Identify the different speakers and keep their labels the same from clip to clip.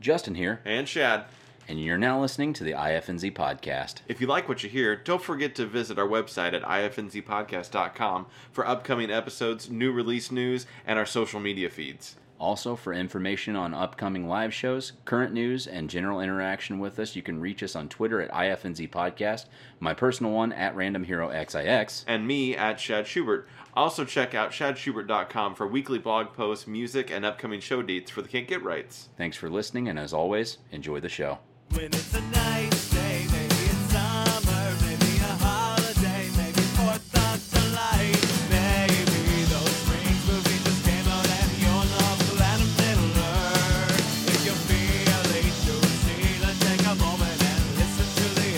Speaker 1: Justin here,
Speaker 2: and Shad.
Speaker 1: and you're now listening to the IFNZ podcast.
Speaker 2: If you like what you hear, don't forget to visit our website at ifnzpodcast.com for upcoming episodes, new release news, and our social media feeds.
Speaker 1: Also, for information on upcoming live shows, current news, and general interaction with us, you can reach us on Twitter at IFNZ Podcast, my personal one at Random Hero XIX.
Speaker 2: And me at Shad Schubert. Also, check out shadschubert.com for weekly blog posts, music, and upcoming show dates for the Can't Get Rights.
Speaker 1: Thanks for listening, and as always, enjoy the show.
Speaker 3: When it's a nice day, maybe it's summer, maybe a holiday, maybe Fourth of July, maybe those Springs movies just came out and you're not glad I'm still learn. If you're feeling juicy, then take a moment and listen to the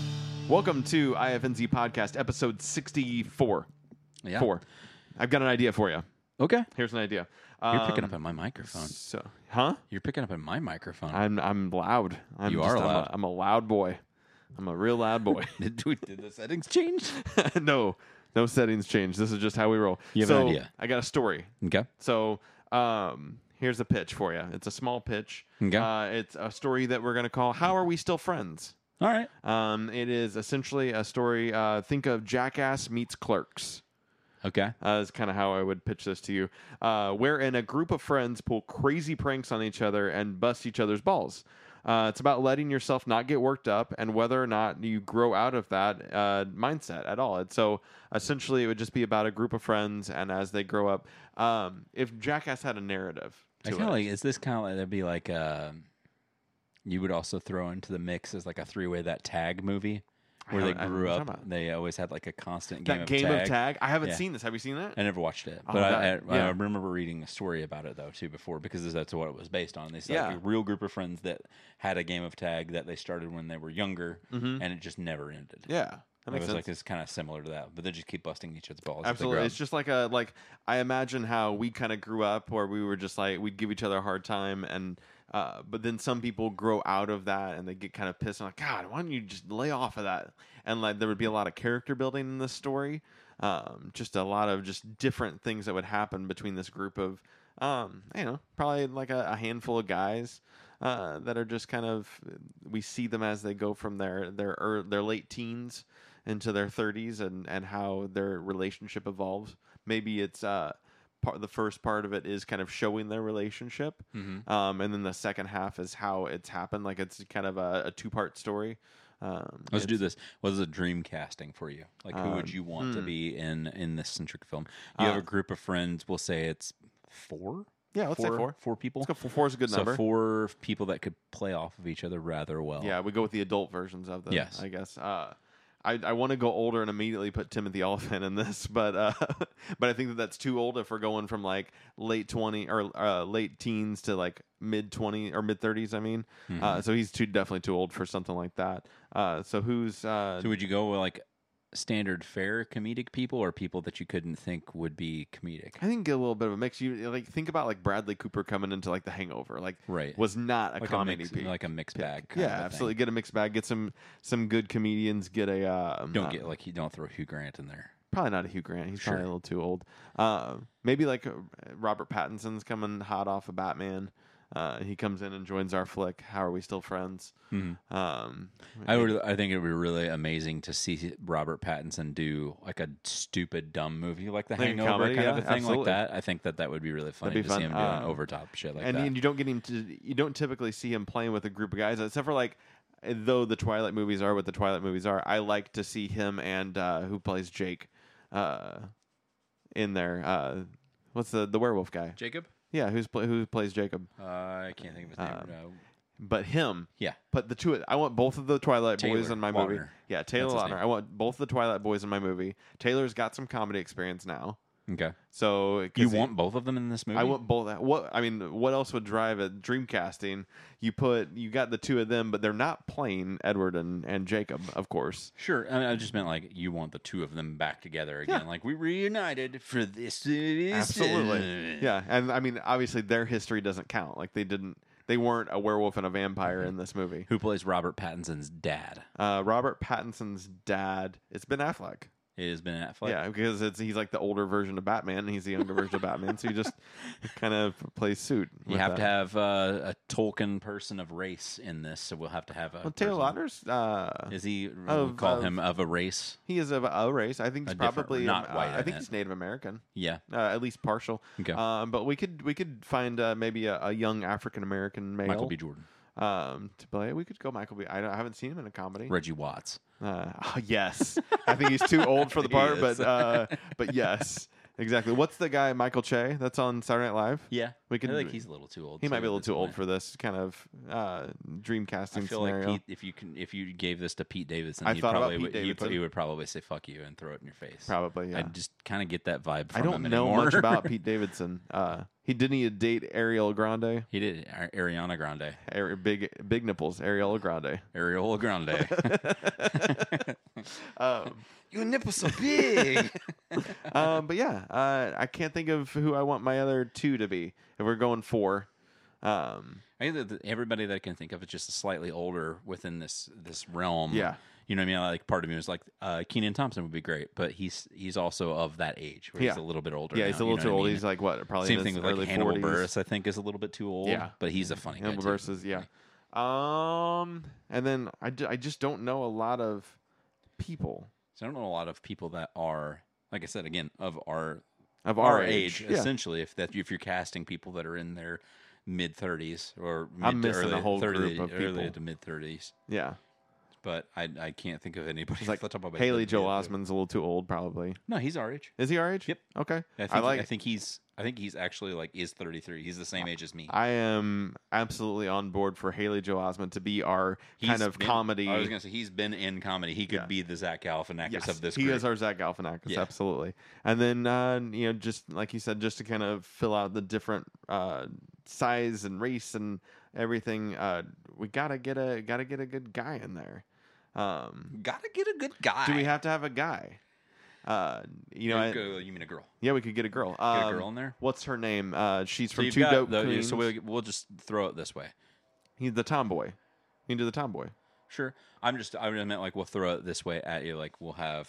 Speaker 3: IFC podcast.
Speaker 2: Welcome to IFNZ Podcast, episode 64.
Speaker 1: Yeah.
Speaker 2: Four. I've got an idea for you.
Speaker 1: Okay.
Speaker 2: Here's an idea. Um,
Speaker 1: You're picking up at my microphone.
Speaker 2: So, huh?
Speaker 1: You're picking up at my microphone.
Speaker 2: I'm I'm loud. I'm
Speaker 1: You are
Speaker 2: I'm a-
Speaker 1: loud.
Speaker 2: I'm a loud boy. I'm a real loud boy.
Speaker 1: did, we- did the settings change?
Speaker 2: no, no settings change. This is just how we roll.
Speaker 1: You have an
Speaker 2: so
Speaker 1: idea.
Speaker 2: I got a story.
Speaker 1: Okay.
Speaker 2: So um, here's a pitch for you. It's a small pitch.
Speaker 1: Okay.
Speaker 2: Uh, it's a story that we're gonna call "How Are We Still Friends."
Speaker 1: All right.
Speaker 2: Um, it is essentially a story. Uh, think of Jackass meets Clerks.
Speaker 1: Okay.
Speaker 2: Uh, is kind of how I would pitch this to you. Uh, wherein a group of friends pull crazy pranks on each other and bust each other's balls. Uh, it's about letting yourself not get worked up and whether or not you grow out of that uh, mindset at all. And so essentially, it would just be about a group of friends and as they grow up. Um, if Jackass had a narrative
Speaker 1: I
Speaker 2: to
Speaker 1: kind of
Speaker 2: it,
Speaker 1: like, is this kind of like, that'd be like, uh, you would also throw into the mix as like a three way that tag movie where they
Speaker 2: don't- I don't
Speaker 1: grew
Speaker 2: know what
Speaker 1: up.
Speaker 2: you're talking
Speaker 1: They always had like a constant game,
Speaker 2: that
Speaker 1: of,
Speaker 2: game
Speaker 1: tag.
Speaker 2: of tag, I haven't
Speaker 1: Yeah.
Speaker 2: seen this. Have you seen that?
Speaker 1: I never watched it,
Speaker 2: Oh,
Speaker 1: but I, I,
Speaker 2: that-
Speaker 1: I
Speaker 2: yeah.
Speaker 1: remember reading a story about it though too before because that's what it was based on. They said like,
Speaker 2: Yeah.
Speaker 1: a real group of friends that had a game of tag that they started when they were younger and it just never ended.
Speaker 2: Mm-hmm. yeah, that
Speaker 1: It
Speaker 2: makes
Speaker 1: was
Speaker 2: sense.
Speaker 1: like it's kind of similar to that, but they just keep busting each other's balls. as they grow
Speaker 2: Absolutely.
Speaker 1: up.
Speaker 2: It's just like a like I imagine how we kind of grew up where we were just like we'd give each other a hard time and uh, but then some people grow out of that and they get kind of pissed and like God, why don't you just lay off of that? And like there would be a lot of character building in this story, um, just a lot of just different things that would happen between this group of um, you know probably like a, a handful of guys uh, that are just kind of we see them as they go from their their ear their late teens into their 30s and and how their relationship evolves maybe it's uh part the first part of it is kind of showing their relationship
Speaker 1: Mhm.
Speaker 2: um and then the second half is how it's happened like it's kind of a, a two-part story um
Speaker 1: Let's do
Speaker 2: it's-
Speaker 1: this. What is a dream casting for you? Like, who would
Speaker 2: Um,
Speaker 1: you want to
Speaker 2: hmm.
Speaker 1: be in in this centric film? You have
Speaker 2: Uh,
Speaker 1: a group of friends. We'll say it's four.
Speaker 2: yeah let's say four
Speaker 1: Four people.
Speaker 2: let's go four four is a good
Speaker 1: so
Speaker 2: number
Speaker 1: four people that could play off of each other rather well.
Speaker 2: yeah we go with the adult versions of them
Speaker 1: Oh. Yes.
Speaker 2: i guess uh I, I want to go older and immediately put Timothy Oliphant in this, but uh, but I think that that's too old if we're going from like late twenty or uh, late teens to like mid twenty or mid thirties. I mean,
Speaker 1: Mhm.
Speaker 2: Uh, so he's too definitely too old for something like that. Uh, so who's uh,
Speaker 1: So would you go with like standard fair comedic people or people that you couldn't think would be comedic?
Speaker 2: I think a little bit of a mix. You like think about like Bradley Cooper coming into like The Hangover, like
Speaker 1: Right.
Speaker 2: was not a
Speaker 1: like
Speaker 2: comedy
Speaker 1: mix,
Speaker 2: piece.
Speaker 1: like a mixed bag. kind
Speaker 2: yeah,
Speaker 1: of a thing.
Speaker 2: absolutely. Get a mixed bag. Get some some good comedians. Get a uh,
Speaker 1: Don't
Speaker 2: uh,
Speaker 1: get like you don't throw Hugh Grant in there.
Speaker 2: probably not a Hugh Grant. He's probably
Speaker 1: Sure.
Speaker 2: a little too old. Uh, maybe like uh, Robert Pattinson's coming hot off of Batman. Uh, he comes in and joins our flick. How are we still friends? Um,
Speaker 1: Mm-hmm. I would. I think it would be really amazing to see Robert Pattinson do like a stupid dumb movie like The
Speaker 2: Like a
Speaker 1: Hangover
Speaker 2: comedy,
Speaker 1: kind of a
Speaker 2: yeah,
Speaker 1: thing
Speaker 2: absolutely.
Speaker 1: like that. I think that that would be really funny
Speaker 2: be
Speaker 1: to
Speaker 2: fun.
Speaker 1: see him doing
Speaker 2: Uh,
Speaker 1: overtop shit like
Speaker 2: and,
Speaker 1: that.
Speaker 2: and you don't get him to you don't typically see him playing with a group of guys except for like though the twilight movies are what the twilight movies are i like to see him and uh who plays jake uh in there uh what's the the werewolf guy
Speaker 1: Jacob,
Speaker 2: yeah who's pla who plays jacob
Speaker 1: uh, I can't think of his name.
Speaker 2: Um,
Speaker 1: no.
Speaker 2: but him
Speaker 1: Yeah,
Speaker 2: but the two i want both of the twilight boys
Speaker 1: Taylor
Speaker 2: in my movie
Speaker 1: Lautner.
Speaker 2: yeah taylor
Speaker 1: That's his
Speaker 2: Lautner.
Speaker 1: name.
Speaker 2: i want both the twilight boys in my movie taylor's got some comedy experience now
Speaker 1: okay.
Speaker 2: so 'cause
Speaker 1: You
Speaker 2: he-
Speaker 1: want both of them in this movie?
Speaker 2: I want both. What I mean, what else would drive a dreamcasting? You put you got the two of them, but they're not playing Edward and, and Jacob, of course.
Speaker 1: Sure. I, mean, I just meant like you want the two of them back together
Speaker 2: Yeah.
Speaker 1: again. Like we reunited for this.
Speaker 2: Absolutely, yeah. And I mean, obviously, their history doesn't count. Like they didn't, they weren't a werewolf and a vampire in this movie.
Speaker 1: Who plays Robert Pattinson's dad?
Speaker 2: Uh, Robert Pattinson's dad, it's Ben Affleck.
Speaker 1: It has been Affleck.
Speaker 2: yeah, because it's he's like the older version of Batman. and He's the younger version of Batman, so he just kind of plays suit.
Speaker 1: You
Speaker 2: with
Speaker 1: have to
Speaker 2: that.
Speaker 1: have uh, a Tolkien person of race in this, so we'll have to have a.
Speaker 2: well, Taylor
Speaker 1: person-
Speaker 2: Lautner's. Uh,
Speaker 1: Is he? we
Speaker 2: of-
Speaker 1: call
Speaker 2: of-
Speaker 1: him of a race.
Speaker 2: he is of a race. I think
Speaker 1: A
Speaker 2: he's
Speaker 1: different-
Speaker 2: probably
Speaker 1: not
Speaker 2: uh,
Speaker 1: white,
Speaker 2: I
Speaker 1: isn't
Speaker 2: think
Speaker 1: it?
Speaker 2: he's Native American,
Speaker 1: Yeah.
Speaker 2: uh, at least partial.
Speaker 1: Okay.
Speaker 2: Um, but we could we could find uh, maybe a, a young African American male
Speaker 1: Michael B. Jordan,
Speaker 2: um, to play. We could go Michael B. I, don't, I haven't seen him in a comedy.
Speaker 1: Reggie Watts.
Speaker 2: Uh, oh, yes, I think he's too old for the
Speaker 1: He
Speaker 2: part,
Speaker 1: is.
Speaker 2: but uh, but yes, exactly. What's the guy Michael Che that's on Saturday Night Live?
Speaker 1: Yeah,
Speaker 2: We could-
Speaker 1: I think he's a little too old.
Speaker 2: He might
Speaker 1: too
Speaker 2: be a
Speaker 1: at
Speaker 2: little
Speaker 1: this
Speaker 2: too old
Speaker 1: point.
Speaker 2: for this kind of uh, dream casting
Speaker 1: I feel
Speaker 2: scenario.
Speaker 1: like Pete, if you can, if you gave this to Pete Davidson,
Speaker 2: I
Speaker 1: he
Speaker 2: thought about
Speaker 1: probably
Speaker 2: Pete
Speaker 1: would, he,
Speaker 2: Davidson.
Speaker 1: he would probably say "fuck you" and throw it in your face.
Speaker 2: Probably, yeah.
Speaker 1: I just kind of get that vibe.
Speaker 2: I
Speaker 1: From
Speaker 2: don't
Speaker 1: him
Speaker 2: know
Speaker 1: anymore.
Speaker 2: much about Pete Davidson. Uh, he didn't he date Ariel Grande?
Speaker 1: he did Ar- Ariana Grande,
Speaker 2: Ari- big big nipples, Ariel Grande.
Speaker 1: Ariola Grande.
Speaker 2: Um,
Speaker 1: Your nipples so big.
Speaker 2: um, but yeah, uh, I can't think of who I want my other two to be. If we're going four, um,
Speaker 1: I think that the- everybody that I can think of is just slightly older within this this realm.
Speaker 2: Yeah.
Speaker 1: You know what I mean? Like part of me was like, uh, Keenan Thompson would be great, but he's he's also of that age where he's
Speaker 2: Yeah.
Speaker 1: a little bit older.
Speaker 2: yeah, he's
Speaker 1: now,
Speaker 2: a
Speaker 1: you
Speaker 2: little
Speaker 1: know
Speaker 2: too
Speaker 1: what I
Speaker 2: old.
Speaker 1: mean?
Speaker 2: He's like what, probably
Speaker 1: Same
Speaker 2: in
Speaker 1: thing
Speaker 2: his
Speaker 1: with
Speaker 2: early
Speaker 1: like Hannibal
Speaker 2: 40s.
Speaker 1: Buress. I think is a little bit too old.
Speaker 2: Yeah. Mm-hmm.
Speaker 1: but he's a funny guy.
Speaker 2: Hannibal
Speaker 1: too.
Speaker 2: versus yeah. Um, and then I, ju- I just don't know a lot of people
Speaker 1: So I don't know a lot of people that are, like I said again, of our
Speaker 2: of
Speaker 1: our,
Speaker 2: our,
Speaker 1: age,
Speaker 2: Yeah.
Speaker 1: essentially. If that if you're casting people that are in their mid 30s or mid
Speaker 2: I'm
Speaker 1: to
Speaker 2: missing a
Speaker 1: early,
Speaker 2: whole
Speaker 1: 30
Speaker 2: group of
Speaker 1: early
Speaker 2: people.
Speaker 1: to mid 30s,
Speaker 2: yeah.
Speaker 1: but I I can't think of anybody.
Speaker 2: It's
Speaker 1: off
Speaker 2: like
Speaker 1: the top of my head
Speaker 2: Haley
Speaker 1: that'd be
Speaker 2: Joel
Speaker 1: up there.
Speaker 2: Osment's a little too old, probably.
Speaker 1: No, he's our age.
Speaker 2: Is he our age?
Speaker 1: Yep.
Speaker 2: Okay.
Speaker 1: I think,
Speaker 2: I like.
Speaker 1: I think he's I think he's actually like is 33. He's the same age as me.
Speaker 2: I am absolutely on board for Haley Joel Osment to be our
Speaker 1: He's
Speaker 2: kind of
Speaker 1: been-
Speaker 2: comedy.
Speaker 1: I was gonna say he's been in comedy. He could
Speaker 2: Yeah.
Speaker 1: be the Zach Galifianakis
Speaker 2: Yes,
Speaker 1: of this.
Speaker 2: he
Speaker 1: group.
Speaker 2: is our Zach Galifianakis,
Speaker 1: Yeah.
Speaker 2: absolutely. And then uh, you know, just like you said, just to kind of fill out the different uh, size and race and everything, uh, we gotta get a gotta get a good guy in there. Um,
Speaker 1: Gotta get a good guy.
Speaker 2: do we have to have a guy? Uh, you know, I-
Speaker 1: Go- you mean a girl?
Speaker 2: yeah, we could get a girl.
Speaker 1: Get a
Speaker 2: Um,
Speaker 1: girl in there.
Speaker 2: What's her name? Uh, she's from
Speaker 1: you've
Speaker 2: Two
Speaker 1: got
Speaker 2: Dope
Speaker 1: the- yeah,
Speaker 2: Queens.
Speaker 1: so we'll, we'll just throw it this way.
Speaker 2: He's the tomboy. He's the tomboy.
Speaker 1: Sure. I'm just I meant like we'll throw it this way at you. Like we'll have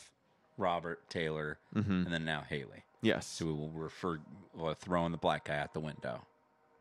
Speaker 1: Robert Taylor
Speaker 2: Mm-hmm.
Speaker 1: and then now Haley.
Speaker 2: Yes.
Speaker 1: Mm-hmm. So we will refer we throwing the black guy out the window.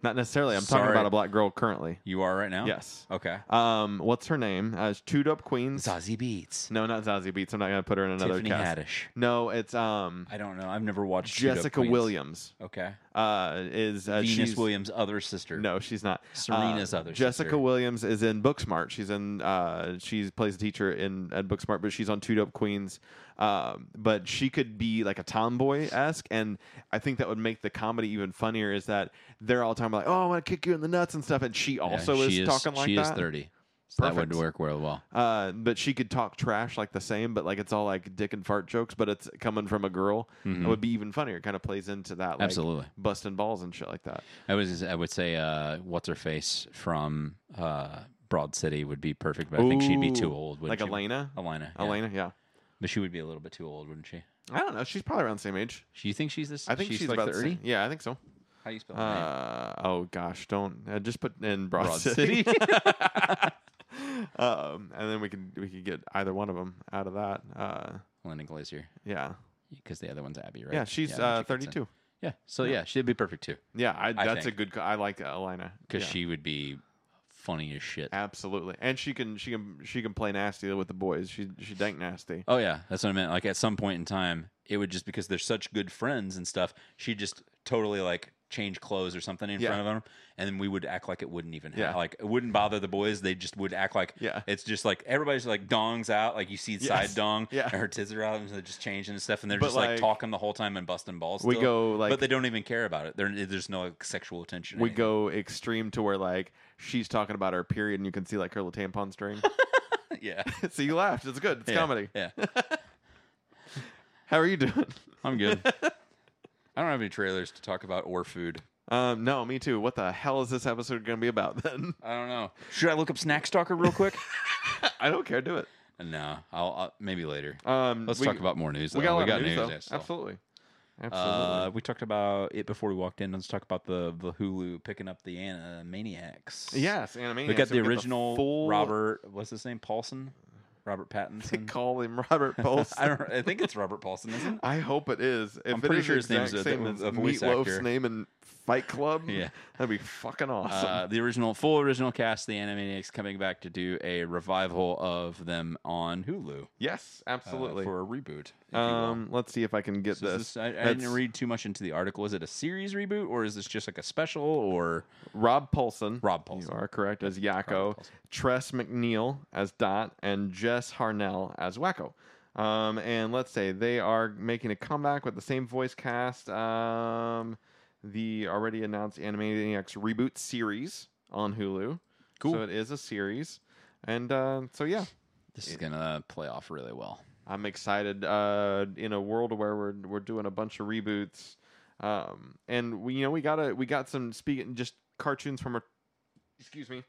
Speaker 2: Not necessarily. I'm
Speaker 1: Sorry.
Speaker 2: talking about a black girl currently.
Speaker 1: You are right now.
Speaker 2: Yes.
Speaker 1: Okay.
Speaker 2: Um, what's her name? Uh, it's Two Dope Queens.
Speaker 1: Zazie Beats.
Speaker 2: No, not Zazie Beats. I'm not gonna put her in another
Speaker 1: Tiffany
Speaker 2: cast.
Speaker 1: Haddish.
Speaker 2: No, it's um
Speaker 1: I don't know. I've never watched Judo
Speaker 2: Jessica
Speaker 1: Queens.
Speaker 2: Williams.
Speaker 1: Okay.
Speaker 2: Uh, is uh,
Speaker 1: Venus
Speaker 2: she's,
Speaker 1: Williams' other sister.
Speaker 2: No, she's not.
Speaker 1: Serena's
Speaker 2: Uh,
Speaker 1: other
Speaker 2: Jessica
Speaker 1: sister.
Speaker 2: Williams is in Booksmart. She's in. Uh, she plays a teacher in at Booksmart, but she's on Two Dope Queens. Um, but she could be like a tomboy esque, and I think that would make the comedy even funnier. Is that they're all talking about like, oh, I want to kick you in the nuts and stuff, and she
Speaker 1: Yeah,
Speaker 2: also is,
Speaker 1: she
Speaker 2: talking like
Speaker 1: she
Speaker 2: that.
Speaker 1: is 30. So that would
Speaker 2: Perfect.
Speaker 1: work real well.
Speaker 2: Uh, but she could talk trash like the same, but like it's all like dick and fart jokes, but it's coming from a girl. It would be even funnier. It kind of plays into that, like,
Speaker 1: Mm-hmm. Absolutely.
Speaker 2: busting balls and shit like that.
Speaker 1: I was I would say uh, what's her face from uh, Broad City would be perfect, but I think she'd be too
Speaker 2: Ooh,
Speaker 1: old.
Speaker 2: like
Speaker 1: wouldn't she?
Speaker 2: Elena.
Speaker 1: Elena. yeah.
Speaker 2: Elena, yeah.
Speaker 1: But she would be a little bit too old, wouldn't she?
Speaker 2: I don't know. She's probably around the same age.
Speaker 1: Do you think she's this?
Speaker 2: I think she's,
Speaker 1: like
Speaker 2: about the
Speaker 1: 30.
Speaker 2: same- Yeah, I think so.
Speaker 1: How do you spell her name?
Speaker 2: Uh, oh gosh, don't uh, just put in Broad,
Speaker 1: Broad
Speaker 2: City. um, and then we can we could get either one of them out of that. Uh,
Speaker 1: Elena Glazier,
Speaker 2: yeah,
Speaker 1: because the other one's Abby, right?
Speaker 2: yeah. She's
Speaker 1: when
Speaker 2: uh,
Speaker 1: she gets in.
Speaker 2: thirty-two.
Speaker 1: Yeah, so yeah, she'd be perfect too,
Speaker 2: Yeah, I, that's a
Speaker 1: think.
Speaker 2: good. co- I like Elena
Speaker 1: because
Speaker 2: Yeah.
Speaker 1: she would be funny as shit.
Speaker 2: Absolutely, and she can she can she can play nasty with the boys. She she dank nasty.
Speaker 1: Oh yeah, that's what I meant. Like at some point in time, it would just because they're such good friends and stuff, she'd just totally like change clothes or something in
Speaker 2: Yeah.
Speaker 1: front of them, and then we would act like it wouldn't even ha-
Speaker 2: Yeah.
Speaker 1: like it wouldn't bother the boys. They just would act like
Speaker 2: Yeah.
Speaker 1: it's just like everybody's like dongs out, like you see side dong,
Speaker 2: Yeah.
Speaker 1: and her tits are out, and they're just changing and stuff, and they're
Speaker 2: But,
Speaker 1: just like,
Speaker 2: like,
Speaker 1: talking the whole time and busting balls.
Speaker 2: we
Speaker 1: still,
Speaker 2: go, like-
Speaker 1: but they don't even care about it. There, there's no like, sexual attention. or
Speaker 2: We
Speaker 1: anything.
Speaker 2: go extreme to where like she's talking about her period, and you can see like her little tampon string.
Speaker 1: yeah,
Speaker 2: so you laughed. It's good. It's
Speaker 1: Yeah.
Speaker 2: comedy.
Speaker 1: Yeah,
Speaker 2: How are you doing?
Speaker 1: I'm good. I don't have any trailers to talk about or food.
Speaker 2: Um, no, me too. What the hell is this episode going to be about then?
Speaker 1: I don't know. Should I look up Snack Stalker real quick?
Speaker 2: I don't care. Do it.
Speaker 1: no, I'll, I'll maybe later.
Speaker 2: Um,
Speaker 1: Let's
Speaker 2: we-
Speaker 1: talk about more news. Though.
Speaker 2: We got a lot of news,
Speaker 1: yeah,
Speaker 2: though.
Speaker 1: still.
Speaker 2: Absolutely. Absolutely.
Speaker 1: Uh, we talked about it before we walked in. Let's talk about the the Hulu picking up the Anna Maniacs.
Speaker 2: yes, Animaniacs.
Speaker 1: we got
Speaker 2: So
Speaker 1: the original
Speaker 2: full
Speaker 1: Robert. What's his name? Paulson. Robert
Speaker 2: They
Speaker 1: Pattinson.
Speaker 2: call him Robert Paulson.
Speaker 1: I don't. I think it's Robert Paulson, isn't it?
Speaker 2: I hope it is. If
Speaker 1: I'm
Speaker 2: it
Speaker 1: pretty
Speaker 2: is
Speaker 1: sure
Speaker 2: the
Speaker 1: his name's
Speaker 2: exact
Speaker 1: a-
Speaker 2: same
Speaker 1: a-
Speaker 2: as
Speaker 1: a voice
Speaker 2: Meatloaf's
Speaker 1: actor.
Speaker 2: name in Fight Club.
Speaker 1: Yeah.
Speaker 2: that'd be fucking awesome.
Speaker 1: Uh, the original, full original cast, the Animaniacs coming back to do a revival of them on Hulu uh,
Speaker 2: yes, absolutely.
Speaker 1: for a reboot. if you will.
Speaker 2: um, let's see if I can get
Speaker 1: So is
Speaker 2: this.
Speaker 1: this- I, I
Speaker 2: That's
Speaker 1: didn't read too much into the article. Is it a series reboot or is this just like a special or
Speaker 2: Rob Paulson.
Speaker 1: Rob Paulson?
Speaker 2: You are correct as
Speaker 1: Robert
Speaker 2: Yakko,
Speaker 1: Paulson.
Speaker 2: Tress McNeil as Dot, and Jess Harnell as Wacko. Um, and let's say they are making a comeback with the same voice cast. Um, the already announced Animaniacs reboot series on Hulu.
Speaker 1: Cool.
Speaker 2: So it is a series. And uh, so, yeah,
Speaker 1: This is gonna play off really well.
Speaker 2: I'm excited. Uh, in a world where we're we're doing a bunch of reboots, um, and we you know we got a we got some speaking just cartoons from our excuse me,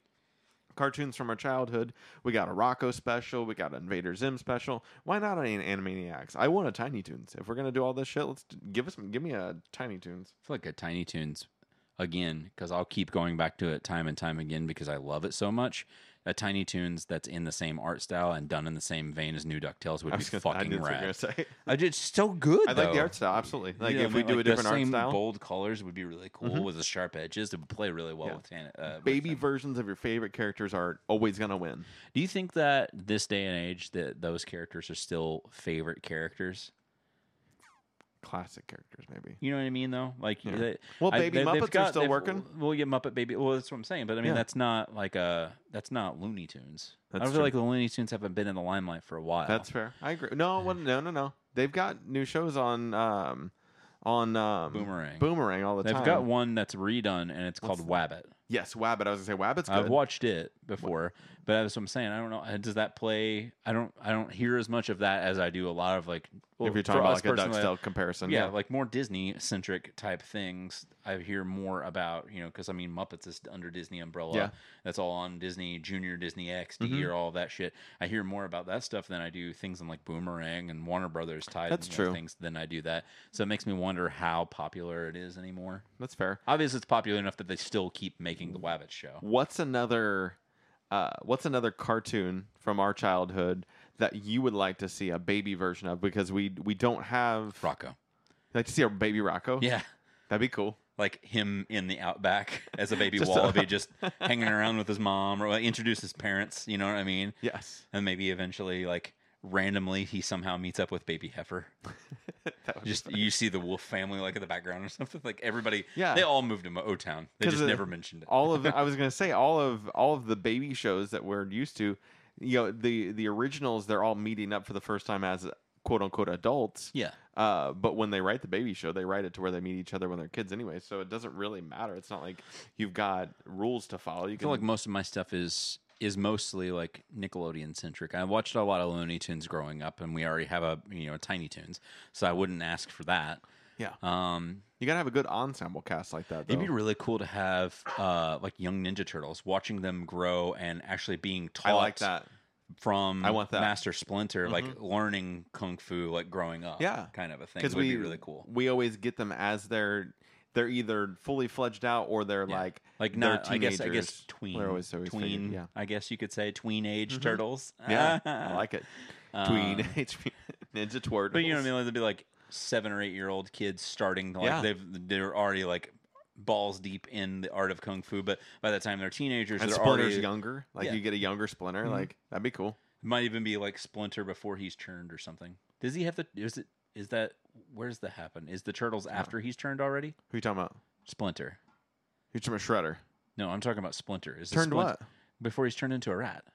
Speaker 2: cartoons from our childhood. We got a Rocco special. We got an Invader Zim special. Why not an Animaniacs? I want a Tiny Toons. If we're gonna do all this shit, let's d- give us give me a Tiny Toons.
Speaker 1: I feel like a Tiny Toons again because I'll keep going back to it time and time again because I love it so much. A Tiny Toons that's in the same art style and done in the same vein as New Ducktales would
Speaker 2: I
Speaker 1: be
Speaker 2: was gonna, I
Speaker 1: fucking
Speaker 2: didn't
Speaker 1: rad.
Speaker 2: gonna say.
Speaker 1: I just so good.
Speaker 2: I like the
Speaker 1: though.
Speaker 2: art style absolutely. Like
Speaker 1: Yeah,
Speaker 2: if
Speaker 1: I
Speaker 2: we
Speaker 1: mean,
Speaker 2: do
Speaker 1: like,
Speaker 2: a different
Speaker 1: the
Speaker 2: art
Speaker 1: same
Speaker 2: style,
Speaker 1: bold colors would be really cool
Speaker 2: Mhm.
Speaker 1: with the sharp edges. It would play really well
Speaker 2: Yeah.
Speaker 1: with Tana. Uh, with
Speaker 2: baby
Speaker 1: Tana.
Speaker 2: versions of your favorite characters are always gonna win.
Speaker 1: Do you think that this day and age that those characters are still favorite characters?
Speaker 2: Classic characters maybe.
Speaker 1: You know what I mean, though. Like,
Speaker 2: Yeah.
Speaker 1: they-
Speaker 2: Well,
Speaker 1: I-
Speaker 2: Baby
Speaker 1: they- they've
Speaker 2: Muppets are
Speaker 1: got-
Speaker 2: still
Speaker 1: they've-
Speaker 2: working.
Speaker 1: Well, yeah, Muppet Baby. Well, that's what I'm saying. But I mean,
Speaker 2: Yeah.
Speaker 1: that's not like a that's not Looney Tunes. I
Speaker 2: That's
Speaker 1: don't feel
Speaker 2: true.
Speaker 1: like the Looney Tunes haven't been in the limelight for a while.
Speaker 2: That's fair. I agree. No, well, no, no, no. They've got new shows on um on um,
Speaker 1: Boomerang.
Speaker 2: Boomerang all the
Speaker 1: They've
Speaker 2: time.
Speaker 1: got one that's redone, and it's called Wabbit.
Speaker 2: Yes, Wabbit. I was gonna say Wabbit's good.
Speaker 1: I've watched it before, but that's what I'm saying. I don't know. Does that play? I don't. I don't hear as much of that as I do a lot of like. well,
Speaker 2: if you're talking
Speaker 1: for
Speaker 2: about
Speaker 1: us
Speaker 2: like a
Speaker 1: personally,
Speaker 2: Ducktail comparison,
Speaker 1: yeah,
Speaker 2: yeah,
Speaker 1: like more Disney centric type things. I hear more about you know because I mean Muppets is under Disney umbrella.
Speaker 2: Yeah.
Speaker 1: that's all on Disney Junior, Disney XD,
Speaker 2: Mhm.
Speaker 1: or all that shit. I hear more about that stuff than I do things in like Boomerang and Warner Brothers tied.
Speaker 2: That's
Speaker 1: you know,
Speaker 2: true.
Speaker 1: Things than I do that. So it makes me wonder how popular it is anymore.
Speaker 2: that's fair.
Speaker 1: Obviously, it's popular enough that they still keep making the Wabbit show.
Speaker 2: What's another? Uh, what's another cartoon from our childhood that you would like to see a baby version of? Because we we don't have.
Speaker 1: Rocco.
Speaker 2: I'd Like to see a baby Rocco.
Speaker 1: Yeah.
Speaker 2: that'd be cool.
Speaker 1: like him in the outback as a baby
Speaker 2: Just a-
Speaker 1: wallaby, just hanging around with his mom or like, introduce his parents. You know what I mean?
Speaker 2: Yes,
Speaker 1: And maybe eventually, like randomly, he somehow meets up with baby heifer.
Speaker 2: That would be
Speaker 1: Just
Speaker 2: fun.
Speaker 1: you see the wolf family like in the background or something. Like everybody,
Speaker 2: Yeah.
Speaker 1: they all moved to O Town. They
Speaker 2: 'Cause
Speaker 1: just
Speaker 2: of-
Speaker 1: never mentioned it.
Speaker 2: all of I was gonna say all of all of the baby shows that we're used to, you know, the the originals they're all meeting up for the first time as quote unquote adults.
Speaker 1: yeah,
Speaker 2: Uh, but when they write the baby show, they write it to where they meet each other when they're kids anyway. So it doesn't really matter. It's not like you've got rules to follow. You
Speaker 1: I
Speaker 2: can
Speaker 1: feel like most of my stuff is is mostly like Nickelodeon centric. I watched a lot of Looney Tunes growing up, and we already have a you know Tiny Tunes, so I wouldn't ask for that.
Speaker 2: yeah,
Speaker 1: Um,
Speaker 2: you gotta have a good ensemble cast like that. Though.
Speaker 1: It'd be really cool to have uh, like young Ninja Turtles, watching them grow and actually being taught
Speaker 2: I like that.
Speaker 1: from
Speaker 2: I want that. Mm-hmm.
Speaker 1: Master Splinter, like learning kung fu, like growing up,
Speaker 2: Yeah.
Speaker 1: kind of a thing.
Speaker 2: because
Speaker 1: Would
Speaker 2: we
Speaker 1: be really cool.
Speaker 2: We always get them as they're they're either fully fledged out or they're
Speaker 1: Yeah.
Speaker 2: like
Speaker 1: Like
Speaker 2: they're
Speaker 1: not, I guess, I guess
Speaker 2: teenagers.
Speaker 1: tween,
Speaker 2: We're always- always figured,
Speaker 1: tween,
Speaker 2: yeah. Mm-hmm.
Speaker 1: I guess you could say tween age turtles.
Speaker 2: Yeah, I like it.
Speaker 1: Uh,
Speaker 2: Tween Ninja Turtles.
Speaker 1: But you know what I mean? Like, they'd be like seven or eight year old kids starting. Like
Speaker 2: Yeah.
Speaker 1: they've they're already like balls deep in the art of kung fu. But by the time they're teenagers,
Speaker 2: And
Speaker 1: they're
Speaker 2: Splinter's
Speaker 1: already
Speaker 2: younger. Like
Speaker 1: Yeah.
Speaker 2: you get a younger Splinter.
Speaker 1: Mm-hmm.
Speaker 2: Like that'd be cool.
Speaker 1: It might even be like Splinter before he's turned or something. Does he have the? Is it? Is that? Where's that happen? Is the turtles after he's turned already?
Speaker 2: Who you talking about?
Speaker 1: Splinter.
Speaker 2: Who you talking about? Shredder.
Speaker 1: No, I'm talking about Splinter. Is it
Speaker 2: Turned
Speaker 1: Splin-
Speaker 2: what?
Speaker 1: Before he's turned into a rat.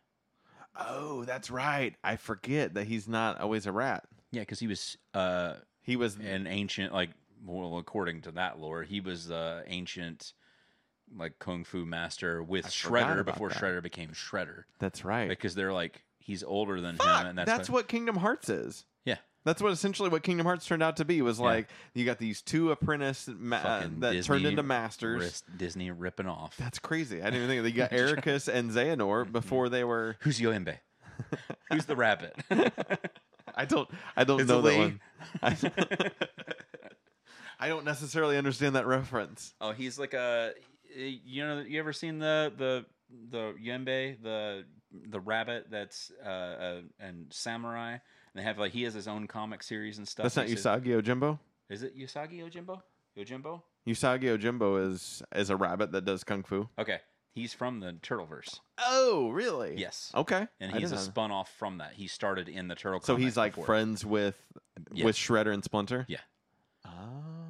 Speaker 2: Oh, that's right. I forget that he's not always a rat.
Speaker 1: Yeah, because he was uh
Speaker 2: He was.
Speaker 1: an ancient like well according to that lore he was the ancient like kung fu master with
Speaker 2: I forgot
Speaker 1: Shredder
Speaker 2: about
Speaker 1: before
Speaker 2: that.
Speaker 1: Shredder became Shredder
Speaker 2: that's right.
Speaker 1: because they're like he's older than
Speaker 2: Fuck,
Speaker 1: him and
Speaker 2: that's,
Speaker 1: that's,
Speaker 2: what, Kingdom Hearts is.
Speaker 1: yeah
Speaker 2: That's what essentially what Kingdom Hearts turned out to be was like you got these two apprentice ma- uh,
Speaker 1: Fucking
Speaker 2: that turned
Speaker 1: Disney
Speaker 2: into masters.
Speaker 1: wrist- Disney ripping off
Speaker 2: That's crazy. I didn't even think of that. You got Ericus and
Speaker 1: Mm-hmm.
Speaker 2: Xehanort before they were.
Speaker 1: who's Yoembe who's the rabbit
Speaker 2: I don't. I don't
Speaker 1: It's
Speaker 2: know that
Speaker 1: Lee.
Speaker 2: one. I, I don't necessarily understand that reference.
Speaker 1: Oh, eh, he's like a you know you ever seen the the the Yembe the the rabbit that's uh, uh and samurai. And they have like he has his own comic series and stuff.
Speaker 2: That's not
Speaker 1: He says-
Speaker 2: Usagi Ojimbo.
Speaker 1: Is it Usagi Yojimbo? Yojimbo?
Speaker 2: Usagi Ojimbo is is a rabbit that does kung fu.
Speaker 1: Okay, he's from the Turtleverse.
Speaker 2: Oh, really?
Speaker 1: Yes.
Speaker 2: Okay.
Speaker 1: And
Speaker 2: I
Speaker 1: he's a
Speaker 2: didn't know.
Speaker 1: spun off from that. He started in the Turtle.
Speaker 2: so
Speaker 1: comic
Speaker 2: he's like
Speaker 1: before.
Speaker 2: friends with
Speaker 1: Yeah.
Speaker 2: with Shredder and Splinter.
Speaker 1: Yeah.
Speaker 2: Oh.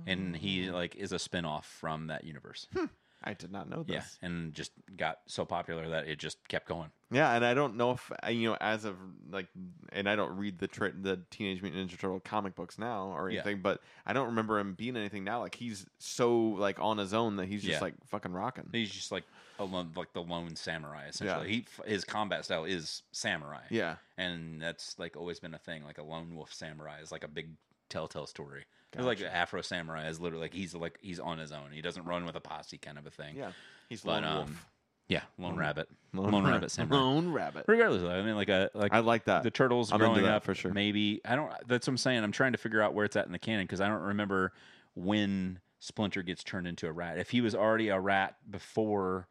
Speaker 1: and he like is a spin off from that universe.
Speaker 2: Hmm. I did not know
Speaker 1: yeah,
Speaker 2: this.
Speaker 1: and just got so popular that it just kept going.
Speaker 2: Yeah, and I don't know if I- you know as of like, and I don't read the tra- the Teenage Mutant Ninja Turtle comic books now or
Speaker 1: Yeah.
Speaker 2: anything, but I don't remember him being anything now. Like he's so like on his own that he's just
Speaker 1: Yeah.
Speaker 2: like fucking rocking.
Speaker 1: He's just like a lone, like the lone samurai essentially. He f- his combat style is samurai.
Speaker 2: Yeah,
Speaker 1: and that's like always been a thing. Like a lone wolf samurai is like a big telltale story. It's Like
Speaker 2: Gotcha.
Speaker 1: Afro samurai is literally like he's like he's on his own. He doesn't run with a posse kind of a thing.
Speaker 2: yeah, Mm-hmm. he's
Speaker 1: But,
Speaker 2: lone
Speaker 1: um,
Speaker 2: wolf,
Speaker 1: yeah, lone rabbit, lone,
Speaker 2: ra-
Speaker 1: rabbit samurai.
Speaker 2: lone rabbit.
Speaker 1: Regardless, though, I mean, like a like
Speaker 2: I like that.
Speaker 1: the turtles
Speaker 2: I'm into
Speaker 1: growing
Speaker 2: that
Speaker 1: up
Speaker 2: for sure.
Speaker 1: Maybe I don't. That's what I'm saying. I'm trying to figure out where it's at in the canon because I don't remember when Splinter gets turned into a rat. If he was already a rat before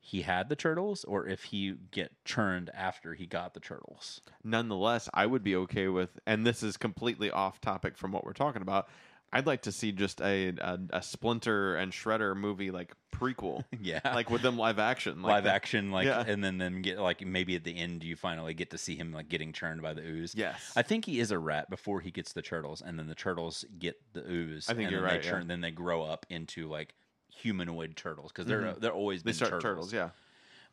Speaker 1: he had the turtles, or if he get turned after he got the turtles.
Speaker 2: Nonetheless, I would be okay with, and this is completely off topic from what we're talking about. I'd like to see just a a, a Splinter and Shredder movie like prequel,
Speaker 1: Yeah,
Speaker 2: like with them live action, like
Speaker 1: live
Speaker 2: that-
Speaker 1: action, like,
Speaker 2: Yeah.
Speaker 1: and then then get like maybe at the end you finally get to see him like getting turned by the ooze.
Speaker 2: Yes,
Speaker 1: I think he is a rat before he gets the turtles, and then the turtles get the ooze.
Speaker 2: I think
Speaker 1: and
Speaker 2: you're
Speaker 1: then
Speaker 2: right,
Speaker 1: They
Speaker 2: yeah.
Speaker 1: turn, Then they grow up into like humanoid turtles because they're they're always
Speaker 2: Mm-hmm. they
Speaker 1: been
Speaker 2: start
Speaker 1: turtles.
Speaker 2: turtles. Yeah,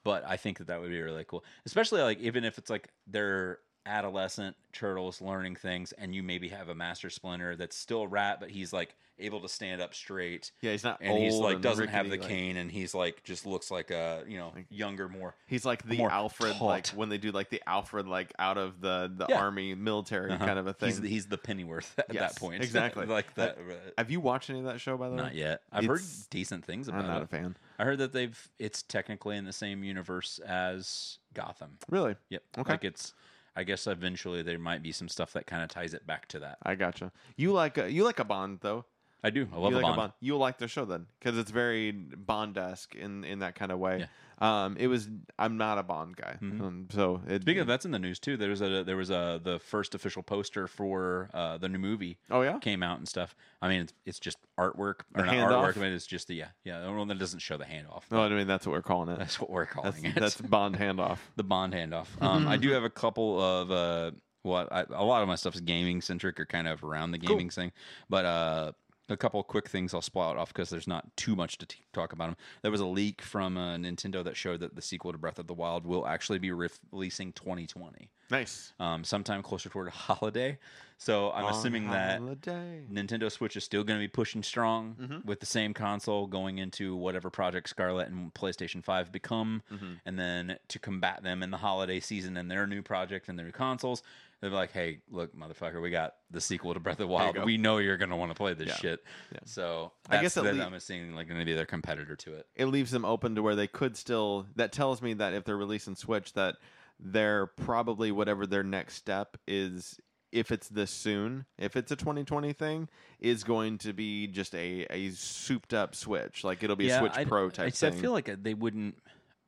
Speaker 1: But I think that that would be really cool, especially like even if it's like they're adolescent turtles learning things, and you maybe have a master splinter that's still a rat, but he's like able to stand up straight.
Speaker 2: yeah. He's not
Speaker 1: And
Speaker 2: old
Speaker 1: he's like
Speaker 2: and
Speaker 1: doesn't have the
Speaker 2: rickety, like-
Speaker 1: cane, and he's like just looks like a you know younger, more
Speaker 2: He's like the
Speaker 1: more
Speaker 2: Alfred, like
Speaker 1: taut.
Speaker 2: when they do like the Alfred, like out of the the
Speaker 1: Yeah.
Speaker 2: army military
Speaker 1: Uh-huh.
Speaker 2: kind of a thing.
Speaker 1: He's, he's the Pennyworth at
Speaker 2: Yes,
Speaker 1: that point,
Speaker 2: exactly.
Speaker 1: like uh, that.
Speaker 2: Have you watched any of that show by the way?
Speaker 1: Not yet. I've heard
Speaker 2: It's-
Speaker 1: decent things about
Speaker 2: I'm not
Speaker 1: it.
Speaker 2: a fan.
Speaker 1: I heard that they've it's technically in the same universe as Gotham.
Speaker 2: Really?
Speaker 1: Yep.
Speaker 2: Okay.
Speaker 1: Like it's I guess eventually there might be some stuff that kind of ties it back to that.
Speaker 2: I gotcha. You like a, you like a Bond though.
Speaker 1: I do. I love a
Speaker 2: you like
Speaker 1: Bond.
Speaker 2: a Bond. You'll like the show then because it's very Bond esque in in that kind of way. Um, it was. I'm not a Bond guy, um, so it,
Speaker 1: Mm-hmm. Speaking of that's in the news too. There's a there was a the first official poster for uh, the new movie
Speaker 2: Oh yeah.
Speaker 1: came out and stuff. I mean it's, it's just artwork or
Speaker 2: The
Speaker 1: not
Speaker 2: handoff?
Speaker 1: artwork, but it's just the yeah yeah the one that doesn't show the handoff.
Speaker 2: No, Oh, I mean that's what we're calling it.
Speaker 1: That's what we're calling
Speaker 2: That's,
Speaker 1: it.
Speaker 2: that's Bond handoff.
Speaker 1: the Bond handoff. Um, I do have a couple of uh, what I, a lot of my stuff's gaming centric or kind of around the gaming thing, but uh, a couple quick things I'll spot off because there's not too much to t- talk about them. There was a leak from uh, Nintendo that showed that the sequel to Breath of the Wild will actually be re- releasing 2020,
Speaker 2: Nice.
Speaker 1: um, sometime closer toward a holiday. So I'm assuming that.
Speaker 2: holiday.
Speaker 1: Nintendo Switch is still going to be pushing strong
Speaker 2: Mm-hmm.
Speaker 1: with the same console going into whatever Project Scarlet and PlayStation 5 become.
Speaker 2: Mm-hmm.
Speaker 1: And then to combat them in the holiday season and their new project and their new consoles, they're like, hey, look, motherfucker, we got the sequel to Breath of the Wild.
Speaker 2: go.
Speaker 1: We know you're going to want to play this
Speaker 2: Yeah.
Speaker 1: shit.
Speaker 2: Yeah.
Speaker 1: So that's,
Speaker 2: I
Speaker 1: I
Speaker 2: guess
Speaker 1: guess
Speaker 2: at
Speaker 1: that
Speaker 2: lea-
Speaker 1: I'm assuming like going to be their competitor to it.
Speaker 2: it leaves them open to where they could still that tells me that if they're releasing switch that they're probably whatever their next step is if it's this soon if it's a 2020 thing is going to be just a a souped up switch like it'll be a switch
Speaker 1: I-
Speaker 2: pro type
Speaker 1: I,
Speaker 2: thing
Speaker 1: I feel like they wouldn't.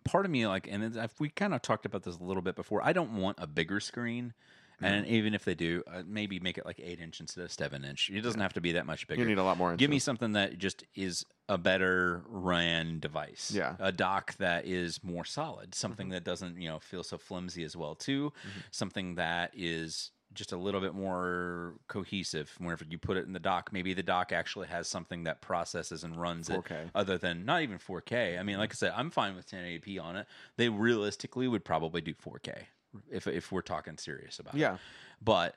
Speaker 1: Part of me, like, and it's, I've- we kind of talked about this a little bit before. I don't want a bigger screen,
Speaker 2: Mm-hmm.
Speaker 1: and even if they do, uh, maybe make it like eight inch instead of seven inch. It doesn't have to be that much bigger.
Speaker 2: you need a lot more
Speaker 1: Give me
Speaker 2: inches.
Speaker 1: something that just is a better ran device.
Speaker 2: Yeah. Mm-hmm.
Speaker 1: A dock that is more solid, something that doesn't, you know, feel so flimsy as well too, something that is just a little bit more cohesive whenever you put it in the dock. Maybe the dock actually has something that processes and runs it
Speaker 2: 4K.
Speaker 1: other than not even 4K. I
Speaker 2: Mm-hmm.
Speaker 1: mean, like I said, I'm fine with 1080p on it. They realistically would probably do 4K if if we're talking serious about it
Speaker 2: yeah
Speaker 1: but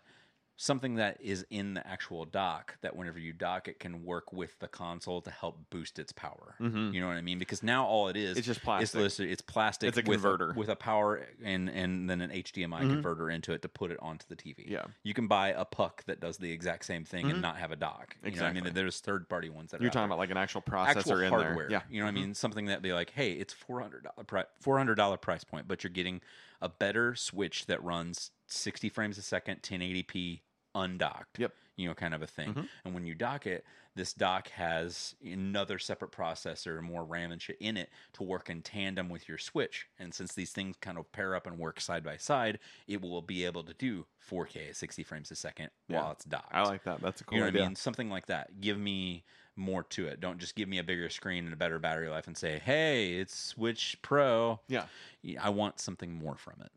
Speaker 1: something that is in the actual dock that whenever you dock it can work with the console to help boost its power you know what i mean because now all it is
Speaker 2: Mm-hmm. It's just
Speaker 1: is
Speaker 2: plastic.
Speaker 1: listed- it's plastic
Speaker 2: It's a
Speaker 1: with
Speaker 2: converter. Mm-hmm.
Speaker 1: with a power and and then an hdmi converter into it to put it onto the tv
Speaker 2: Yeah. Mm-hmm.
Speaker 1: you can buy a puck that does the exact same thing and not have a dock you know what i
Speaker 2: Exactly.
Speaker 1: mean there's third party ones that are
Speaker 2: you're
Speaker 1: out
Speaker 2: talking
Speaker 1: there
Speaker 2: about like an actual processor
Speaker 1: actual
Speaker 2: in
Speaker 1: hardware.
Speaker 2: there yeah Mm-hmm.
Speaker 1: You know what I mean? Something that be like, hey, it's four hundred dollar pri- four hundred dollar price point, but you're getting a better Switch that runs sixty frames a second, ten eighty p undocked.
Speaker 2: Yep. Mm-hmm.
Speaker 1: you know, kind of a thing. And when you dock it, this dock has another separate processor and more RAM and shit in it to work in tandem with your Switch. And since these things kind of pair up and work side by side, it will be able to do 4K at 60 frames a second
Speaker 2: Yeah.
Speaker 1: while it's docked.
Speaker 2: I like that. That's a cool
Speaker 1: You know what
Speaker 2: idea.
Speaker 1: I mean? Something like that. Give me more to it. Don't just give me a bigger screen and a better battery life and say, "Hey, it's Switch Pro."
Speaker 2: Yeah.
Speaker 1: Yeah, I want something more from it.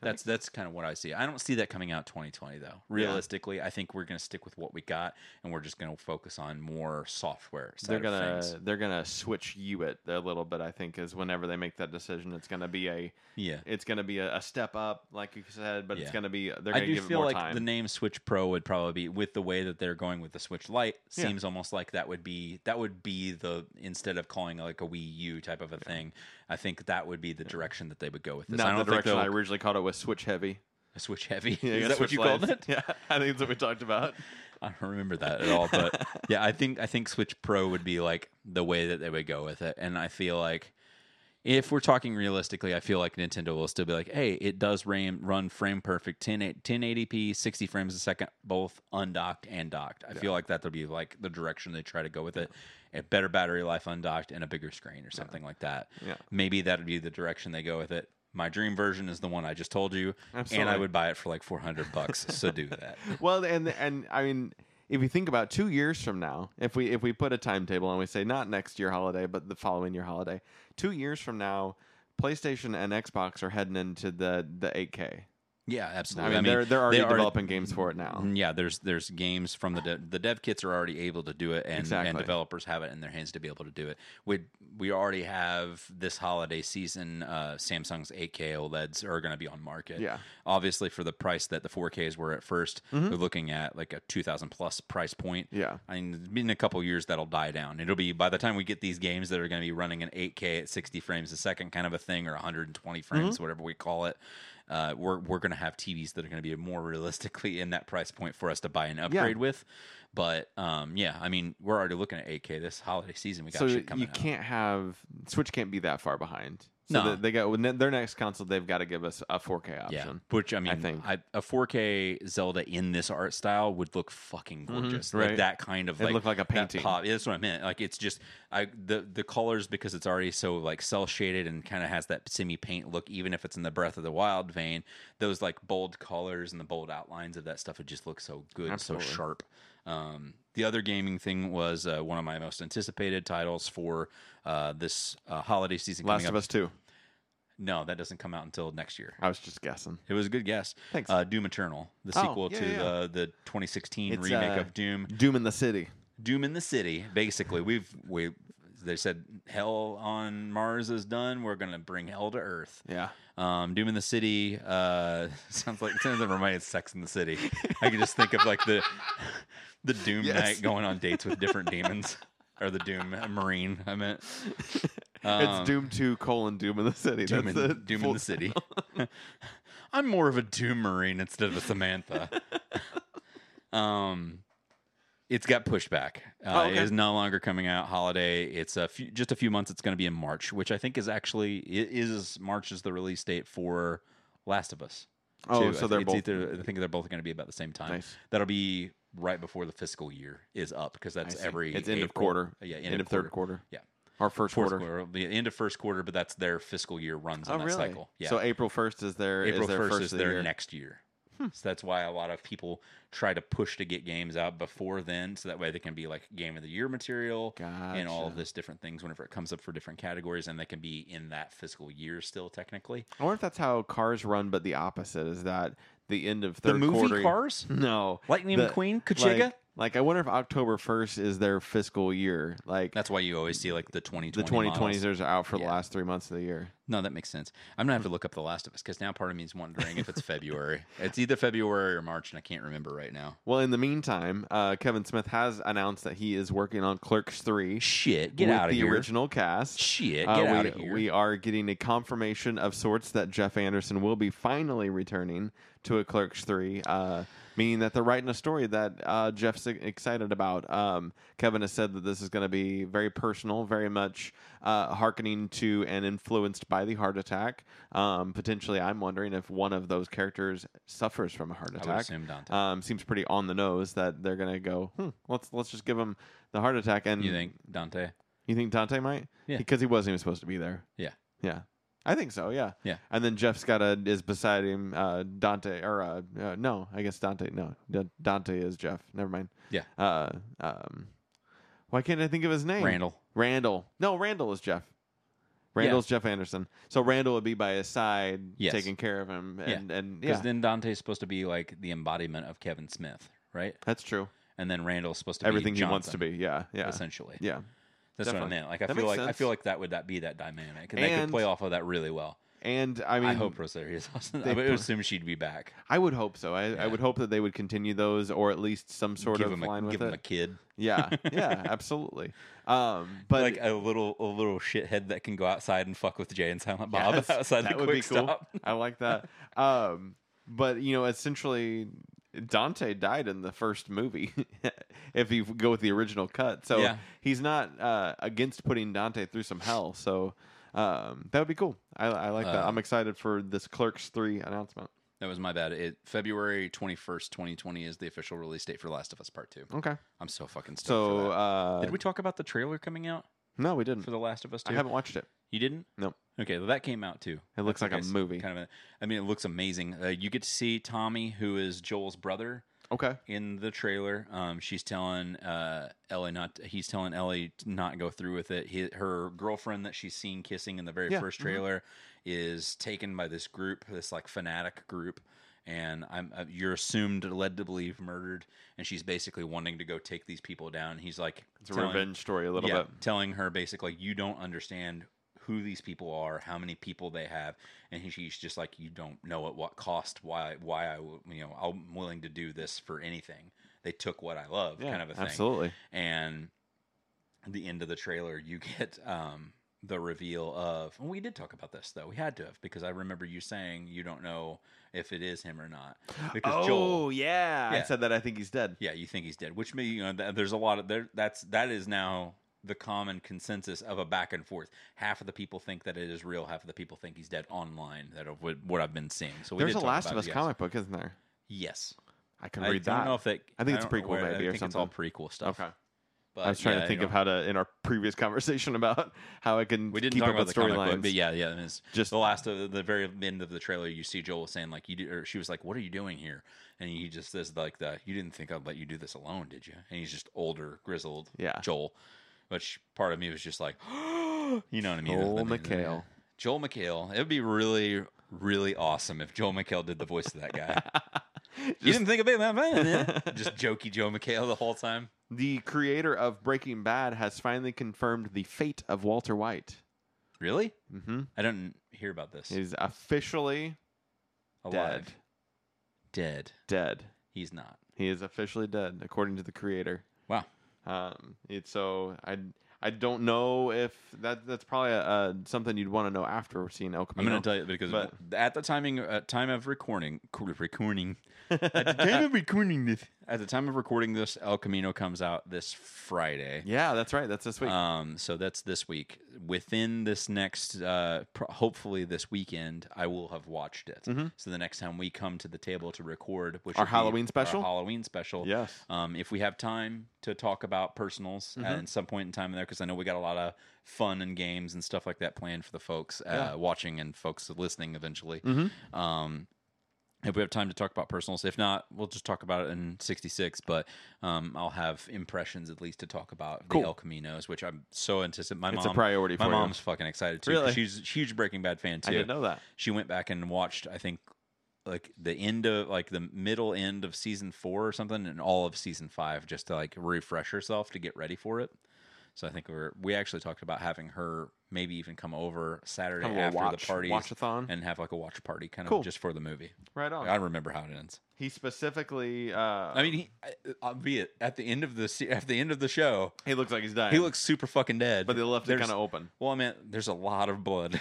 Speaker 1: That's that's kind of what I see. I don't see that coming out 2020 though. Realistically, I think we're going to stick with what we got, and we're just going to focus on more software. Side
Speaker 2: They're
Speaker 1: of
Speaker 2: gonna
Speaker 1: things.
Speaker 2: they're gonna switch you it a little bit. I think is whenever they make that decision, it's gonna be a
Speaker 1: yeah.
Speaker 2: it's gonna be a, a step up, like you said, but it's
Speaker 1: Yeah.
Speaker 2: gonna be they're
Speaker 1: I
Speaker 2: gonna
Speaker 1: do
Speaker 2: give it
Speaker 1: feel
Speaker 2: more
Speaker 1: like
Speaker 2: time.
Speaker 1: the name Switch Pro would probably be with the way that they're going with the Switch Lite.
Speaker 2: Yeah.
Speaker 1: Seems almost like that would be that would be the instead of calling it like a Wii U type of a thing. I think that would be the direction that they would go with this. I
Speaker 2: Not
Speaker 1: don't
Speaker 2: the direction I
Speaker 1: think
Speaker 2: originally called it was switch heavy.
Speaker 1: I Switch Heavy.
Speaker 2: Yeah,
Speaker 1: Is that
Speaker 2: yeah,
Speaker 1: what
Speaker 2: switch
Speaker 1: you called it?
Speaker 2: lights. Yeah, I think that's what we talked about.
Speaker 1: I don't remember that at all, but yeah, I think I think Switch Pro would be like the way that they would go with it, and I feel like if we're talking realistically, I feel like Nintendo will still be like, hey, it does ram, run frame perfect 10, 1080p, 60 frames a second, both undocked and docked. I feel like that'll be like the direction they try to go with it. A better battery life undocked and a bigger screen or something like that.
Speaker 2: Yeah.
Speaker 1: Maybe that'd be the direction they go with it. My dream version is the one I just told you, and I
Speaker 2: Absolutely.
Speaker 1: would buy it for like 400 bucks. so do that.
Speaker 2: Well, and and I mean, if you think about two years from now, if we if we put a timetable and we say not next year holiday, but the following year holiday, two years from now, PlayStation and Xbox are heading into the the 8K.
Speaker 1: Yeah,
Speaker 2: I mean,
Speaker 1: absolutely.
Speaker 2: they're they're already
Speaker 1: they Mm-hmm.
Speaker 2: developing games for it now.
Speaker 1: Yeah, there's there's games from the de- the dev kits are already able to do it, and and
Speaker 2: Exactly.
Speaker 1: developers have it in their hands to be able to do it. We we already have this holiday season. Uh, Samsung's 8K OLEDs E are going to be on market.
Speaker 2: Yeah. Mm-hmm.
Speaker 1: obviously for the price that the 4Ks were at 1st we they're looking at like a 2,000 plus price point.
Speaker 2: Yeah.
Speaker 1: I mean, in a couple years that'll die down. It'll be by the time we get these games that are going to be running an 8K at 60 frames a second kind of a thing, or 120
Speaker 2: Mm-hmm.
Speaker 1: frames, whatever we call it. Uh, we're we're going to have TVs that are going to be more realistically in that price point for us to buy and upgrade with. But um, yeah, I mean, we're already looking at 8K this holiday season. We got
Speaker 2: so
Speaker 1: shit coming.
Speaker 2: you
Speaker 1: out.
Speaker 2: can't have Switch can't be that far behind. So
Speaker 1: No.
Speaker 2: they, they got when their next console. They've got to give us a 4K
Speaker 1: Yeah,
Speaker 2: option.
Speaker 1: which I mean, I
Speaker 2: think.
Speaker 1: a 4K Zelda in this art style would look fucking gorgeous. Like
Speaker 2: Mm-hmm, right.
Speaker 1: that kind of
Speaker 2: It'd
Speaker 1: like
Speaker 2: look like a
Speaker 1: that
Speaker 2: painting.
Speaker 1: Pop. Yeah, that's what I meant. Like it's just I the the colors because it's already so like cell shaded and kind of has that semi paint look. Even if it's in the Breath of the Wild vein, those like bold colors and the bold outlines of that stuff would just look so good,
Speaker 2: Absolutely.
Speaker 1: so sharp. Um, the other gaming thing was uh, one of my most anticipated titles for uh, this uh, holiday season.
Speaker 2: Last
Speaker 1: coming
Speaker 2: of
Speaker 1: up.
Speaker 2: Us Two.
Speaker 1: No, that doesn't come out until next year.
Speaker 2: I was just guessing.
Speaker 1: It was a good guess.
Speaker 2: Thanks.
Speaker 1: Uh, Doom Eternal, the
Speaker 2: Oh,
Speaker 1: sequel
Speaker 2: yeah,
Speaker 1: to
Speaker 2: yeah,
Speaker 1: The, the 2016
Speaker 2: It's,
Speaker 1: remake
Speaker 2: uh,
Speaker 1: of Doom.
Speaker 2: Doom in the City.
Speaker 1: Doom in the City. Basically, we've we they said hell on Mars is done. We're gonna bring hell to Earth.
Speaker 2: Yeah.
Speaker 1: Um, Doom in the City uh, sounds like sounds like reminded of Sex in the City. I can just think of like the the Doom
Speaker 2: Yes.
Speaker 1: Knight going on dates with different demons, or the Doom uh, Marine. I meant. Um,
Speaker 2: it's Doom Two colon Doom in the City.
Speaker 1: Doom,
Speaker 2: That's
Speaker 1: in,
Speaker 2: the
Speaker 1: Doom in
Speaker 2: full-
Speaker 1: the city. I'm more of a Doom Marine instead of a Samantha. um, it's got pushed back. Uh,
Speaker 2: Oh, okay.
Speaker 1: It is no longer coming out holiday. It's a few, just a few months. It's going to be in March, which I think is actually it is March is the release date for Last of Us.
Speaker 2: Oh,
Speaker 1: too.
Speaker 2: so
Speaker 1: I-
Speaker 2: they're
Speaker 1: it's
Speaker 2: both
Speaker 1: either- I think they're both going to be about the same time.
Speaker 2: Nice.
Speaker 1: That'll be right before the fiscal year is up because that's
Speaker 2: see.
Speaker 1: every
Speaker 2: It's end of
Speaker 1: April.
Speaker 2: quarter.
Speaker 1: Yeah,
Speaker 2: end, of third quarter.
Speaker 1: Yeah.
Speaker 2: Or first
Speaker 1: Fourth
Speaker 2: quarter.
Speaker 1: quarter, the end of first quarter, but that's their fiscal year runs on that cycle. Yeah,
Speaker 2: Oh, So April first is their
Speaker 1: April
Speaker 2: is their
Speaker 1: 1st
Speaker 2: first
Speaker 1: is
Speaker 2: of the
Speaker 1: their
Speaker 2: year. Hmm.
Speaker 1: next year. So that's why a lot of people try to push to get games out before then, so that way they can be like game of the year material and all of
Speaker 2: Gotcha.
Speaker 1: this different things whenever it comes up for different categories, and they can be in that fiscal year still technically.
Speaker 2: I wonder if that's how cars run, but the opposite is that the end of third
Speaker 1: the movie
Speaker 2: quarter.
Speaker 1: Cars,
Speaker 2: No,
Speaker 1: Lightning
Speaker 2: The-
Speaker 1: McQueen, Kachiga.
Speaker 2: Like, like I wonder if October first is their fiscal year. Like
Speaker 1: that's why you always see like the twenty
Speaker 2: the twenty
Speaker 1: models.
Speaker 2: twenties are out for the
Speaker 1: Yeah.
Speaker 2: last three months of the year.
Speaker 1: No, that makes sense. I'm gonna have to look up The Last of Us because now part of me is wondering if it's February. It's either February or March, and I can't remember right now.
Speaker 2: Well, in the meantime, uh, Kevin Smith has announced that he is working on Clerks three.
Speaker 1: Shit, get
Speaker 2: with
Speaker 1: out of
Speaker 2: the
Speaker 1: here.
Speaker 2: original cast.
Speaker 1: Shit,
Speaker 2: Uh,
Speaker 1: get
Speaker 2: we,
Speaker 1: out of here.
Speaker 2: we are getting a confirmation of sorts that Jeff Anderson will be finally returning to a Clerks 3. Uh, meaning that they're writing a story that uh, Jeff's e- excited about. Um, Kevin has said that this is going to be very personal, very much uh, hearkening to and influenced by the heart attack. Um, potentially, I'm wondering if one of those characters suffers from a heart
Speaker 1: would
Speaker 2: attack.
Speaker 1: assume Dante.
Speaker 2: Um, seems pretty on the nose that they're going to go. Hmm, let's let's just give him the heart attack. And
Speaker 1: You think Dante?
Speaker 2: you think Dante might?
Speaker 1: Yeah.
Speaker 2: Because he wasn't even supposed to be there.
Speaker 1: Yeah.
Speaker 2: Yeah. I think so. Yeah.
Speaker 1: Yeah.
Speaker 2: And then Jeff's got a is beside him. Uh, Dante or uh, uh, no, I guess Dante. No, D- Dante is Jeff. Never mind.
Speaker 1: Yeah.
Speaker 2: Uh, um, why can't I think of his name?
Speaker 1: Randall.
Speaker 2: Randall. No, Randall is Jeff. Randall's Jeff Anderson. So Randall would be by his side,
Speaker 1: Yes.
Speaker 2: taking care of him, and and
Speaker 1: Because
Speaker 2: yeah,
Speaker 1: then Dante's supposed to be like the embodiment of Kevin Smith, right?
Speaker 2: that's true.
Speaker 1: And then Randall's supposed to
Speaker 2: Everything
Speaker 1: be
Speaker 2: he wants to be. Yeah. Yeah.
Speaker 1: essentially.
Speaker 2: Yeah.
Speaker 1: That's
Speaker 2: definitely.
Speaker 1: what I meant. Like I
Speaker 2: That
Speaker 1: feel
Speaker 2: makes
Speaker 1: like I
Speaker 2: sense.
Speaker 1: feel like that would that be that dynamic, and, they could
Speaker 2: And-
Speaker 1: play off of that really well.
Speaker 2: And I
Speaker 1: I,
Speaker 2: mean,
Speaker 1: hope Rosario is awesome.
Speaker 2: they
Speaker 1: I would
Speaker 2: pro-
Speaker 1: assume she'd be back.
Speaker 2: I would hope so. I,
Speaker 1: Yeah.
Speaker 2: I would hope that they would continue those, or at least some sort
Speaker 1: give
Speaker 2: of
Speaker 1: him a,
Speaker 2: line with
Speaker 1: give
Speaker 2: it.
Speaker 1: him a kid,
Speaker 2: Yeah, yeah, absolutely. Um, but
Speaker 1: like a little a little shithead that can go outside and fuck with Jay and Silent Bob
Speaker 2: Yes,
Speaker 1: outside the quick stop.
Speaker 2: I like that. Um, but you know, essentially, Dante died in the first movie. if you go with the original cut, so
Speaker 1: Yeah.
Speaker 2: he's not uh, against putting Dante through some hell. So um, that would be cool. I, I like that.
Speaker 1: Uh,
Speaker 2: I'm excited for this Clerks three announcement.
Speaker 1: That was my bad. It February twenty first, twenty twenty is the official release date for Last of Us Part Two.
Speaker 2: Okay.
Speaker 1: I'm so fucking stoked. for
Speaker 2: So
Speaker 1: that.
Speaker 2: uh,
Speaker 1: did we talk about the trailer coming out
Speaker 2: No, we didn't.
Speaker 1: for The Last of Us
Speaker 2: I
Speaker 1: Two?
Speaker 2: haven't watched it.
Speaker 1: You didn't?
Speaker 2: Nope.
Speaker 1: Okay, well, that came out too.
Speaker 2: It looks
Speaker 1: That's
Speaker 2: like a
Speaker 1: I s-
Speaker 2: movie.
Speaker 1: Kind of. A, I mean, it looks amazing. Uh, you get to see Tommy, who is Joel's brother,
Speaker 2: Okay.
Speaker 1: in the trailer. Um, she's telling uh, Ellie not. He's telling Ellie to not go through with it. He, her girlfriend that she's seen kissing in the very
Speaker 2: Yeah,
Speaker 1: first
Speaker 2: mhm.
Speaker 1: trailer is taken by this group, this like fanatic group, and I'm uh, you're assumed led to believe murdered, and she's basically wanting to go take these people down. He's like
Speaker 2: It's a
Speaker 1: telling-
Speaker 2: revenge story a little bit.
Speaker 1: telling her basically you don't understand who these people are, how many people they have, and he, she's just like, you don't know at what cost, why, why I, will- you know, I'm willing to do this for anything. They took what I love, kind of a thing.
Speaker 2: Absolutely.
Speaker 1: And at the end of the trailer, you get um, the reveal of. And we did talk about this though. We had to have because I remember you saying you don't know if it is him or not because
Speaker 2: oh
Speaker 1: Joel.
Speaker 2: yeah. I
Speaker 1: Yeah.
Speaker 2: said that I think he's dead.
Speaker 1: Yeah, you think he's dead, which may you know th- there's a lot of there. That's that is now the common consensus of a back and forth. Half of the people think that it is real. Half of the people think he's dead online. That of what, what I've been seeing. So we
Speaker 2: There's
Speaker 1: did
Speaker 2: a
Speaker 1: talk
Speaker 2: Last
Speaker 1: about
Speaker 2: of
Speaker 1: it,
Speaker 2: Us
Speaker 1: yes.
Speaker 2: comic book, isn't there?
Speaker 1: Yes,
Speaker 2: I can read
Speaker 1: I
Speaker 2: that.
Speaker 1: don't know if it.
Speaker 2: I think it's
Speaker 1: don't know
Speaker 2: prequel
Speaker 1: where-
Speaker 2: maybe
Speaker 1: I
Speaker 2: or
Speaker 1: think it's all
Speaker 2: something.
Speaker 1: prequel stuff.
Speaker 2: Okay.
Speaker 1: But
Speaker 2: I was
Speaker 1: yeah,
Speaker 2: trying to
Speaker 1: you
Speaker 2: think
Speaker 1: know,
Speaker 2: of how to in our previous conversation about how I can
Speaker 1: We didn't
Speaker 2: keep
Speaker 1: talk
Speaker 2: up
Speaker 1: about
Speaker 2: with
Speaker 1: the comic book,
Speaker 2: storylines.
Speaker 1: but yeah, yeah. and it's
Speaker 2: Just-
Speaker 1: just the last of the very end of the trailer, you see Joel saying like, "You," do, or she was like, "What are you doing here?" And he just says like, "The you didn't think I'd let you do this alone, did you?" And he's just older, grizzled,
Speaker 2: Yeah.
Speaker 1: Joel. Which part of me was just like, you know what I mean?
Speaker 2: Joel
Speaker 1: I mean,
Speaker 2: McHale.
Speaker 1: Joel McHale. It would be really, really awesome if Joel McHale did the voice of that guy. you didn't think about that, man? just jokey Joe McHale the whole time.
Speaker 2: The creator of Breaking Bad has finally confirmed the fate of Walter White.
Speaker 1: Really?
Speaker 2: Mm-hmm.
Speaker 1: I don't hear about this.
Speaker 2: He's officially
Speaker 1: Alive. Dead.
Speaker 2: dead. Dead.
Speaker 1: He's not.
Speaker 2: He is officially dead, according to the creator.
Speaker 1: Wow.
Speaker 2: Um, it's so I I don't know if that that's probably uh something you'd want to know after seeing El
Speaker 1: I'm
Speaker 2: Camino.
Speaker 1: going to tell you because
Speaker 2: but-
Speaker 1: at the timing, at time of recording, recording, at the time of recording this, at the time of recording this, El Camino comes out this Friday.
Speaker 2: yeah, that's right. That's this week.
Speaker 1: Um, so that's this week. Within this next, uh, pro- hopefully this weekend, I will have watched it. So the next time we come to the table to record, which
Speaker 2: Mm-hmm. Our
Speaker 1: would be
Speaker 2: Halloween special?
Speaker 1: our Halloween special,
Speaker 2: Yes.
Speaker 1: Um, if we have time to talk about personals
Speaker 2: Mm-hmm.
Speaker 1: at some point in time in there, because I know we got a lot of fun and games and stuff like that planned for the folks uh, watching and folks listening eventually.
Speaker 2: Mm-hmm.
Speaker 1: Um, if we have time to talk about personals, if not, we'll just talk about it in '66. But um, I'll have impressions at least to talk about
Speaker 2: Cool.
Speaker 1: the El Caminos, which I'm so anticipating. My
Speaker 2: It's a
Speaker 1: mom,
Speaker 2: priority
Speaker 1: My
Speaker 2: for you.
Speaker 1: mom's fucking excited too. 'cause
Speaker 2: Really?
Speaker 1: she's a huge Breaking Bad fan too.
Speaker 2: I didn't know that.
Speaker 1: She went back and watched, I think, like the end of like the middle end of season four or something, and all of season five, just to like refresh herself to get ready for it. So I think we're we actually talked about having her maybe even come over Saturday
Speaker 2: Kind of a
Speaker 1: after
Speaker 2: watch,
Speaker 1: the party
Speaker 2: watch-a-thon?
Speaker 1: and have like a watch party kind of
Speaker 2: Cool. Oh.
Speaker 1: just for the movie.
Speaker 2: Right on.
Speaker 1: I remember how it ends.
Speaker 2: He specifically. Uh,
Speaker 1: I mean, he, I- albeit at the end of the se- at the end of the show,
Speaker 2: he looks like he's dying.
Speaker 1: he looks super fucking dead.
Speaker 2: but they left it
Speaker 1: There's-
Speaker 2: kind of open.
Speaker 1: Well, I mean, there's a lot of blood.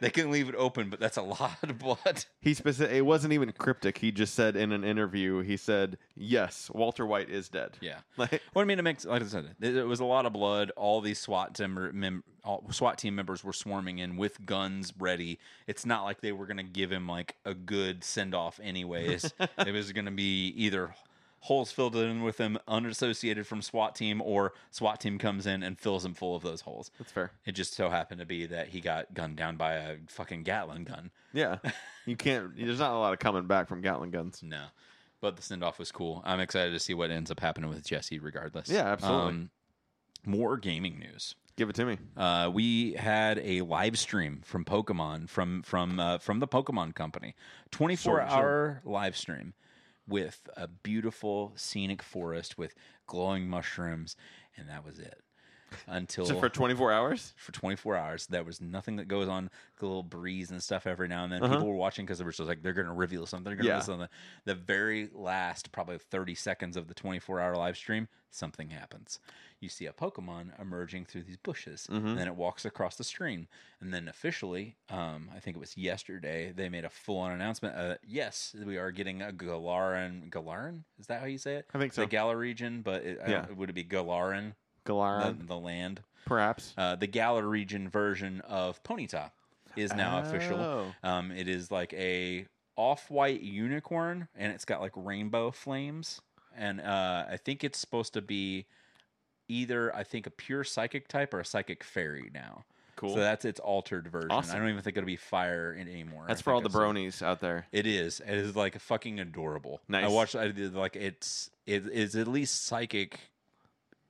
Speaker 1: they can leave it open, but that's a lot of blood.
Speaker 2: He specific. It wasn't even cryptic. He just said in an interview. He said, "Yes, Walter White is dead."
Speaker 1: Yeah.
Speaker 2: Like,
Speaker 1: Well, I mean, it makes like I said, it it was a lot of blood. All these SWAT team mem- all, SWAT team members were swarming in with guns ready. It's not like they were going to give him like a good send off, anyways. it was going to be either holes filled in with him, unassociated from SWAT team, or SWAT team comes in and fills him full of those holes.
Speaker 2: that's fair.
Speaker 1: It just so happened to be that he got gunned down by a fucking Gatlin gun.
Speaker 2: Yeah, you can't. There's not a lot of coming back from Gatlin guns.
Speaker 1: No. But the send off was cool. I'm excited to see what ends up happening with Jesse, regardless. Um,
Speaker 2: Yeah, absolutely.
Speaker 1: more gaming news.
Speaker 2: Give it to me.
Speaker 1: Uh, we had a live stream from Pokemon from from uh, from the Pokemon Company, 24
Speaker 2: Sword and
Speaker 1: hour live stream with a beautiful scenic forest with glowing mushrooms, and that was it. Until
Speaker 2: So for 24 hours.
Speaker 1: for 24 hours. There was nothing that goes on, like a little breeze and stuff every now and then. People were watching because they were just like, they're going to reveal something. They're going to
Speaker 2: Uh-huh. Yeah.
Speaker 1: reveal something. The very last, probably 30 seconds of the 24 hour live stream, something happens. You see a Pokemon emerging through these bushes,
Speaker 2: Mm-hmm.
Speaker 1: and then it walks across the stream. And then officially, um, I think it was yesterday, they made a full on announcement. Uh, yes, we are getting a Galaran. Galaran? Is that how you say it?
Speaker 2: I think so.
Speaker 1: The Galar region, but it,
Speaker 2: Yeah.
Speaker 1: yeah. would it be Galaran?
Speaker 2: Galaran,
Speaker 1: the, the land?
Speaker 2: perhaps.
Speaker 1: uh, the Galar region version of Ponyta is now official.
Speaker 2: Oh.
Speaker 1: Um, it is like a off-white unicorn, and it's got like rainbow flames. And uh, I think it's supposed to be either I think a pure psychic type or a psychic fairy now.
Speaker 2: Cool.
Speaker 1: So that's its altered version.
Speaker 2: Awesome.
Speaker 1: I don't even think it'll be fire in, anymore.
Speaker 2: That's
Speaker 1: I
Speaker 2: for all the
Speaker 1: think it's-
Speaker 2: bronies out there.
Speaker 1: it is. It is like fucking adorable. I
Speaker 2: Nice.
Speaker 1: watched. I did like it's. It is at least psychic.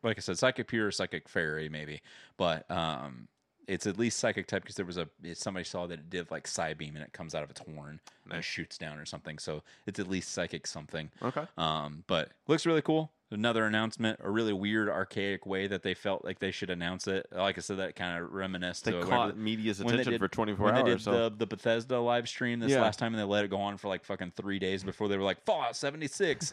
Speaker 1: Like I said, psychic pure, psychic fairy, maybe. But um, it's at least psychic type because there was a somebody saw that it did like side beam and it comes out of its horn and it
Speaker 2: Nice.
Speaker 1: shoots down or something. So it's at least psychic something.
Speaker 2: Okay.
Speaker 1: Um, but looks really cool. Another announcement, a really weird, archaic way that they felt like they should announce it. Like I said, that kind of reminisced.
Speaker 2: They
Speaker 1: to whenever-
Speaker 2: caught media's
Speaker 1: when they
Speaker 2: attention
Speaker 1: did-
Speaker 2: for 24
Speaker 1: when
Speaker 2: hours.
Speaker 1: They did
Speaker 2: so
Speaker 1: the, the Bethesda live stream this
Speaker 2: Yeah.
Speaker 1: last time, and they let it go on for like fucking three days before they were like Fallout seventy six.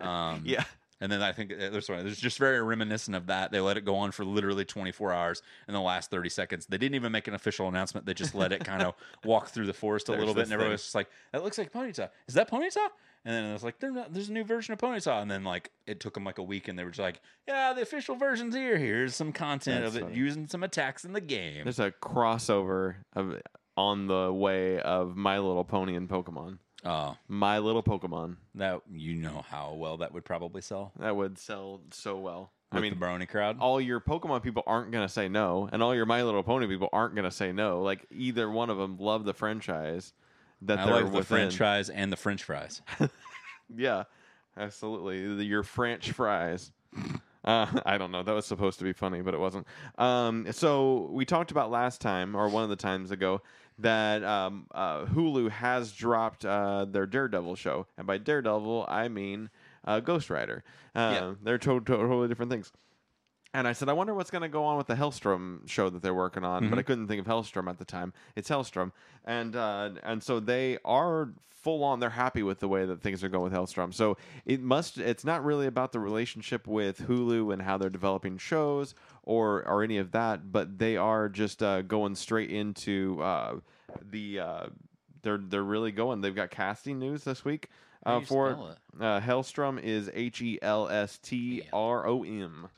Speaker 1: um,
Speaker 2: yeah,
Speaker 1: and then I think uh, there's sorry, there's just very reminiscent of that. They let it go on for literally twenty four hours. In the last thirty seconds, they didn't even make an official announcement. They just let it kind of walk through the forest a
Speaker 2: There's
Speaker 1: little bit,
Speaker 2: this
Speaker 1: and everyone
Speaker 2: thing.
Speaker 1: was just like, "That looks like Ponyta. Is that Ponyta?" And then it was like, "They're not, "There's a new version of Ponyta." And then like it took them like a week, and they were just like, "Yeah, the official version's here. Here's some content
Speaker 2: That's
Speaker 1: of it
Speaker 2: funny.
Speaker 1: using some attacks in the game."
Speaker 2: there's a crossover of on the way of My Little Pony and Pokemon.
Speaker 1: Oh,
Speaker 2: My Little Pokemon
Speaker 1: That you know how well that would probably sell.
Speaker 2: that would sell so well.
Speaker 1: With
Speaker 2: I mean,
Speaker 1: the brony crowd.
Speaker 2: all your Pokemon people aren't gonna say no, and all your My Little Pony people aren't gonna say no. Like either one of them love the franchise that
Speaker 1: I
Speaker 2: they're
Speaker 1: like the
Speaker 2: within.
Speaker 1: French fries and the French fries.
Speaker 2: Yeah, absolutely. The- Your French fries. Uh, I don't know. That was supposed to be funny, but it wasn't. Um, so we talked about last time, or one of the times ago, that um, uh, Hulu has dropped uh, their Daredevil show, and by Daredevil I mean uh, Ghost Rider. Uh,
Speaker 1: Yeah.
Speaker 2: They're to- to- totally different things. And I said, I wonder what's going to go on with the Hellstrom show that they're working on, but I couldn't think of Hellstrom at the time. It's Hellstrom, and uh, and so they are full on. They're happy with the way that things are going with Hellstrom. So it must. It's not really about the relationship with Hulu and how they're developing shows or or any of that, but they are just uh, going straight into uh, the. Uh, they're they're really going. They've got casting news this week
Speaker 1: How do
Speaker 2: uh,
Speaker 1: you
Speaker 2: for
Speaker 1: spell it?
Speaker 2: uh, Hellstrom is H E L S T R O M.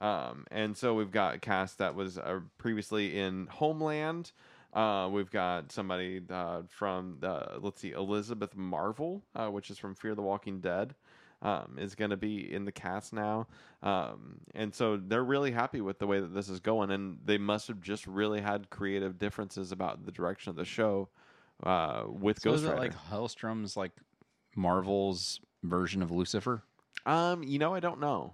Speaker 2: Um, and so we've got a cast that was uh, previously in Homeland. Uh, we've got somebody uh, from, uh, let's see, Elizabeth Marvel, uh, which is from Fear the Walking Dead, um, is going to be in the cast now. Um, and so they're really happy with the way that this is going. And they must have just really had creative differences about the direction of the show uh, with
Speaker 1: So
Speaker 2: Ghost
Speaker 1: is it
Speaker 2: Rider.
Speaker 1: like Hellstrom's like Marvel's version of Lucifer?
Speaker 2: Um, you know, I don't know.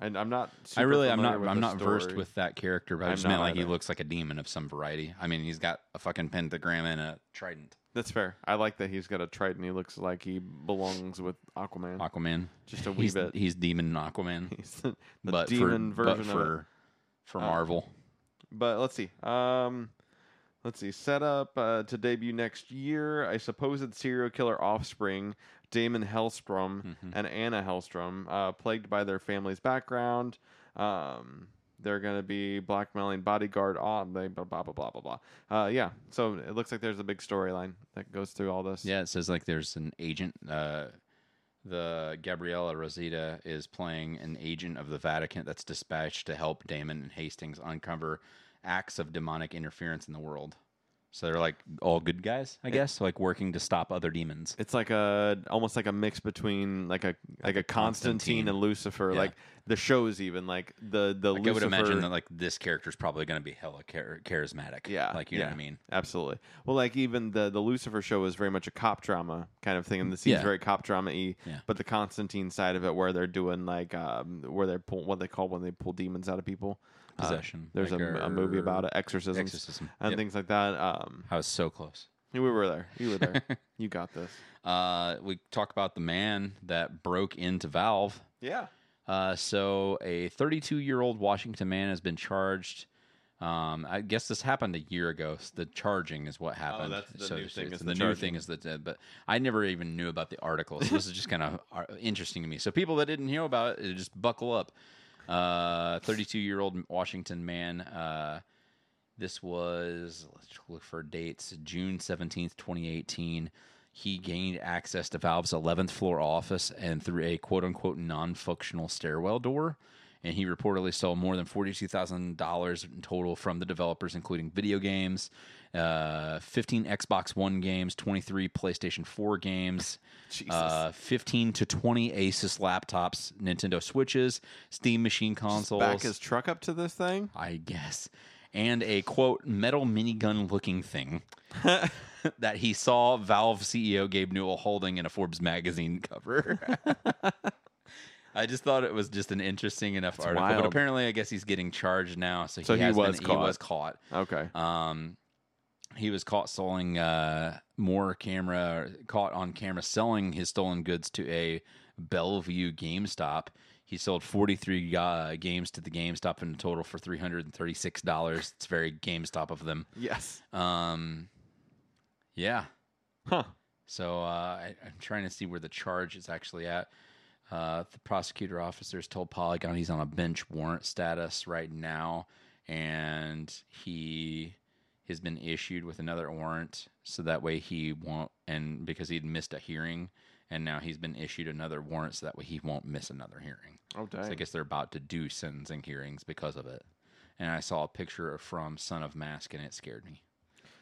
Speaker 2: I, I'm not. Super
Speaker 1: I really, I'm
Speaker 2: familiar
Speaker 1: not,
Speaker 2: with
Speaker 1: I'm
Speaker 2: the
Speaker 1: not versed
Speaker 2: story.
Speaker 1: with that character, but I
Speaker 2: I'm
Speaker 1: just
Speaker 2: not
Speaker 1: meant like he
Speaker 2: either.
Speaker 1: looks like a demon of some variety. I mean, he's got a fucking pentagram and a trident.
Speaker 2: That's fair. I like that he's got a trident. He looks like he belongs with Aquaman.
Speaker 1: Aquaman,
Speaker 2: Just a wee
Speaker 1: he's,
Speaker 2: bit.
Speaker 1: he's demon Aquaman,
Speaker 2: He's the, the
Speaker 1: but
Speaker 2: demon
Speaker 1: for,
Speaker 2: version
Speaker 1: but
Speaker 2: of it.
Speaker 1: for for Marvel.
Speaker 2: But let's see. Um, let's see. Set up uh, to debut next year. A supposed serial killer offspring, Damon Hellstrom
Speaker 1: Mhm.
Speaker 2: and Anna Hellstrom, uh, plagued by their family's background. Um, they're going to be blackmailing bodyguard on they blah blah blah blah blah. blah. Uh, yeah. So it looks like there's a big storyline that goes through all this.
Speaker 1: Yeah, it says like there's an agent. Uh, the Gabriella Rosita is playing an agent of the Vatican that's dispatched to help Damon and Hastings uncover acts of demonic interference in the world. So they're like all good guys, I guess, like working to stop other demons.
Speaker 2: It's like a almost like a mix between like a like a Constantine
Speaker 1: Constantine.
Speaker 2: and Lucifer.
Speaker 1: Yeah.
Speaker 2: Like the shows even like the the
Speaker 1: Like, I would
Speaker 2: Lucifer.
Speaker 1: imagine that like this character's probably going to be hella char- charismatic.
Speaker 2: Yeah,
Speaker 1: like you know
Speaker 2: yeah.
Speaker 1: what I mean.
Speaker 2: Absolutely. Well, like even the the Lucifer show was very much a cop drama kind of thing, and the scene's
Speaker 1: Yeah.
Speaker 2: very cop drama y.
Speaker 1: Yeah.
Speaker 2: But the Constantine side of it, where they're doing like um, where they're pull, what they call when they pull demons out of people. Uh,
Speaker 1: Possession,
Speaker 2: there's
Speaker 1: like,
Speaker 2: a, a movie about it, exorcisms
Speaker 1: exorcism.
Speaker 2: and
Speaker 1: Yep.
Speaker 2: things like that. Um,
Speaker 1: I was so close.
Speaker 2: we were there. You were there. you got this.
Speaker 1: Uh, we talk about the man that broke into Valve.
Speaker 2: Yeah.
Speaker 1: Uh, so a 32 year old Washington man has been charged. Um, I guess this happened a year ago. s- The charging is what happened.
Speaker 2: Oh, that's the new
Speaker 1: it's-
Speaker 2: thing
Speaker 1: it's
Speaker 2: is
Speaker 1: the,
Speaker 2: the
Speaker 1: new thing is that, uh, but I never even knew about the article. So this is just kind of ar- interesting to me. So people that didn't hear about it, just buckle up. Uh, 32 year old Washington man. Uh, this was let's look for dates. June 17th, 2018. He gained access to Valve's 11th floor office and through a quote unquote non functional stairwell door. And he reportedly stole more than $42,000 in total from the developers, including video games, uh, 15 Xbox One games, 23 PlayStation 4 games,
Speaker 2: Jesus.
Speaker 1: uh, 15 to 20 Asus laptops, Nintendo Switches, Steam machine consoles.
Speaker 2: Back his truck up to this thing.
Speaker 1: I guess, and a quote metal minigun looking thing that he saw Valve CEO Gabe Newell holding in a Forbes magazine cover. I just thought it was just an interesting enough article,
Speaker 2: wild.
Speaker 1: but apparently, I guess he's getting charged now. So he,
Speaker 2: So he
Speaker 1: has
Speaker 2: was
Speaker 1: been, He was caught.
Speaker 2: Okay.
Speaker 1: Um, he was caught selling uh, more camera, caught on camera selling his stolen goods to a Bellevue GameStop. He sold 43 uh, games to the GameStop in total for $336. It's very GameStop of them.
Speaker 2: yes.
Speaker 1: Um, yeah.
Speaker 2: Huh.
Speaker 1: So uh, I, I'm trying to see where the charge is actually at. Uh, the prosecutor officers told Polygon he's on a bench warrant status right now, and he has been issued with another warrant. So that way he won't, and because he'd missed a hearing, and now he's been issued another warrant, so that way he won't miss another hearing.
Speaker 2: Oh dang.
Speaker 1: So I guess they're about to do sentencing hearings because of it. And I saw a picture from Son of Mask, and it scared me.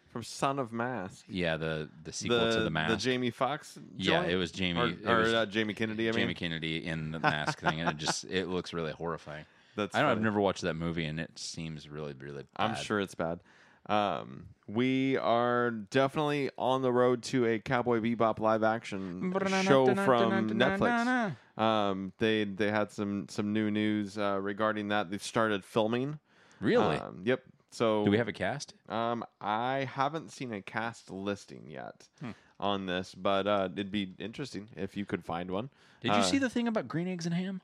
Speaker 2: From Son of Mask.
Speaker 1: Yeah, the the sequel to the Mask.
Speaker 2: The Jamie Fox.
Speaker 1: Yeah, it was Jamie.
Speaker 2: Or,
Speaker 1: it
Speaker 2: or
Speaker 1: was
Speaker 2: uh, Jamie Kennedy. I mean,
Speaker 1: Jamie Kennedy in the mask thing, and it just it looks really horrifying.
Speaker 2: that's.
Speaker 1: I don't. I've
Speaker 2: funny.
Speaker 1: never watched that movie, and it seems really, really.
Speaker 2: I'm
Speaker 1: bad.
Speaker 2: sure it's bad. Um, we are definitely on the road to a Cowboy Bebop live action show from Netflix. Um, they they had some some new news uh, regarding that. They started filming.
Speaker 1: Really?
Speaker 2: Um, yep. So
Speaker 1: Do we have a cast?
Speaker 2: um, I haven't seen a cast listing yet
Speaker 1: Hmm.
Speaker 2: on this, but uh, it'd be interesting if you could find one.
Speaker 1: Did you
Speaker 2: Uh,
Speaker 1: see the thing about green eggs and ham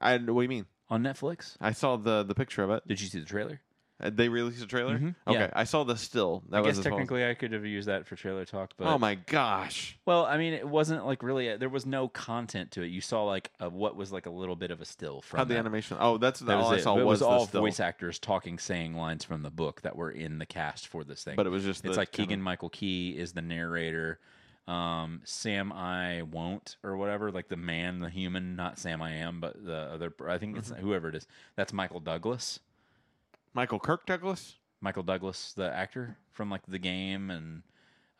Speaker 2: I what do you mean?
Speaker 1: on Netflix?
Speaker 2: I saw the the picture of it.
Speaker 1: Did you see the trailer?
Speaker 2: Uh, They released a trailer.
Speaker 1: Mhm.
Speaker 2: Okay,
Speaker 1: Yeah.
Speaker 2: I saw the still. That
Speaker 1: I
Speaker 2: was
Speaker 1: guess
Speaker 2: as well.
Speaker 1: technically I could have used that for trailer talk, but
Speaker 2: Oh my gosh!
Speaker 1: well, I mean, it wasn't like really. uh, There was no content to it. You saw like a, what was like a little bit of a still from
Speaker 2: How the
Speaker 1: that.
Speaker 2: animation? Oh, that's
Speaker 1: That
Speaker 2: all
Speaker 1: was
Speaker 2: I
Speaker 1: it.
Speaker 2: saw
Speaker 1: But it
Speaker 2: was,
Speaker 1: was all
Speaker 2: the still.
Speaker 1: voice actors talking, saying lines from the book that were in the cast for this thing.
Speaker 2: but it was just
Speaker 1: it's
Speaker 2: the
Speaker 1: like
Speaker 2: kind of-
Speaker 1: Keegan Michael Key is the narrator. Um, Sam I won't or whatever, like the man, the human, not Sam I am, but the other. I think it's
Speaker 2: Mm-hmm.
Speaker 1: whoever it is. That's Michael Douglas.
Speaker 2: Michael Kirk Douglas.
Speaker 1: Michael Douglas, the actor from like the game and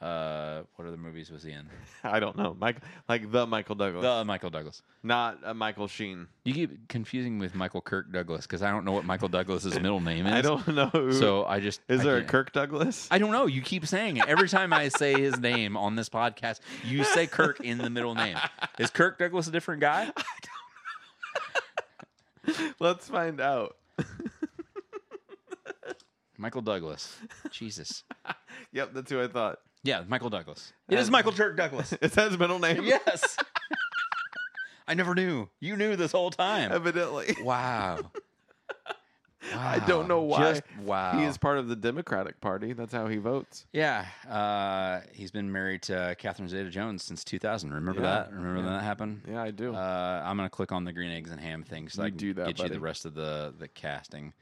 Speaker 1: uh, what other movies was he in?
Speaker 2: I don't know, Mike, like the Michael Douglas,
Speaker 1: The uh, Michael Douglas.
Speaker 2: not uh, Michael Sheen.
Speaker 1: You keep confusing with Michael Kirk Douglas because I don't know what Michael Douglas's middle name is.
Speaker 2: I don't know. Who,
Speaker 1: So I just
Speaker 2: is
Speaker 1: I
Speaker 2: there a
Speaker 1: can't-
Speaker 2: Kirk Douglas?
Speaker 1: I don't know. You keep saying it. Every time I say his name on this podcast, you say Kirk in the middle name. Is Kirk Douglas a different guy?
Speaker 2: Let's find out.
Speaker 1: Michael Douglas. Jesus.
Speaker 2: Yep, that's who I thought.
Speaker 1: Yeah, Michael Douglas. It is Michael Kirk Douglas.
Speaker 2: It's his middle name,
Speaker 1: Yes. I never knew. You knew this whole time.
Speaker 2: evidently.
Speaker 1: Wow.
Speaker 2: I don't know why.
Speaker 1: Just wow.
Speaker 2: He is part of the Democratic Party. That's how he votes.
Speaker 1: Yeah, uh, he's been married to Catherine Zeta-Jones since 2000. Remember
Speaker 2: Yeah,
Speaker 1: that? Remember when that happened?
Speaker 2: Yeah, I do.
Speaker 1: Uh, I'm gonna click on the green eggs and ham thing so I
Speaker 2: You
Speaker 1: can
Speaker 2: do that,
Speaker 1: get you
Speaker 2: buddy. Mm.
Speaker 1: the rest of the the casting.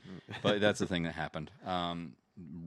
Speaker 1: but that's the thing that happened. Um,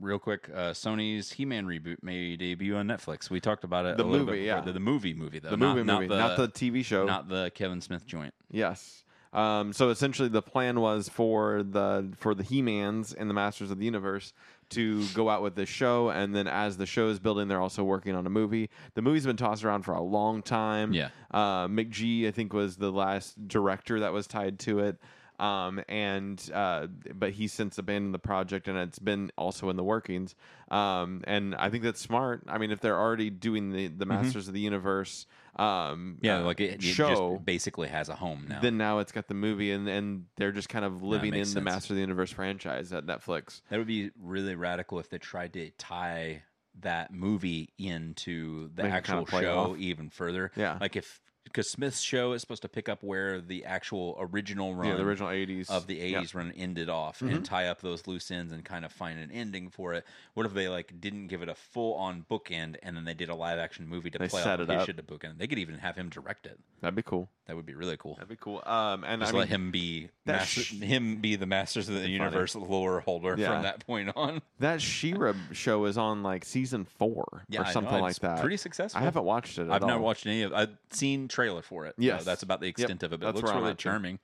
Speaker 1: real quick, uh, Sony's He-Man reboot may debut on Netflix. We talked about it.
Speaker 2: The
Speaker 1: a little
Speaker 2: movie,
Speaker 1: bit
Speaker 2: yeah.
Speaker 1: before. the, the movie, movie though.
Speaker 2: the
Speaker 1: not,
Speaker 2: movie,
Speaker 1: not
Speaker 2: movie,
Speaker 1: the
Speaker 2: not the TV show.
Speaker 1: not the Kevin Smith joint.
Speaker 2: Yes. Um, so essentially, the plan was for the for the He-Mans and the Masters of the Universe to go out with this show, and then as the show is building, they're also working on a movie. The movie's been tossed around for a long time.
Speaker 1: Yeah.
Speaker 2: Uh, McGee, I think, was the last director that was tied to it. Um, and uh, but he since abandoned the project, and it's been also in the workings. Um, and I think that's smart. I mean, if they're already doing the the Masters of the Universe, um,
Speaker 1: Mm-hmm. Yeah,
Speaker 2: uh,
Speaker 1: like it, it
Speaker 2: show
Speaker 1: just basically has a home now.
Speaker 2: then now it's got the movie and and they're just kind of living in
Speaker 1: makes
Speaker 2: the
Speaker 1: sense.
Speaker 2: master of the universe franchise at netflix
Speaker 1: that would be really radical if they tried to tie that movie into the
Speaker 2: Make it
Speaker 1: actual
Speaker 2: kinda play
Speaker 1: show
Speaker 2: off.
Speaker 1: even further.
Speaker 2: Yeah.
Speaker 1: like if because Smith's show is supposed to pick up where the actual original run
Speaker 2: yeah the original 80s
Speaker 1: of the 80s
Speaker 2: Yeah. Mm-hmm.
Speaker 1: run ended off and tie up those loose ends and kind of find an ending for it. What if they like didn't give it a full on bookend and then they did a live action movie to
Speaker 2: They
Speaker 1: play
Speaker 2: set
Speaker 1: off
Speaker 2: it
Speaker 1: his
Speaker 2: up.
Speaker 1: shit to bookend? They could even have him direct it.
Speaker 2: that'd be cool
Speaker 1: That would be really cool.
Speaker 2: that'd be cool um and
Speaker 1: Just
Speaker 2: i mean
Speaker 1: let him be
Speaker 2: that
Speaker 1: master,
Speaker 2: sh-
Speaker 1: him be the masters of the universe lore holder
Speaker 2: Yeah.
Speaker 1: from that point on.
Speaker 2: that shira show is on like season four
Speaker 1: Yeah,
Speaker 2: or
Speaker 1: I know,
Speaker 2: something like
Speaker 1: it's
Speaker 2: that
Speaker 1: Pretty successful.
Speaker 2: i haven't watched it at
Speaker 1: I've
Speaker 2: all.
Speaker 1: not watched any of. I've seen trailer for it. so
Speaker 2: Yes.
Speaker 1: that's about the extent of it. But it
Speaker 2: that's
Speaker 1: looks
Speaker 2: where I'm
Speaker 1: really
Speaker 2: at, too.
Speaker 1: charming.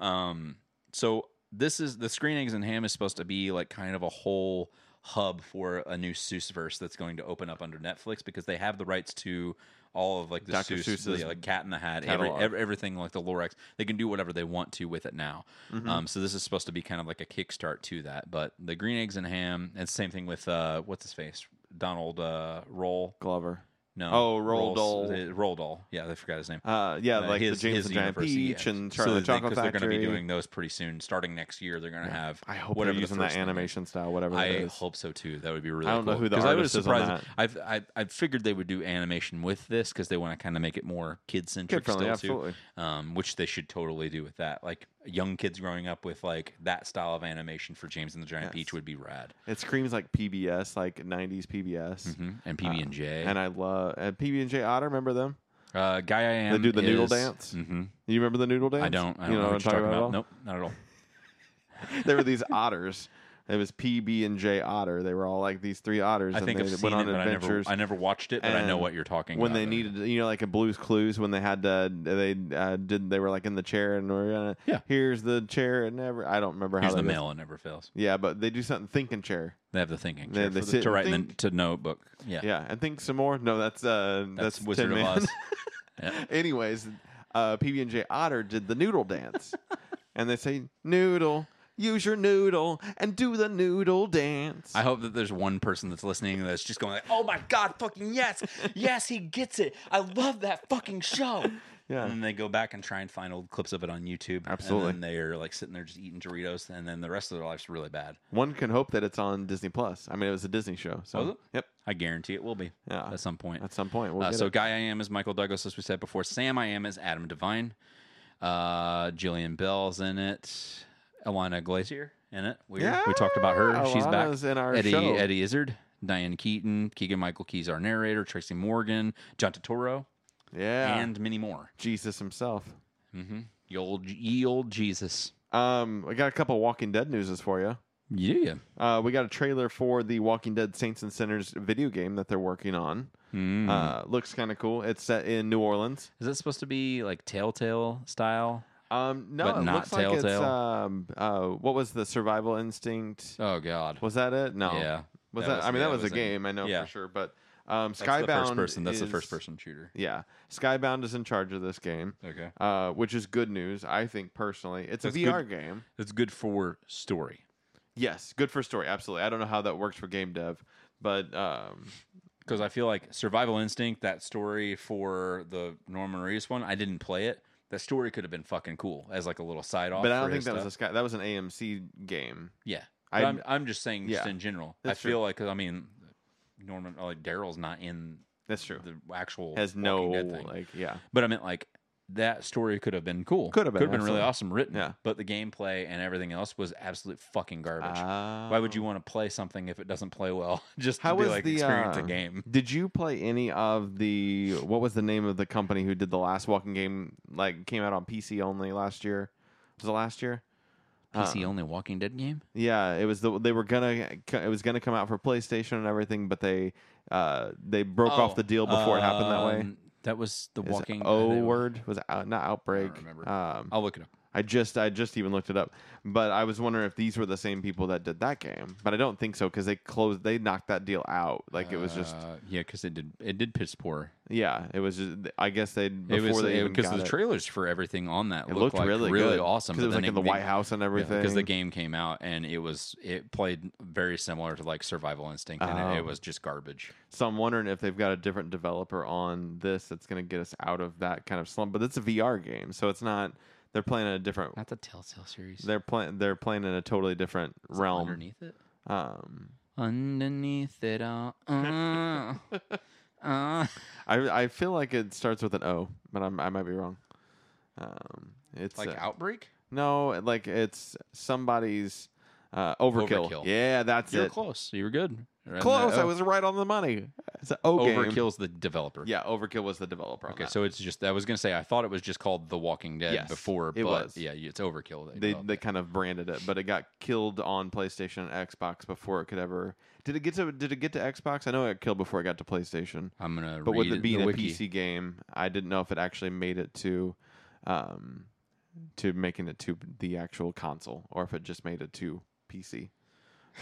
Speaker 1: Um, so this is the Screen Eggs and Ham is supposed to be like kind of a whole hub for a new Seussverse that's going to open up under Netflix because they have the rights to all of like the
Speaker 2: Dr.
Speaker 1: Seuss,
Speaker 2: Seuss's
Speaker 1: the, like Cat in the Hat, every,
Speaker 2: catalog.
Speaker 1: ev- everything like the Lorax. They can do whatever they want to with it now.
Speaker 2: Mm-hmm.
Speaker 1: Um, so this is supposed to be kind of like a kickstart to that. But the Green Eggs and Ham, and same thing with uh, what's his face, Donald uh, Roll.
Speaker 2: glover
Speaker 1: No.
Speaker 2: Oh, Roald
Speaker 1: Rolls-
Speaker 2: Dahl.
Speaker 1: uh, Roald Dahl. Yeah, I forgot his name.
Speaker 2: uh yeah
Speaker 1: Uh,
Speaker 2: like the james and giant
Speaker 1: university,
Speaker 2: peach
Speaker 1: yeah.
Speaker 2: and
Speaker 1: So
Speaker 2: charlie
Speaker 1: they-
Speaker 2: the
Speaker 1: 'cause
Speaker 2: chocolate factory
Speaker 1: They're going to be doing those pretty soon. Starting next year, they're going to have.
Speaker 2: i hope
Speaker 1: whatever
Speaker 2: they're
Speaker 1: the
Speaker 2: using that
Speaker 1: first one is.
Speaker 2: animation style whatever
Speaker 1: I
Speaker 2: it is
Speaker 1: hope so too. That would be really.
Speaker 2: I don't know
Speaker 1: cool.
Speaker 2: who the
Speaker 1: 'Cause I was
Speaker 2: artist is on
Speaker 1: surprised. I've I, I figured they would do animation with this because they want to kind of make it more kid centric
Speaker 2: Kid-friendly,
Speaker 1: still
Speaker 2: absolutely.
Speaker 1: too, um, which they should totally do with that. Like young kids growing up with like that style of animation for James and the Giant
Speaker 2: Yes.
Speaker 1: Peach would be rad.
Speaker 2: it screams like pbs like 90s pbs
Speaker 1: hmm And PB and J.
Speaker 2: Mm-hmm. Uh, and i love and pb&j otter remember them
Speaker 1: uh, Guy I am.
Speaker 2: do the noodle
Speaker 1: is-
Speaker 2: dance?
Speaker 1: Mhm.
Speaker 2: you remember the noodle dance
Speaker 1: I don't. I don't
Speaker 2: you
Speaker 1: know,
Speaker 2: what
Speaker 1: what you're
Speaker 2: I'm
Speaker 1: talking
Speaker 2: at
Speaker 1: about.
Speaker 2: all?
Speaker 1: Nope, not at all.
Speaker 2: there were these otters. It was PB and J Otter. They were all like these three otters.
Speaker 1: I
Speaker 2: and
Speaker 1: think
Speaker 2: they
Speaker 1: I've seen
Speaker 2: went
Speaker 1: it,
Speaker 2: on
Speaker 1: but I never,
Speaker 2: adventures.
Speaker 1: I never watched it. But I know
Speaker 2: And
Speaker 1: what you're talking
Speaker 2: when
Speaker 1: about.
Speaker 2: they needed, you know, like a Blue's Clues, when they had to, they uh, did, they were like in the chair and we're gonna,
Speaker 1: Yeah.
Speaker 2: here's the chair and never. I don't remember
Speaker 1: here's
Speaker 2: how
Speaker 1: the
Speaker 2: that goes.
Speaker 1: mail. It never fails.
Speaker 2: Yeah, but they do something thinking chair.
Speaker 1: They have the thinking
Speaker 2: They-
Speaker 1: chair
Speaker 2: they
Speaker 1: for the-
Speaker 2: sit
Speaker 1: to
Speaker 2: and
Speaker 1: write in the,
Speaker 2: think.
Speaker 1: to notebook. Yeah,
Speaker 2: Yeah, and think some more. No, that's uh,
Speaker 1: that's,
Speaker 2: that's,
Speaker 1: Wizard
Speaker 2: Tin
Speaker 1: of
Speaker 2: Man.
Speaker 1: Oz. Yeah.
Speaker 2: Anyways, uh, PB and J Otter did the noodle dance, and they say noodle, use your noodle and do the noodle dance.
Speaker 1: I hope that there's one person that's listening that's just going like, "Oh my god, fucking yes, yes, he gets it. I love that fucking show."
Speaker 2: Yeah.
Speaker 1: And then they go back and try and find old clips of it on YouTube.
Speaker 2: Absolutely.
Speaker 1: And then they're like sitting there just eating Doritos, and then the rest of their life's really bad.
Speaker 2: One can hope that it's on Disney Plus. I mean, it was a Disney show, so
Speaker 1: Was it?
Speaker 2: yep.
Speaker 1: I guarantee it will be
Speaker 2: Yeah.
Speaker 1: at some point.
Speaker 2: At some point, we'll
Speaker 1: Uh,
Speaker 2: get
Speaker 1: so
Speaker 2: it.
Speaker 1: Guy I Am is Michael Douglas, as we said before. Sam I Am is Adam Devine. Uh, Jillian Bell's in it. Elena Glazier in it. Weird. we talked about her. She's
Speaker 2: Alana's
Speaker 1: back.
Speaker 2: in our
Speaker 1: Eddie
Speaker 2: show.
Speaker 1: Eddie Izzard, Diane Keaton, Keegan Michael Key's our narrator, Tracy Morgan, John Turturro,
Speaker 2: yeah,
Speaker 1: and many more.
Speaker 2: Jesus himself.
Speaker 1: Mm-hmm. Ye old, ye old Jesus.
Speaker 2: Um, I got a couple Walking Dead newses for you.
Speaker 1: Yeah.
Speaker 2: Uh, we got a trailer for the Walking Dead Saints and Sinners video game that they're working on.
Speaker 1: Mm.
Speaker 2: Uh, looks kind of cool. It's set in New Orleans.
Speaker 1: is that supposed to be like Telltale style?
Speaker 2: Um, no,
Speaker 1: But
Speaker 2: it
Speaker 1: not
Speaker 2: looks like it's
Speaker 1: Telltale?
Speaker 2: um, uh, what was the Survival Instinct?
Speaker 1: Oh God.
Speaker 2: Was that it? No.
Speaker 1: Yeah.
Speaker 2: Was
Speaker 1: That
Speaker 2: that?
Speaker 1: was-
Speaker 2: I mean,
Speaker 1: yeah,
Speaker 2: that
Speaker 1: that
Speaker 2: was a
Speaker 1: was in-
Speaker 2: game. I know
Speaker 1: yeah.
Speaker 2: for sure, but um,
Speaker 1: That's
Speaker 2: Skybound.
Speaker 1: the first person. That's the
Speaker 2: is-
Speaker 1: first person shooter.
Speaker 2: Yeah, Skybound is in charge of this game.
Speaker 1: Okay.
Speaker 2: uh, which is good news, I think personally. It's
Speaker 1: That's
Speaker 2: a VR game.
Speaker 1: It's good for story.
Speaker 2: Yes, good for story. Absolutely. I don't know how that works for game dev, but um,
Speaker 1: because I feel like Survival Instinct, that story for the Norman Reedus one, I didn't play it. That story could have been fucking cool as like a little side off.
Speaker 2: but I don't think that was a sky. That was an AMC game.
Speaker 1: yeah.
Speaker 2: I-
Speaker 1: But I'm I'm just saying just
Speaker 2: yeah.
Speaker 1: in general.
Speaker 2: That's
Speaker 1: I feel
Speaker 2: true.
Speaker 1: like 'cause, I mean Norman like Daryl's not in
Speaker 2: That's true.
Speaker 1: the actual
Speaker 2: Has
Speaker 1: Walking
Speaker 2: no
Speaker 1: Dead thing.
Speaker 2: like yeah.
Speaker 1: but I meant like that story could have been cool.
Speaker 2: Could have been,
Speaker 1: Could have been really
Speaker 2: absolutely.
Speaker 1: awesome written.
Speaker 2: Yeah.
Speaker 1: But the gameplay and everything else was absolute fucking garbage.
Speaker 2: Ah.
Speaker 1: Why would you want to play something if it doesn't play well? Just
Speaker 2: How
Speaker 1: to be
Speaker 2: was
Speaker 1: like
Speaker 2: the,
Speaker 1: experience a
Speaker 2: uh,
Speaker 1: game.
Speaker 2: Did you play any of the what was the name of the company who did the last walking game like came out on PC only last year? Was it last year?
Speaker 1: PC
Speaker 2: uh,
Speaker 1: only Walking Dead game.
Speaker 2: Yeah, it was the they were gonna it was gonna come out for PlayStation and everything, but they uh they broke off
Speaker 1: Oh,
Speaker 2: the deal before it happened that way.
Speaker 1: um, That was the
Speaker 2: Is it
Speaker 1: Walking
Speaker 2: O
Speaker 1: they were-
Speaker 2: word was it out, not outbreak.
Speaker 1: remember. Oh.
Speaker 2: Um,
Speaker 1: I'll look it up.
Speaker 2: I just I just even looked it up, but I was wondering if these were the same people that did that game, but I don't think so because they closed they knocked that deal out. Like it was just
Speaker 1: Uh, yeah, because it did it did piss poor.
Speaker 2: yeah, it was just I guess they
Speaker 1: It
Speaker 2: before
Speaker 1: was
Speaker 2: they even
Speaker 1: because
Speaker 2: got
Speaker 1: the
Speaker 2: it,
Speaker 1: trailers for everything on that
Speaker 2: it looked
Speaker 1: like
Speaker 2: really
Speaker 1: really,
Speaker 2: good.
Speaker 1: awesome.
Speaker 2: because it was like in the White House and everything.
Speaker 1: because the game came out and it was it played very similar to like Survival Instinct and it- it,
Speaker 2: Oh.
Speaker 1: was just garbage.
Speaker 2: So I'm wondering if they've got a different developer on this that's going to get us out of that kind of slump. But it's a VR game, so it's not. They're playing in a different.
Speaker 1: Not the Telltale series.
Speaker 2: They're playing. They're playing in a totally different realm.
Speaker 1: underneath it.
Speaker 2: Um,
Speaker 1: Underneath it all. Uh, uh.
Speaker 2: I I feel like it starts with an O, but I'm, I might be wrong. Um, it's
Speaker 1: Like
Speaker 2: uh,
Speaker 1: Outbreak?
Speaker 2: no, like it's somebody's uh, overkill.
Speaker 1: Overkill.
Speaker 2: Yeah, that's
Speaker 1: You were
Speaker 2: it.
Speaker 1: close. You were good. Right in that
Speaker 2: Close. I
Speaker 1: O.
Speaker 2: was right on the money. It's an O game.
Speaker 1: Overkill's the developer.
Speaker 2: Yeah, Overkill was the developer. on
Speaker 1: Okay,
Speaker 2: that.
Speaker 1: so it's just I was gonna say I thought it was just called The Walking Dead
Speaker 2: Yes,
Speaker 1: before,
Speaker 2: it
Speaker 1: but
Speaker 2: was.
Speaker 1: yeah, it's Overkill. that
Speaker 2: they
Speaker 1: developed
Speaker 2: they
Speaker 1: it.
Speaker 2: kind of branded it, but it got killed on PlayStation and Xbox before it could ever. Did it get to Did it get to Xbox? I know it got killed before it got to PlayStation,
Speaker 1: I'm gonna.
Speaker 2: but with
Speaker 1: read
Speaker 2: it being
Speaker 1: the
Speaker 2: a
Speaker 1: wiki.
Speaker 2: PC game, I didn't know if it actually made it to, um, to making it to the actual console or if it just made it to PC.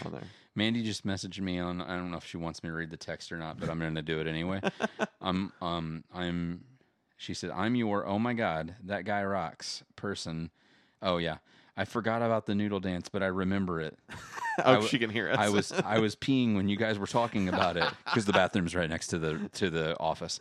Speaker 2: On there,
Speaker 1: Mandy just messaged me on. I don't know if she wants me to read the text or not, but I'm gonna do it anyway. I'm um I'm. She said I'm your. Oh my god, that guy rocks. Person. Oh yeah, I forgot about the noodle dance, but I remember it.
Speaker 2: oh,
Speaker 1: w-
Speaker 2: she can hear us.
Speaker 1: I was I was peeing when you guys were talking about it because the bathroom's right next to the to the office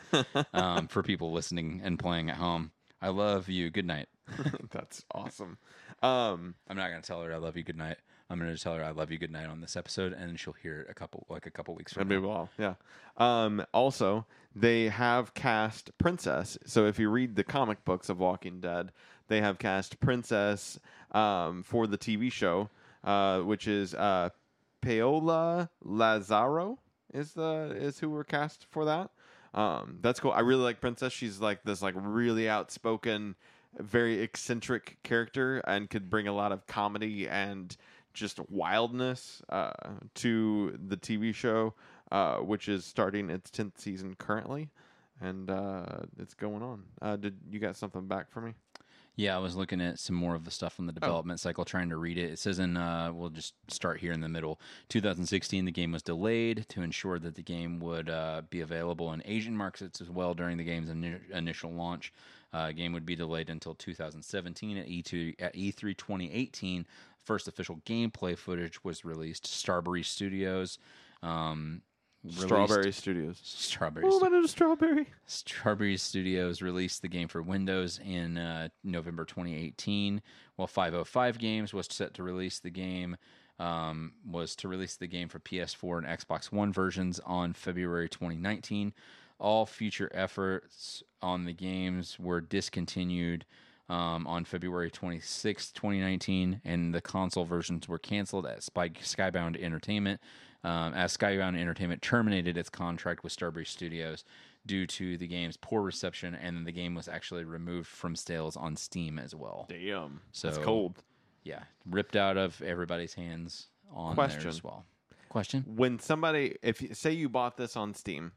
Speaker 1: um, for people listening and playing at home. I love you. Good night.
Speaker 2: That's awesome. Um,
Speaker 1: I'm not gonna tell her I love you. Good night. I'm gonna tell her I love you. Good night on this episode, and she'll hear it a couple like a couple weeks from
Speaker 2: That'd be well, yeah. Um, also, they have cast Princess. So if you read the comic books of Walking Dead, they have cast Princess um, for the TV show, uh, which is uh, Paola Lazaro is the is who we're cast for that. Um, that's cool. I really like Princess. She's like this like really outspoken, very eccentric character, and could bring a lot of comedy and just wildness uh, to the TV show, uh, which is starting its tenth season currently, and uh, it's going on. Uh, did you got something back for me?
Speaker 1: Yeah, I was looking at some more of the stuff
Speaker 2: Oh.
Speaker 1: on the development cycle, trying to read it. It says in, uh, we'll just start here in the middle. 2016, the game was delayed to ensure that the game would uh, be available in Asian markets as well during the game's ini initial launch. Uh, game would be delayed until 2017 at E2 at E E3 2018. First official gameplay footage was released. Starberry Studios, um, released-
Speaker 2: Strawberry Studios.
Speaker 1: Strawberry.
Speaker 2: Oh,
Speaker 1: Studios.
Speaker 2: my little strawberry.
Speaker 1: Strawberry Studios released the game for Windows in uh, November 2018, while 505 Games was set to release the game um, was to release the game for PS4 and Xbox One versions on February 2019. All future efforts on the games were discontinued um, on February 26, 2019, and the console versions were canceled at Spy- Skybound Entertainment. Um, as Skybound Entertainment terminated its contract with Starburst Studios due to the game's poor reception, and the game was actually removed from sales on Steam as well.
Speaker 2: Damn,
Speaker 1: So-
Speaker 2: that's cold.
Speaker 1: Yeah, ripped out of everybody's hands on there
Speaker 2: Question.
Speaker 1: as well. Question?
Speaker 2: When somebody, if you- say you bought this on Steam,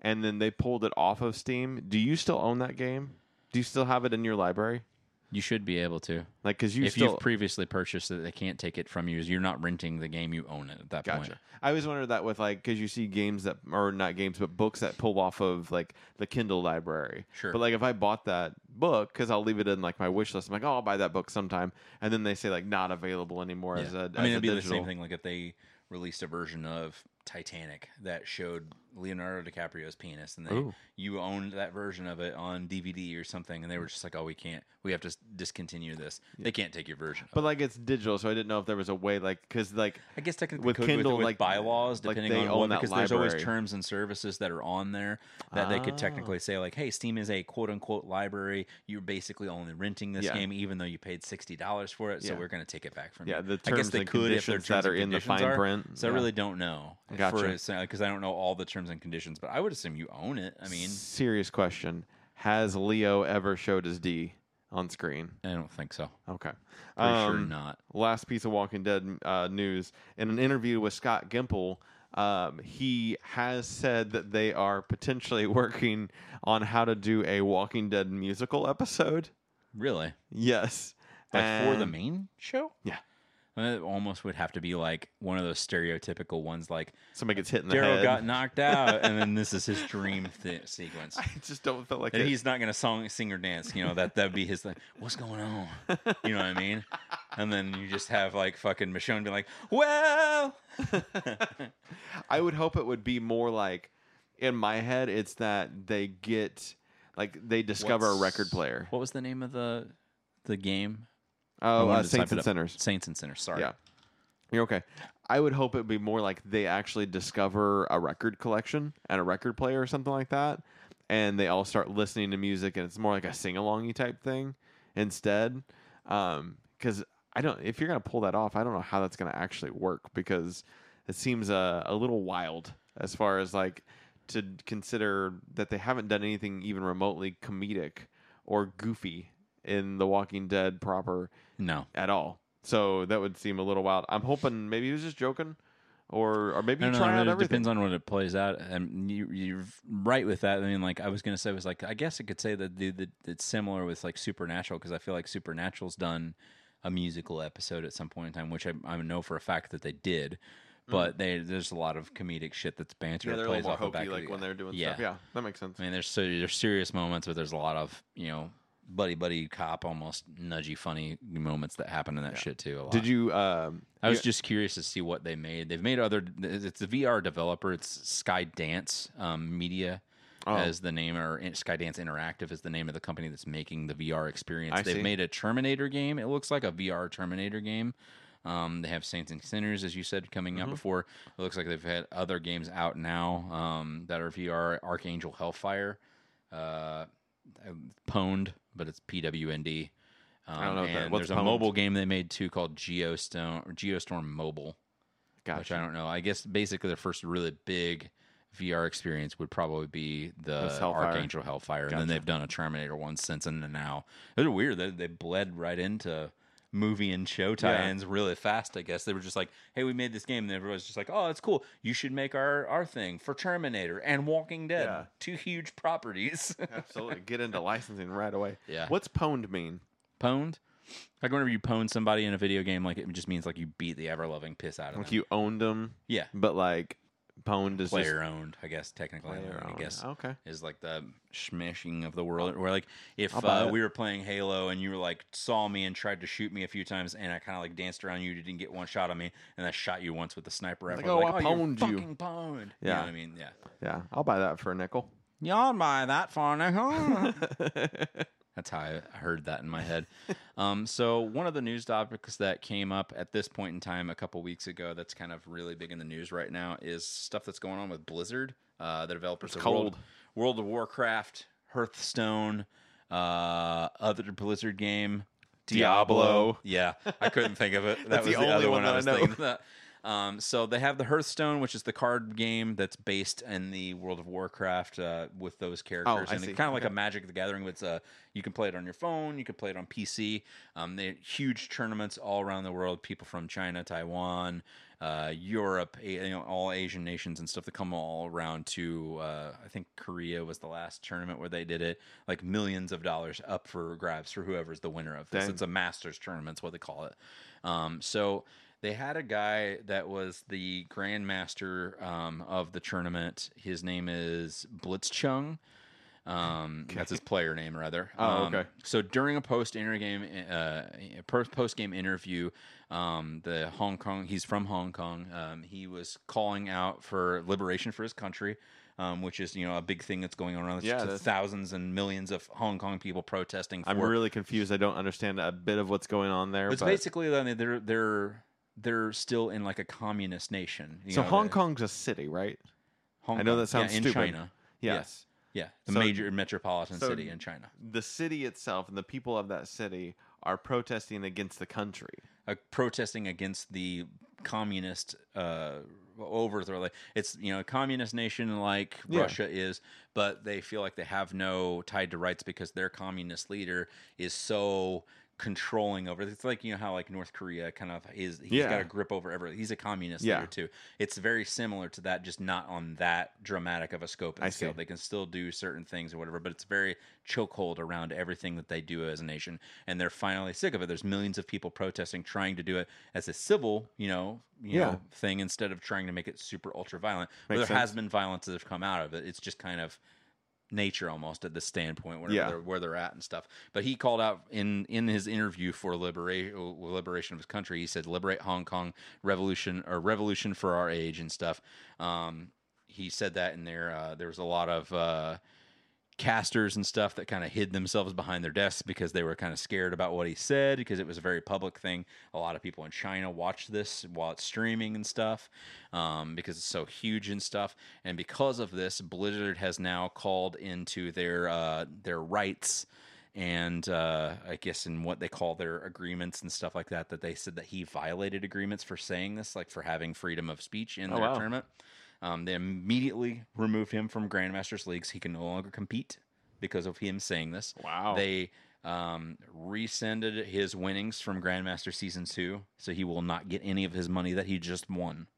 Speaker 2: and then they pulled it off of Steam, do you still own that game? Do you still have it in your library?
Speaker 1: You should be able to.
Speaker 2: Like, cause you
Speaker 1: if
Speaker 2: still
Speaker 1: you've previously purchased it, they can't take it from you. You're not renting the game; you own it at that
Speaker 2: Gotcha.
Speaker 1: point.
Speaker 2: I always wondered that with like because you see games that or not games but books that pull off of like the Kindle library.
Speaker 1: Sure.
Speaker 2: But like if I bought that book because I'll leave it in like my wish list. I'm like, oh, I'll buy that book sometime, and then they say like not available anymore as
Speaker 1: Yeah.
Speaker 2: a.
Speaker 1: I mean,
Speaker 2: as a
Speaker 1: it'd be the
Speaker 2: digital.
Speaker 1: same thing. Like if they released a version of Titanic that showed Leonardo DiCaprio's penis, and they
Speaker 2: Ooh.
Speaker 1: you owned that version of it on DVD or something, and they were just like, "Oh, we can't. We have to s- discontinue this. They can't take your version." of
Speaker 2: But
Speaker 1: it.
Speaker 2: like it's digital, so I didn't know if there was a way like because like
Speaker 1: I guess technically
Speaker 2: with
Speaker 1: with, could,
Speaker 2: Kindle,
Speaker 1: with, with
Speaker 2: like-
Speaker 1: bylaws,
Speaker 2: like
Speaker 1: depending
Speaker 2: they
Speaker 1: on
Speaker 2: own
Speaker 1: what,
Speaker 2: that
Speaker 1: because there's always
Speaker 2: library.
Speaker 1: terms and services that are on there that they
Speaker 2: Ah.
Speaker 1: could technically say like, "Hey, Steam is a quote unquote library. You're basically only renting this
Speaker 2: Yeah.
Speaker 1: game, even though you paid sixty dollars for it. So
Speaker 2: Yeah.
Speaker 1: we're going to take it back from
Speaker 2: yeah
Speaker 1: you."
Speaker 2: the
Speaker 1: I guess
Speaker 2: terms
Speaker 1: they
Speaker 2: and
Speaker 1: could if
Speaker 2: conditions
Speaker 1: their terms
Speaker 2: that are
Speaker 1: and
Speaker 2: in the
Speaker 1: conditions
Speaker 2: fine
Speaker 1: are.
Speaker 2: print.
Speaker 1: So
Speaker 2: yeah.
Speaker 1: I really don't know.
Speaker 2: Gotcha.
Speaker 1: Because I don't know all the terms and conditions, but I would assume you own it. I mean,
Speaker 2: serious question: Has Leo ever showed his D on screen?
Speaker 1: I don't think so.
Speaker 2: Okay,
Speaker 1: Pretty sure
Speaker 2: Um,
Speaker 1: not.
Speaker 2: last piece of Walking Dead uh, news in an interview with Scott Gimple. Um, he has said that they are potentially working on how to do a Walking Dead musical episode.
Speaker 1: Really?
Speaker 2: Yes,
Speaker 1: Like for the
Speaker 2: And-
Speaker 1: main show?
Speaker 2: Yeah.
Speaker 1: I mean, it almost would have to be like one of those stereotypical ones, like
Speaker 2: somebody gets hit in the
Speaker 1: Daryl
Speaker 2: head.
Speaker 1: got knocked out, and then this is his dream th- sequence.
Speaker 2: I just don't feel like
Speaker 1: And
Speaker 2: it.
Speaker 1: he's not gonna song, sing or dance. You know that that'd be his like. What's going on? You know what I mean? And then you just have like fucking Michonne be like, "Well,
Speaker 2: I would hope it would be more like in my head it's that they get like they discover a
Speaker 1: What's-
Speaker 2: record player.
Speaker 1: What was the name of the the game? I
Speaker 2: Oh,
Speaker 1: wanted
Speaker 2: uh,
Speaker 1: to
Speaker 2: Saints
Speaker 1: type it
Speaker 2: and
Speaker 1: up.
Speaker 2: Sinners.
Speaker 1: Saints and sinners. Sorry.
Speaker 2: Yeah. You're okay. I would hope it would be more like they actually discover a record collection and a record player or something like that and they all start listening to music and it's more like a sing-alongy type thing instead. Um cuz I don't if you're going to pull that off, I don't know how that's going to actually work because it seems uh, a, a little wild as far as like to consider that they haven't done anything even remotely comedic or goofy in The Walking Dead proper
Speaker 1: No.
Speaker 2: at all. So that would seem a little wild. I'm hoping maybe he was just joking, or or maybe
Speaker 1: No,
Speaker 2: you
Speaker 1: no,
Speaker 2: try
Speaker 1: no,
Speaker 2: out
Speaker 1: it
Speaker 2: everything.
Speaker 1: depends on what it plays out, and you, you're right with that. I mean, like I was gonna say, was like I guess I could say that the, the it's similar with like Supernatural because I feel like Supernatural's done a musical episode at some point in time, which I, I know for a fact that they did. But they, there's a lot of comedic shit that's banter.
Speaker 2: Mm.
Speaker 1: that
Speaker 2: yeah, they're a
Speaker 1: plays
Speaker 2: little more
Speaker 1: off the back
Speaker 2: hokey,
Speaker 1: of
Speaker 2: like
Speaker 1: the-
Speaker 2: when they're doing stuff. Yeah, that makes sense.
Speaker 1: I mean, there's so there's serious moments, but there's a lot of you know buddy buddy cop almost nudgy funny moments that happen in that shit too. A lot.
Speaker 2: Did you? Um,
Speaker 1: I was just curious to see what they made. They've made other. It's a VR developer. It's Sky Dance um, Media
Speaker 2: Oh.
Speaker 1: as the name, or in- Sky Dance Interactive is the name of the company that's making the VR experience.
Speaker 2: I
Speaker 1: They've
Speaker 2: see.
Speaker 1: made a Terminator game. It looks like a VR Terminator game. Um, they have Saints and Sinners, as you said, coming
Speaker 2: Mm-hmm.
Speaker 1: out before. It looks like they've had other games out now um, that are VR. Archangel Hellfire, uh, Pwned, but it's P W N D. Um,
Speaker 2: don't know what that-
Speaker 1: and
Speaker 2: what's
Speaker 1: there's a
Speaker 2: Pwned?
Speaker 1: mobile game they made too called Geostone or Geostorm Mobile, which
Speaker 2: gotcha.
Speaker 1: I don't know. I guess basically their first really big VR experience would probably be the
Speaker 2: That's Hellfire.
Speaker 1: Archangel Hellfire, and then
Speaker 2: Gotcha.
Speaker 1: they've done a Terminator one since, and then now it's weird that they bled right into movie and show tie-ins really fast. I guess they were just like, "Hey, we made this game," and everyone's just like, "Oh, that's cool. You should make our our thing for Terminator and Walking Dead,
Speaker 2: Yeah.
Speaker 1: two huge properties."
Speaker 2: Absolutely, get into licensing right away.
Speaker 1: Yeah.
Speaker 2: What's pwned mean?
Speaker 1: Pwned? Like whenever you pwn somebody in a video game, like it just means like you beat the ever loving piss out of
Speaker 2: Like
Speaker 1: them.
Speaker 2: you owned them,
Speaker 1: yeah,
Speaker 2: but like pwned is
Speaker 1: player owned, I guess technically.
Speaker 2: just player
Speaker 1: I
Speaker 2: owned.
Speaker 1: guess
Speaker 2: Okay.
Speaker 1: is like the smishing of the world. Where like if
Speaker 2: I'll buy
Speaker 1: uh,
Speaker 2: it.
Speaker 1: we were playing Halo and you were like saw me and tried to shoot me a few times, and I kind of like danced around you, didn't get one shot on me, and I shot you once with the sniper rifle.
Speaker 2: "Oh, I
Speaker 1: you're
Speaker 2: pwned you."
Speaker 1: Fucking pwned. You know
Speaker 2: Yeah.
Speaker 1: what I mean, yeah.
Speaker 2: Yeah, I'll buy that for a nickel.
Speaker 1: Y'all buy that for now. That's how I heard that in my head. Um, so one of the news topics that came up at this point in time a couple weeks ago that's kind of really big in the news right now is stuff that's going on with Blizzard, uh, the developers of World,
Speaker 2: cold.
Speaker 1: World of Warcraft, Hearthstone, uh, other Blizzard game,
Speaker 2: Diablo.
Speaker 1: Yeah, I couldn't think of it. That
Speaker 2: That's
Speaker 1: was
Speaker 2: the
Speaker 1: the,
Speaker 2: only
Speaker 1: other one,
Speaker 2: one that I
Speaker 1: I was
Speaker 2: know.
Speaker 1: thinking. of. Um, so they have the Hearthstone, which is the card game that's based in the World of Warcraft uh, with those characters,
Speaker 2: Oh, I
Speaker 1: and
Speaker 2: see.
Speaker 1: it's kind of like
Speaker 2: Okay.
Speaker 1: a Magic the Gathering. But it's uh, you can play it on your phone, you can play it on PC. Um, they huge tournaments all around the world. People from China, Taiwan, uh, Europe, a- you know, all Asian nations and stuff that come all around to. Uh, I think Korea was the last tournament where they did it. Like millions of dollars up for grabs for whoever's the winner of this.
Speaker 2: Dang.
Speaker 1: It's a Masters tournament's what they call it. Um, so they had a guy that was the grandmaster um, of the tournament. His name is Blitzchung. Um, That's his player name, rather.
Speaker 2: Oh,
Speaker 1: Um,
Speaker 2: okay.
Speaker 1: So during a post game uh, post game interview, um, the Hong Kong he's from Hong Kong. Um, he was calling out for liberation for his country, um, which is you know a big thing that's going on around.
Speaker 2: Yeah,
Speaker 1: There's
Speaker 2: that's-
Speaker 1: thousands and millions of Hong Kong people protesting. For
Speaker 2: I'm really confused. I don't understand a bit of what's going on there.
Speaker 1: It's
Speaker 2: but-
Speaker 1: basically I mean, they're they're they're still in like a communist nation. you
Speaker 2: so
Speaker 1: know,
Speaker 2: Hong
Speaker 1: the-
Speaker 2: Kong's a city, right?
Speaker 1: Hong
Speaker 2: I know
Speaker 1: Kong.
Speaker 2: that sounds
Speaker 1: yeah, in
Speaker 2: stupid.
Speaker 1: China.
Speaker 2: Yes.
Speaker 1: Yeah, the
Speaker 2: So-
Speaker 1: major metropolitan
Speaker 2: so-
Speaker 1: city in China.
Speaker 2: The city itself and the people of that city are protesting against the country.
Speaker 1: uh, protesting against the communist uh, overthrow. Like it's you know a communist nation like
Speaker 2: Yeah.
Speaker 1: Russia is, but they feel like they have no tied to rights because their communist leader is so controlling over. It's like you know how like North Korea kind of is. He's
Speaker 2: Yeah.
Speaker 1: got a grip over everything. He's a communist
Speaker 2: Yeah.
Speaker 1: leader too. It's very similar to that, just not on that dramatic of a scope and
Speaker 2: I
Speaker 1: scale.
Speaker 2: see.
Speaker 1: They can still do certain things or whatever, but it's very chokehold around everything that they do as a nation. And they're finally sick of it. There's millions of people protesting, trying to do it as a civil, you know, you
Speaker 2: Yeah.
Speaker 1: know, thing instead of trying to make it super ultra violent. But there
Speaker 2: Makes
Speaker 1: has been violence that have come out of it. It's just kind of nature almost at the standpoint where,
Speaker 2: Yeah.
Speaker 1: they're, where they're at and stuff. But he called out in in his interview for liberation liberation of his country. He said, "Liberate Hong Kong, revolution or revolution for our age and stuff." Um, he said that in there. Uh, there was a lot of. Uh, casters and stuff that kind of hid themselves behind their desks because they were kind of scared about what he said because it was a very public thing. A lot of people in China watch this while it's streaming and stuff um, because it's so huge and stuff. And because of this, Blizzard has now called into their uh, their rights and uh, I guess in what they call their agreements and stuff like that, that they said that he violated agreements for saying this, like for having freedom of speech in
Speaker 2: Oh,
Speaker 1: their
Speaker 2: wow.
Speaker 1: tournament. Um, they immediately removed him from Grandmasters leagues. He can no longer compete because of him saying this.
Speaker 2: Wow.
Speaker 1: They um, rescinded his winnings from Grandmaster Season 2, so he will not get any of his money that he just won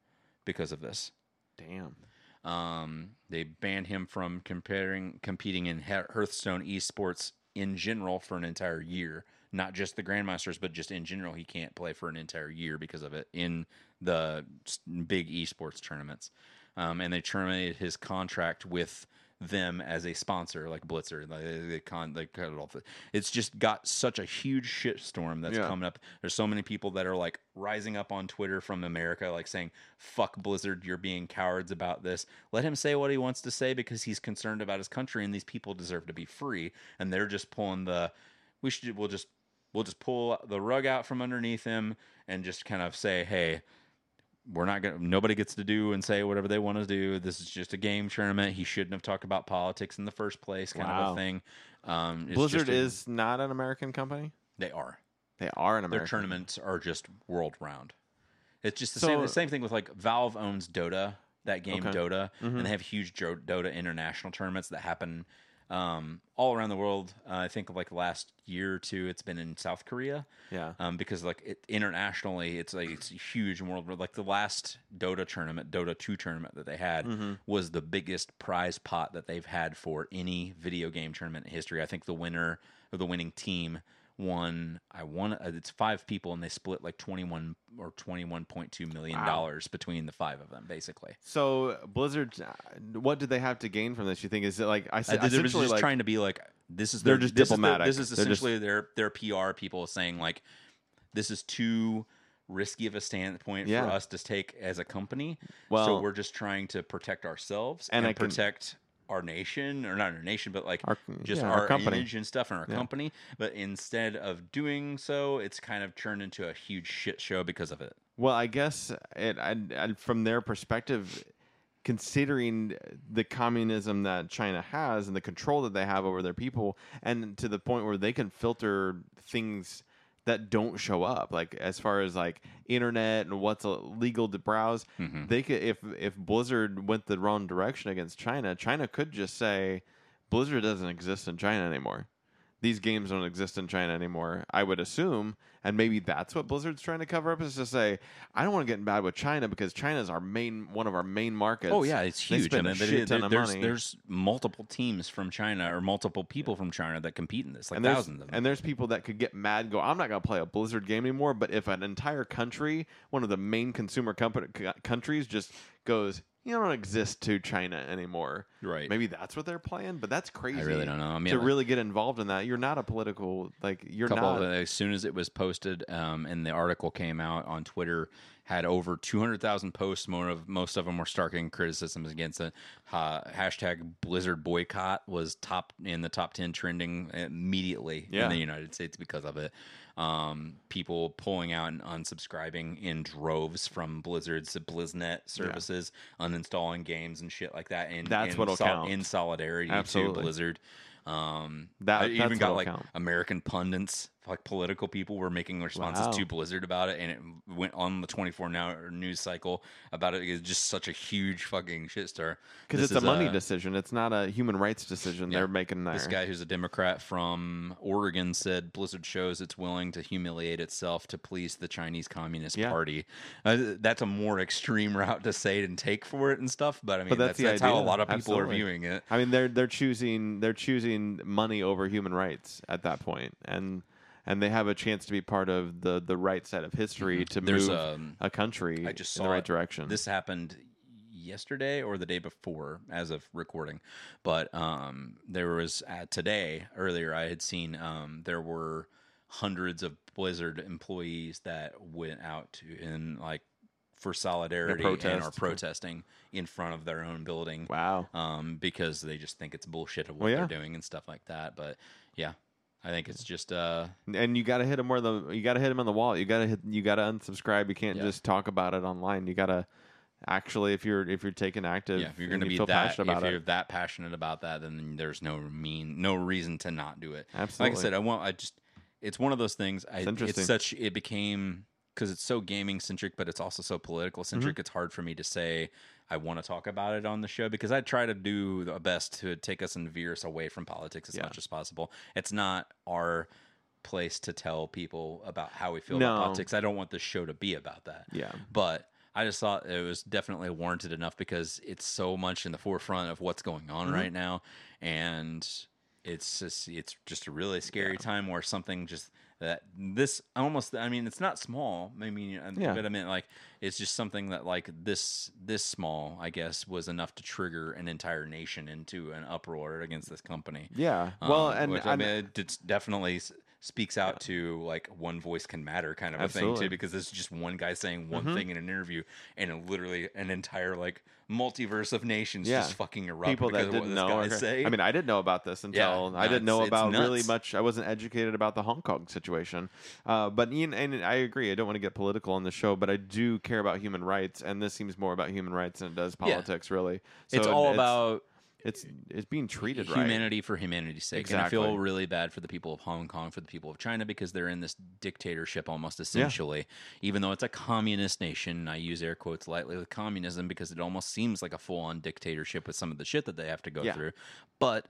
Speaker 1: because of this.
Speaker 2: Damn.
Speaker 1: Um, they banned him from comparing competing in He- Hearthstone esports in general for an entire year, not just the Grandmasters, but just in general. He can't play for an entire year because of it in the s- big esports tournaments. Um, and they terminated his contract with them as a sponsor, like Blitzer. Like they, they con they cut it off. It's just got such a huge shitstorm that's
Speaker 2: Yeah.
Speaker 1: coming up. There's so many people that are like rising up on Twitter from America, like saying, "Fuck Blizzard, you're being cowards about this. Let him say what he wants to say because he's concerned about his country, and these people deserve to be free." And they're just pulling the, we should, we'll just, we'll just pull the rug out from underneath him and just kind of say, "Hey." we're not gonna nobody gets to do and say whatever they want to do this is just a game tournament he shouldn't have talked about politics in the first place kind of
Speaker 2: Wow.
Speaker 1: a thing um it's
Speaker 2: Blizzard
Speaker 1: just a-
Speaker 2: is not an American company.
Speaker 1: they are
Speaker 2: They are an American.
Speaker 1: their tournaments are just world round it's just the
Speaker 2: So-
Speaker 1: same the same thing with like valve owns dota that game
Speaker 2: Okay. Mm-hmm.
Speaker 1: dota and they have huge Jo- dota international tournaments that happen um, all around the world uh, i think like last year or two it's been in south korea
Speaker 2: Yeah.
Speaker 1: um, because like it, internationally, it's like it's huge in world. Like the last Dota tournament, Dota two tournament that they had
Speaker 2: Mm-hmm.
Speaker 1: was the biggest prize pot that they've had for any video game tournament in history. I think the winner or the winning team won. I won. uh, It's five people, and they split like twenty one or twenty one point two million dollars between the five of them, basically.
Speaker 2: So Blizzard, uh, what did they have to gain from this? You think is it like I
Speaker 1: I,
Speaker 2: said?
Speaker 1: Uh, they were just
Speaker 2: essentially, like,
Speaker 1: trying to be like this is
Speaker 2: They're
Speaker 1: their-
Speaker 2: just
Speaker 1: this is their-
Speaker 2: diplomatic.
Speaker 1: This is,
Speaker 2: They're just-
Speaker 1: essentially their their PR people saying like this is too risky of a standpoint
Speaker 2: Yeah.
Speaker 1: for us to take as a company. so
Speaker 2: Well-
Speaker 1: we're just trying to protect ourselves
Speaker 2: And
Speaker 1: and,
Speaker 2: I can-
Speaker 1: protect our nation or not our nation but like
Speaker 2: Our-
Speaker 1: just
Speaker 2: yeah, our
Speaker 1: our,
Speaker 2: company.
Speaker 1: image and stuff and our company but instead of doing so it's kind of turned into a huge shit show because of it
Speaker 2: Well, I guess it, I, I, from their perspective, considering the communism that China has and the control that they have over their people, and to the point where they can filter things that don't show up, like as far as like internet and what's legal to browse,
Speaker 1: Mm-hmm.
Speaker 2: they could if if Blizzard went the wrong direction against China, China could just say Blizzard doesn't exist in China anymore these games don't exist in China anymore, I would assume. And maybe that's what Blizzard's trying to cover up is to say, I don't want to get in bad with China because China's our main one of our main markets.
Speaker 1: Oh yeah, it's huge.
Speaker 2: They spend
Speaker 1: I mean, they-
Speaker 2: a shit
Speaker 1: they-
Speaker 2: ton of
Speaker 1: there's
Speaker 2: money.
Speaker 1: there's multiple teams from China or multiple people from China that compete in this, like
Speaker 2: and there's,
Speaker 1: thousands of them.
Speaker 2: and there's people that could get mad and go, I'm not going to play a Blizzard game anymore. But if an entire country, one of the main consumer company, c- countries, just goes, you don't exist to China anymore.
Speaker 1: Right.
Speaker 2: Maybe that's what they're playing, but that's crazy.
Speaker 1: I really don't know. I mean,
Speaker 2: to
Speaker 1: like,
Speaker 2: really get involved in that, you're not a political like you're
Speaker 1: couple
Speaker 2: not.
Speaker 1: of- as soon as it was posted um, and the article came out on Twitter had over 200,000 posts more of most of them were starking criticisms against it uh, hashtag blizzard boycott was top in the top 10 trending immediately
Speaker 2: Yeah.
Speaker 1: in the United States because of it um, people pulling out and unsubscribing in droves from blizzards to blizznet services uninstalling games and shit like that and
Speaker 2: That's
Speaker 1: in
Speaker 2: what'll count.
Speaker 1: in solidarity
Speaker 2: Absolutely.
Speaker 1: to blizzard um,
Speaker 2: That-
Speaker 1: I
Speaker 2: that's
Speaker 1: even got
Speaker 2: what'll
Speaker 1: like
Speaker 2: count.
Speaker 1: American pundits, like political people, were making responses
Speaker 2: Wow.
Speaker 1: to Blizzard about it, and it went on the 24 now news cycle about it. It's just such a huge fucking shitstorm
Speaker 2: Because
Speaker 1: This
Speaker 2: it's a
Speaker 1: is,
Speaker 2: money
Speaker 1: uh,
Speaker 2: decision. It's not a human rights decision
Speaker 1: Yeah.
Speaker 2: they're making there.
Speaker 1: This guy, who's a Democrat from Oregon, said Blizzard shows it's willing to humiliate itself to please the Chinese Communist
Speaker 2: Yeah.
Speaker 1: Party. Uh, that's a more extreme route to say it and take for it and stuff, but I mean,
Speaker 2: But that's
Speaker 1: that's,
Speaker 2: the
Speaker 1: that's, how a
Speaker 2: idea.
Speaker 1: lot of people
Speaker 2: Absolutely.
Speaker 1: are viewing it.
Speaker 2: I mean, they're they're choosing they're choosing money over human rights at that point, and and they have a chance to be part of the the right side of history to
Speaker 1: There's,
Speaker 2: move
Speaker 1: um,
Speaker 2: a country
Speaker 1: I just
Speaker 2: in the
Speaker 1: saw
Speaker 2: right
Speaker 1: it.
Speaker 2: direction.
Speaker 1: This happened yesterday or the day before, as of recording. But um, there was uh, today earlier. I had seen um, there were hundreds of Blizzard employees that went out to, in like for solidarity and are
Speaker 2: protest.
Speaker 1: protesting in front of their own building.
Speaker 2: wow,
Speaker 1: Um, because they just think it's bullshit of what
Speaker 2: Well, Oh, yeah.
Speaker 1: they're doing and stuff like that. But yeah, I think it's just uh,
Speaker 2: and you got to hit them where the you got to hit them on the wall. You got to hit you got to unsubscribe. You can't
Speaker 1: Yeah.
Speaker 2: just talk about it online. You got to actually if you're if you're taking active,
Speaker 1: yeah, if you're going
Speaker 2: and
Speaker 1: to
Speaker 2: you
Speaker 1: be
Speaker 2: feel
Speaker 1: that,
Speaker 2: passionate about
Speaker 1: if
Speaker 2: it.
Speaker 1: you're that passionate about that, then there's no mean, no reason to not do it.
Speaker 2: Absolutely.
Speaker 1: Like I said, uh, I want, I just, it's one of those things. I,
Speaker 2: It's
Speaker 1: it's,
Speaker 2: interesting.
Speaker 1: such, it became because it's so gaming centric, but it's also so political
Speaker 2: Mm-hmm.
Speaker 1: centric. It's hard for me to say I want to talk about it on the show because I try to do the best to take us and veer us away from politics as
Speaker 2: Yeah.
Speaker 1: much as possible. It's not our place to tell people about how we feel
Speaker 2: No.
Speaker 1: about politics. I don't want this show to be about that
Speaker 2: yeah,
Speaker 1: but I just thought it was definitely warranted enough because it's so much in the forefront of what's going on
Speaker 2: Mm-hmm.
Speaker 1: right now, and it's just it's just a really scary time where something just that this almost I mean it's not small I mean I-
Speaker 2: Yeah.
Speaker 1: but I mean like it's just something that like this this small I guess was enough to trigger an entire nation into an uproar against this company.
Speaker 2: yeah. Well,
Speaker 1: Um,
Speaker 2: and,
Speaker 1: which, I
Speaker 2: and-
Speaker 1: mean, it it's definitely s- speaks out to like one voice can matter kind of a thing
Speaker 2: Absolutely. Mm-hmm.
Speaker 1: too, because it's just one guy saying one thing in an interview, and literally an entire like multiverse of nations
Speaker 2: Yeah.
Speaker 1: just fucking erupt
Speaker 2: people
Speaker 1: because
Speaker 2: that
Speaker 1: of what
Speaker 2: didn't
Speaker 1: this
Speaker 2: know.
Speaker 1: guy
Speaker 2: are
Speaker 1: is
Speaker 2: cra-
Speaker 1: saying.
Speaker 2: I mean, I didn't know about this until
Speaker 1: no,
Speaker 2: I didn't know
Speaker 1: it's- it's
Speaker 2: about really
Speaker 1: nuts.
Speaker 2: much. I wasn't educated about the Hong Kong situation. Uh, but you know, and I agree. I don't want to get political on the show, but I do care about human rights, and this seems more about human rights than it does
Speaker 1: Yeah.
Speaker 2: politics. Really, so
Speaker 1: it's
Speaker 2: it-
Speaker 1: all about
Speaker 2: it's it's being treated right.
Speaker 1: humanity for humanity's sake. And I feel
Speaker 2: Exactly.
Speaker 1: really bad for the people of Hong Kong, for the people of China, because they're in this dictatorship almost essentially. Even though it's a communist nation, and I use air quotes lightly with communism because it almost seems like a full on dictatorship with some of the shit that they have to go
Speaker 2: Yeah.
Speaker 1: through. But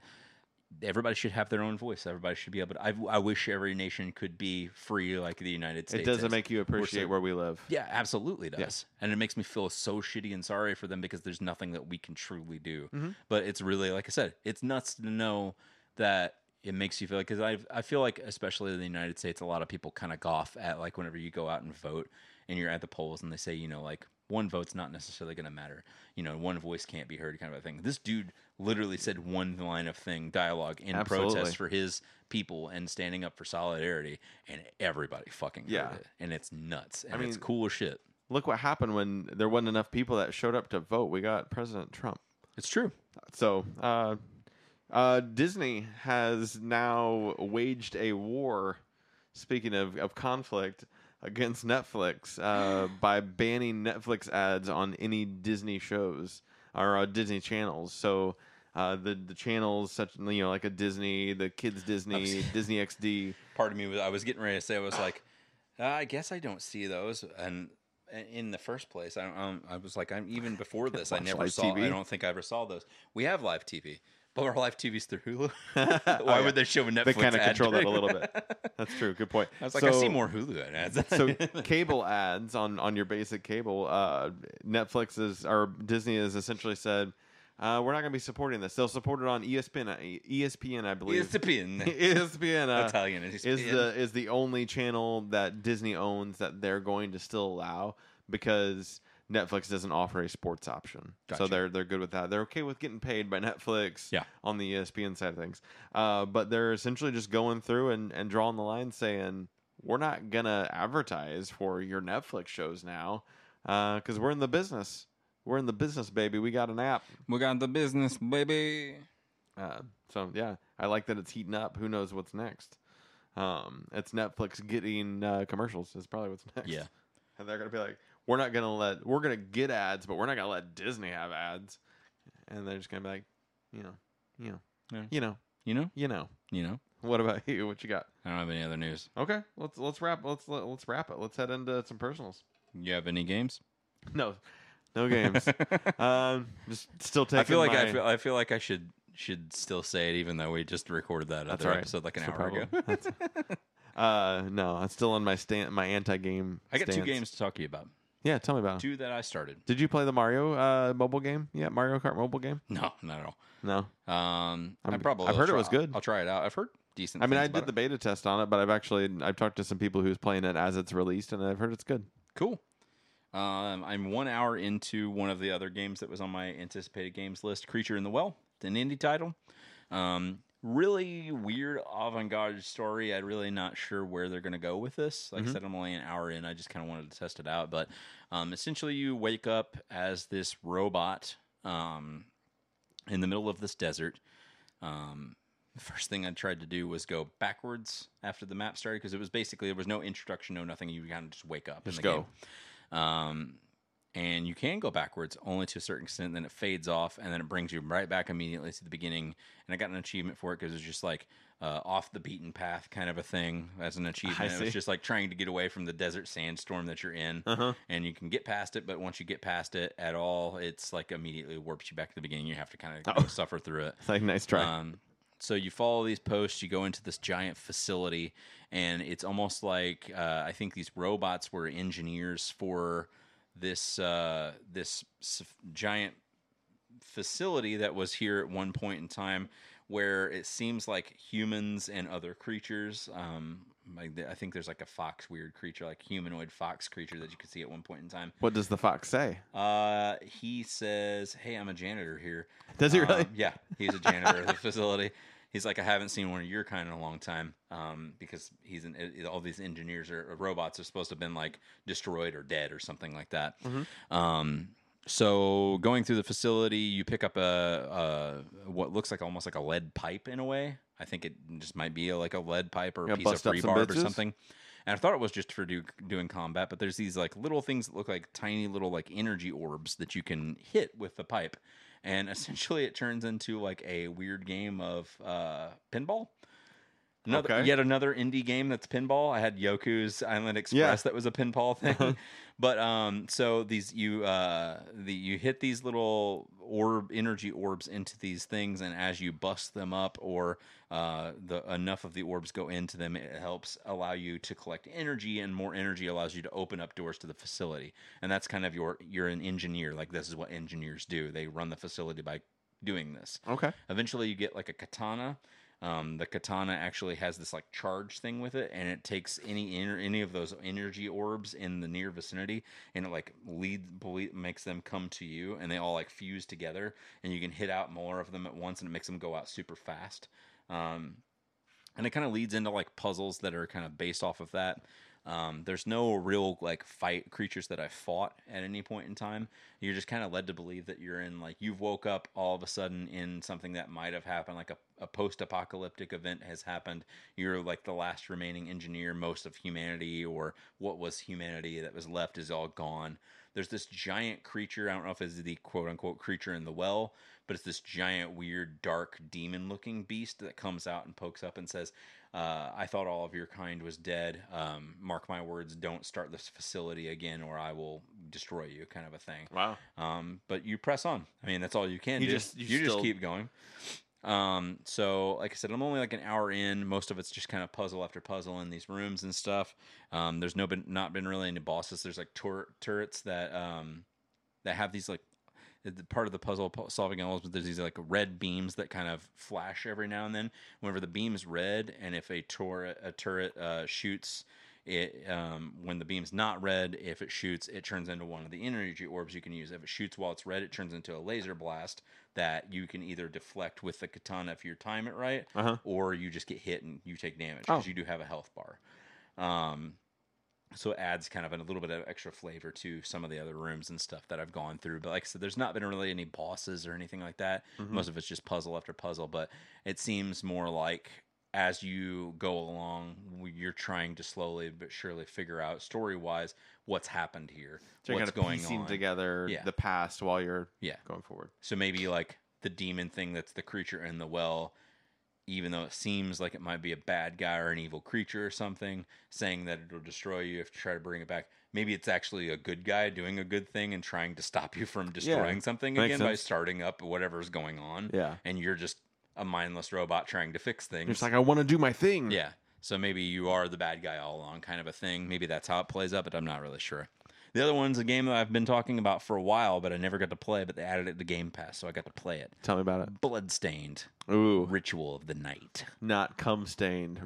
Speaker 1: everybody should have their own voice. Everybody should be able to. I, I wish every nation could be free like the United States.
Speaker 2: It doesn't
Speaker 1: is.
Speaker 2: make you appreciate
Speaker 1: so-
Speaker 2: where we live.
Speaker 1: Yeah, absolutely does. And it makes me feel so shitty and sorry for them because there's nothing that we can truly do.
Speaker 2: Mm-hmm.
Speaker 1: But it's really, like I said, it's nuts to know that it makes you feel like, because I, I feel like, especially in the United States, a lot of people kind of scoff at like whenever you go out and vote and you're at the polls and they say, you know, like one vote's not necessarily going to matter. You know, one voice can't be heard kind of a thing. This dude literally said one line of thing, dialogue in
Speaker 2: Absolutely.
Speaker 1: protest for his people and standing up for solidarity and everybody fucking heard
Speaker 2: Yeah.
Speaker 1: it. And it's nuts. And it's
Speaker 2: mean,
Speaker 1: cool as shit.
Speaker 2: Look what happened when there wasn't enough people that showed up to vote. We got President Trump.
Speaker 1: It's true.
Speaker 2: So, uh, uh, Disney has now waged a war. Speaking of, of conflict against Netflix, uh, by banning Netflix ads on any Disney shows or uh, Disney channels. So. Uh, the the channels such you know like a Disney, the kids Disney, Disney XD.
Speaker 1: Part of me was I was getting ready to say I was like, "Uh, I guess I don't see those. And and in the first place, I don't, I, don't- I was like, I'm even before this, I
Speaker 2: watch
Speaker 1: never
Speaker 2: live
Speaker 1: saw.
Speaker 2: TV.
Speaker 1: I don't think I ever saw those. We have live TV, but our live TV's through Hulu. Why
Speaker 2: Oh, yeah.
Speaker 1: would they show a Netflix?
Speaker 2: They kind of
Speaker 1: ad
Speaker 2: control that a
Speaker 1: during-
Speaker 2: little bit. That's true. Good point.
Speaker 1: I was like, I see more Hulu ads.
Speaker 2: so cable ads on on your basic cable uh netflix is or disney has essentially said uh we're not going to be supporting this they'll support it on espn uh, espn i believe
Speaker 1: it's a pin.
Speaker 2: espn uh,
Speaker 1: Italian it's
Speaker 2: is
Speaker 1: pin.
Speaker 2: the is the only channel that disney owns that they're going to still allow because Netflix doesn't offer a sports option, so
Speaker 1: Gotcha.
Speaker 2: they're they're good with that. They're okay with getting paid by Netflix,
Speaker 1: Yeah.
Speaker 2: on the E ESPN side of things. Uh, but they're essentially just going through and and drawing the line, saying we're not gonna advertise for your Netflix shows now because we're in the business. We're in the business, baby. We got an app.
Speaker 4: We got the business, baby.
Speaker 2: Uh, so yeah, I like that it's heating up. Who knows what's next? Um, it's Netflix getting uh, commercials. Is probably what's next.
Speaker 1: Yeah.
Speaker 2: and they're gonna be like, we're not gonna let we're gonna get ads, but we're not gonna let Disney have ads. And they're just gonna be like, you know, you know,
Speaker 1: Yeah.
Speaker 2: you know,
Speaker 1: You know,
Speaker 2: you know.
Speaker 1: you know.
Speaker 2: What about you? What you got?
Speaker 1: I don't have any other news.
Speaker 2: Okay, let's let's wrap let's let, let's wrap it. Let's head into some personals.
Speaker 1: You have any games?
Speaker 2: No, no games. um, just still taking.
Speaker 1: I feel like
Speaker 2: my,
Speaker 1: I feel I feel like I should should still say it, even though we just recorded that
Speaker 2: That's
Speaker 1: other
Speaker 2: all right.
Speaker 1: episode like an
Speaker 2: That's the
Speaker 1: hour ago.
Speaker 2: problem. That's- uh, no, I'm still on my stand, my anti-game.
Speaker 1: I got two
Speaker 2: stance.
Speaker 1: games to talk to you about.
Speaker 2: Yeah, tell me about 'em.
Speaker 1: Two that I started.
Speaker 2: Did you play the Mario uh, mobile game? Yeah, Mario Kart mobile game.
Speaker 1: No, not at all.
Speaker 2: No,
Speaker 1: Um, i
Speaker 2: I'm-
Speaker 1: probably.
Speaker 2: I've
Speaker 1: will
Speaker 2: heard it
Speaker 1: try-
Speaker 2: was good.
Speaker 1: I'll try it out. I've heard decent.
Speaker 2: I mean I
Speaker 1: things about
Speaker 2: did the beta test on it, but I've actually I've talked to some people who's playing it as it's released, and I've heard it's good.
Speaker 1: it. cool. Um, I'm one hour into one of the other games that was on my anticipated games list, Creature in the Well. It's an indie title. Um, really weird avant-garde story. I'm really not sure where they're going to go with this. Like
Speaker 2: Mm-hmm.
Speaker 1: I said, I'm only an hour in. I just kind of wanted to test it out. But um, essentially, you wake up as this robot um, in the middle of this desert. Um, the first thing I tried to do was go backwards after the map started because it was basically there was no introduction, no nothing. You kind of just wake up.
Speaker 2: Just
Speaker 1: in the
Speaker 2: go.
Speaker 1: Game. Um, and you can go backwards only to a certain extent. Then it fades off, and then it brings you right back immediately to the beginning. And I got an achievement for it because it's just like uh, off the beaten path kind of a thing as an achievement. It
Speaker 2: see.
Speaker 1: was just like trying to get away from the desert sandstorm that you're in,
Speaker 2: Uh-huh.
Speaker 1: and you can get past it. But once you get past it at all, it's like immediately warps you back to the beginning. You have to kind of suffer through it.
Speaker 2: It's like nice try.
Speaker 1: Um, so you follow these posts, you go into this giant facility, and it's almost like uh, I think these robots were engineers for this uh, this s- giant facility that was here at one point in time, where it seems like humans and other creatures. Um, like the- I think there's like a fox weird creature, like humanoid fox creature that you could see at one point in time.
Speaker 2: what does the fox say?
Speaker 1: Uh, he says, "Hey, I'm a janitor here."
Speaker 2: Does he
Speaker 1: Um,
Speaker 2: really?
Speaker 1: yeah, he's a janitor of the facility. He's like, I haven't seen one of your kind in a long time, um, because he's an, it- all these engineers or, or robots are supposed to have been like destroyed or dead or something like that.
Speaker 2: Mm-hmm.
Speaker 1: Um, so going through the facility, you pick up a, a what looks like almost like a lead pipe in a way. I think it just might be like a lead pipe or a
Speaker 2: Yeah,
Speaker 1: piece
Speaker 2: bust
Speaker 1: of
Speaker 2: up some
Speaker 1: rebar or
Speaker 2: bitches.
Speaker 1: something. And I thought it was just for do, doing combat, but there's these like little things that look like tiny little like energy orbs that you can hit with the pipe, and essentially it turns into like a weird game of uh, pinball. Another,
Speaker 2: Okay.
Speaker 1: Yet another indie game that's pinball. I had Yoku's Island Express that was a pinball thing, but um, so these you uh, the you hit these little orb energy orbs into these things, and as you bust them up or uh, the enough of the orbs go into them, it helps allow you to collect energy, and more energy allows you to open up doors to the facility. And that's kind of your you're an engineer. Like this is what engineers do. They run the facility by doing this.
Speaker 2: Okay.
Speaker 1: Eventually, you get like a katana. Um, the katana actually has this like charge thing with it, and it takes any ener- any of those energy orbs in the near vicinity, and it like lead ble- makes them come to you, and they all like fuse together, and you can hit out more of them at once, and it makes them go out super fast. Um, and it kind of leads into like puzzles that are kind of based off of that. Um, there's no real like fight creatures that I fought at any point in time. You're just kind of led to believe that you're in like you've woke up all of a sudden in something that might have happened, like a, a post apocalyptic event has happened. You're like the last remaining engineer, most of humanity, or what was humanity that was left is all gone. There's this giant creature. I don't know if it's the quote unquote creature in the well, but it's this giant, weird, dark, demon looking beast that comes out and pokes up and says, uh, I thought all of your kind was dead. Um, mark my words, don't start this facility again, or I will destroy you, kind of a thing.
Speaker 2: Wow.
Speaker 1: Um, but you press on. I mean, that's all you can
Speaker 2: You
Speaker 1: do.
Speaker 2: just- you
Speaker 1: just
Speaker 2: still-
Speaker 1: keep going. Um, so like I said, I'm only like an hour in. Most of it's just kind of puzzle after puzzle in these rooms and stuff. Um, there's no been not been really any bosses. There's like tur- turrets that um that have these like the part of the puzzle pu- solving elements, but there's these like red beams that kind of flash every now and then. Whenever the beam is red, and if a turret a turret uh, shoots it um, when the beam's not red, if it shoots, it turns into one of the energy orbs you can use. If it shoots while it's red, it turns into a laser blast that you can either deflect with the katana if you time it right,
Speaker 2: Uh-huh.
Speaker 1: or you just get hit and you take damage because
Speaker 2: Oh.
Speaker 1: you do have a health bar. Um, so it adds kind of a little bit of extra flavor to some of the other rooms and stuff that I've gone through. But like I said, there's not been really any bosses or anything like that.
Speaker 2: Mm-hmm.
Speaker 1: Most of it's just puzzle after puzzle. But it seems more like as you go along, you're trying to slowly but surely figure out story wise what's happened here,
Speaker 2: So you're
Speaker 1: what's
Speaker 2: kind of piecing together
Speaker 1: Yeah.
Speaker 2: the past while you're
Speaker 1: Yeah.
Speaker 2: going forward.
Speaker 1: So maybe like the demon thing that's the creature in the well, even though it seems like it might be a bad guy or an evil creature or something, saying that it'll destroy you if you try to bring it back. Maybe it's actually a good guy doing a good thing and trying to stop you from destroying something
Speaker 2: Makes
Speaker 1: again by
Speaker 2: sense.
Speaker 1: starting up whatever's going on.
Speaker 2: Yeah.
Speaker 1: And you're just a mindless robot trying to fix things.
Speaker 2: It's like I want to do my thing.
Speaker 1: Yeah. So maybe you are the bad guy all along, kind of a thing. Maybe that's how it plays out, but I'm not really sure. The other one's a game that I've been talking about for a while, but I never got to play, but they added it to Game Pass, so I got to play it.
Speaker 2: Tell me about it.
Speaker 1: Bloodstained
Speaker 2: Ooh,
Speaker 1: Ritual of the Night.
Speaker 2: not cum stained.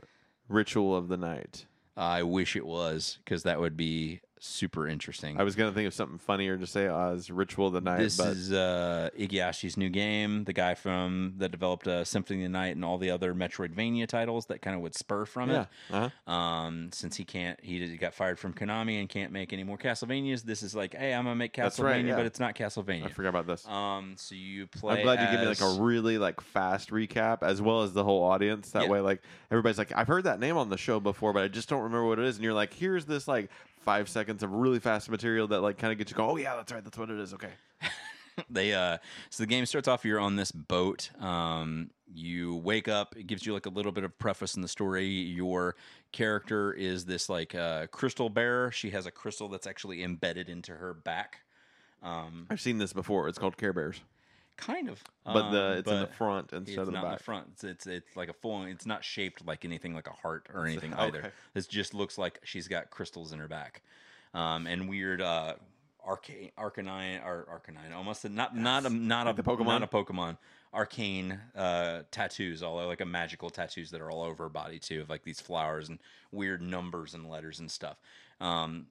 Speaker 2: Ritual of the night.
Speaker 1: I wish it was, because that would be super interesting.
Speaker 2: I was gonna think of something funnier to say uh, as ritual of the night,
Speaker 1: This
Speaker 2: but
Speaker 1: is uh, Igyashi's new game, the guy from that developed uh, Symphony of the Night and all the other Metroidvania titles that kind of would spur from
Speaker 2: yeah,
Speaker 1: it.
Speaker 2: uh-huh.
Speaker 1: um, since he can't, he did- he got fired from Konami and can't make any more Castlevanias. This is like, hey, I'm gonna make
Speaker 2: That's
Speaker 1: Castlevania,
Speaker 2: right, yeah.
Speaker 1: but it's not
Speaker 2: I
Speaker 1: Castlevania.
Speaker 2: forgot about this.
Speaker 1: Um, so you play.
Speaker 2: I'm glad you gave me like
Speaker 1: as-
Speaker 2: a really like fast recap as well as the whole audience. That
Speaker 1: Yeah.
Speaker 2: way, like everybody's like, I've heard that name on the show before, but I just don't remember what it is. And you're like, here's this like five seconds of really fast material that like kind of gets you going. Oh yeah, that's right, that's what it is. Okay,
Speaker 1: they uh so the game starts off you're on this boat um you wake up it gives you like a little bit of preface in the story your character is this like uh crystal bearer she has a crystal that's actually embedded into her back um
Speaker 2: I've seen this before. It's called Care Bears,
Speaker 1: kind of
Speaker 2: but the
Speaker 1: um,
Speaker 2: it's in the
Speaker 1: but-
Speaker 2: front instead
Speaker 1: it's
Speaker 2: of the
Speaker 1: not in
Speaker 2: back.
Speaker 1: the front. It's, it's it's like a full. It's not shaped like anything like a heart or anything
Speaker 2: okay.
Speaker 1: either. This just looks like she's got crystals in her back, um, and weird uh, arcane arcanine or arcanine almost a- not not a not
Speaker 2: Like
Speaker 1: a
Speaker 2: the Pokemon?
Speaker 1: not a Pokemon arcane uh, tattoos all like a magical tattoos that are all over her body too of like these flowers and weird numbers and letters and stuff. Um,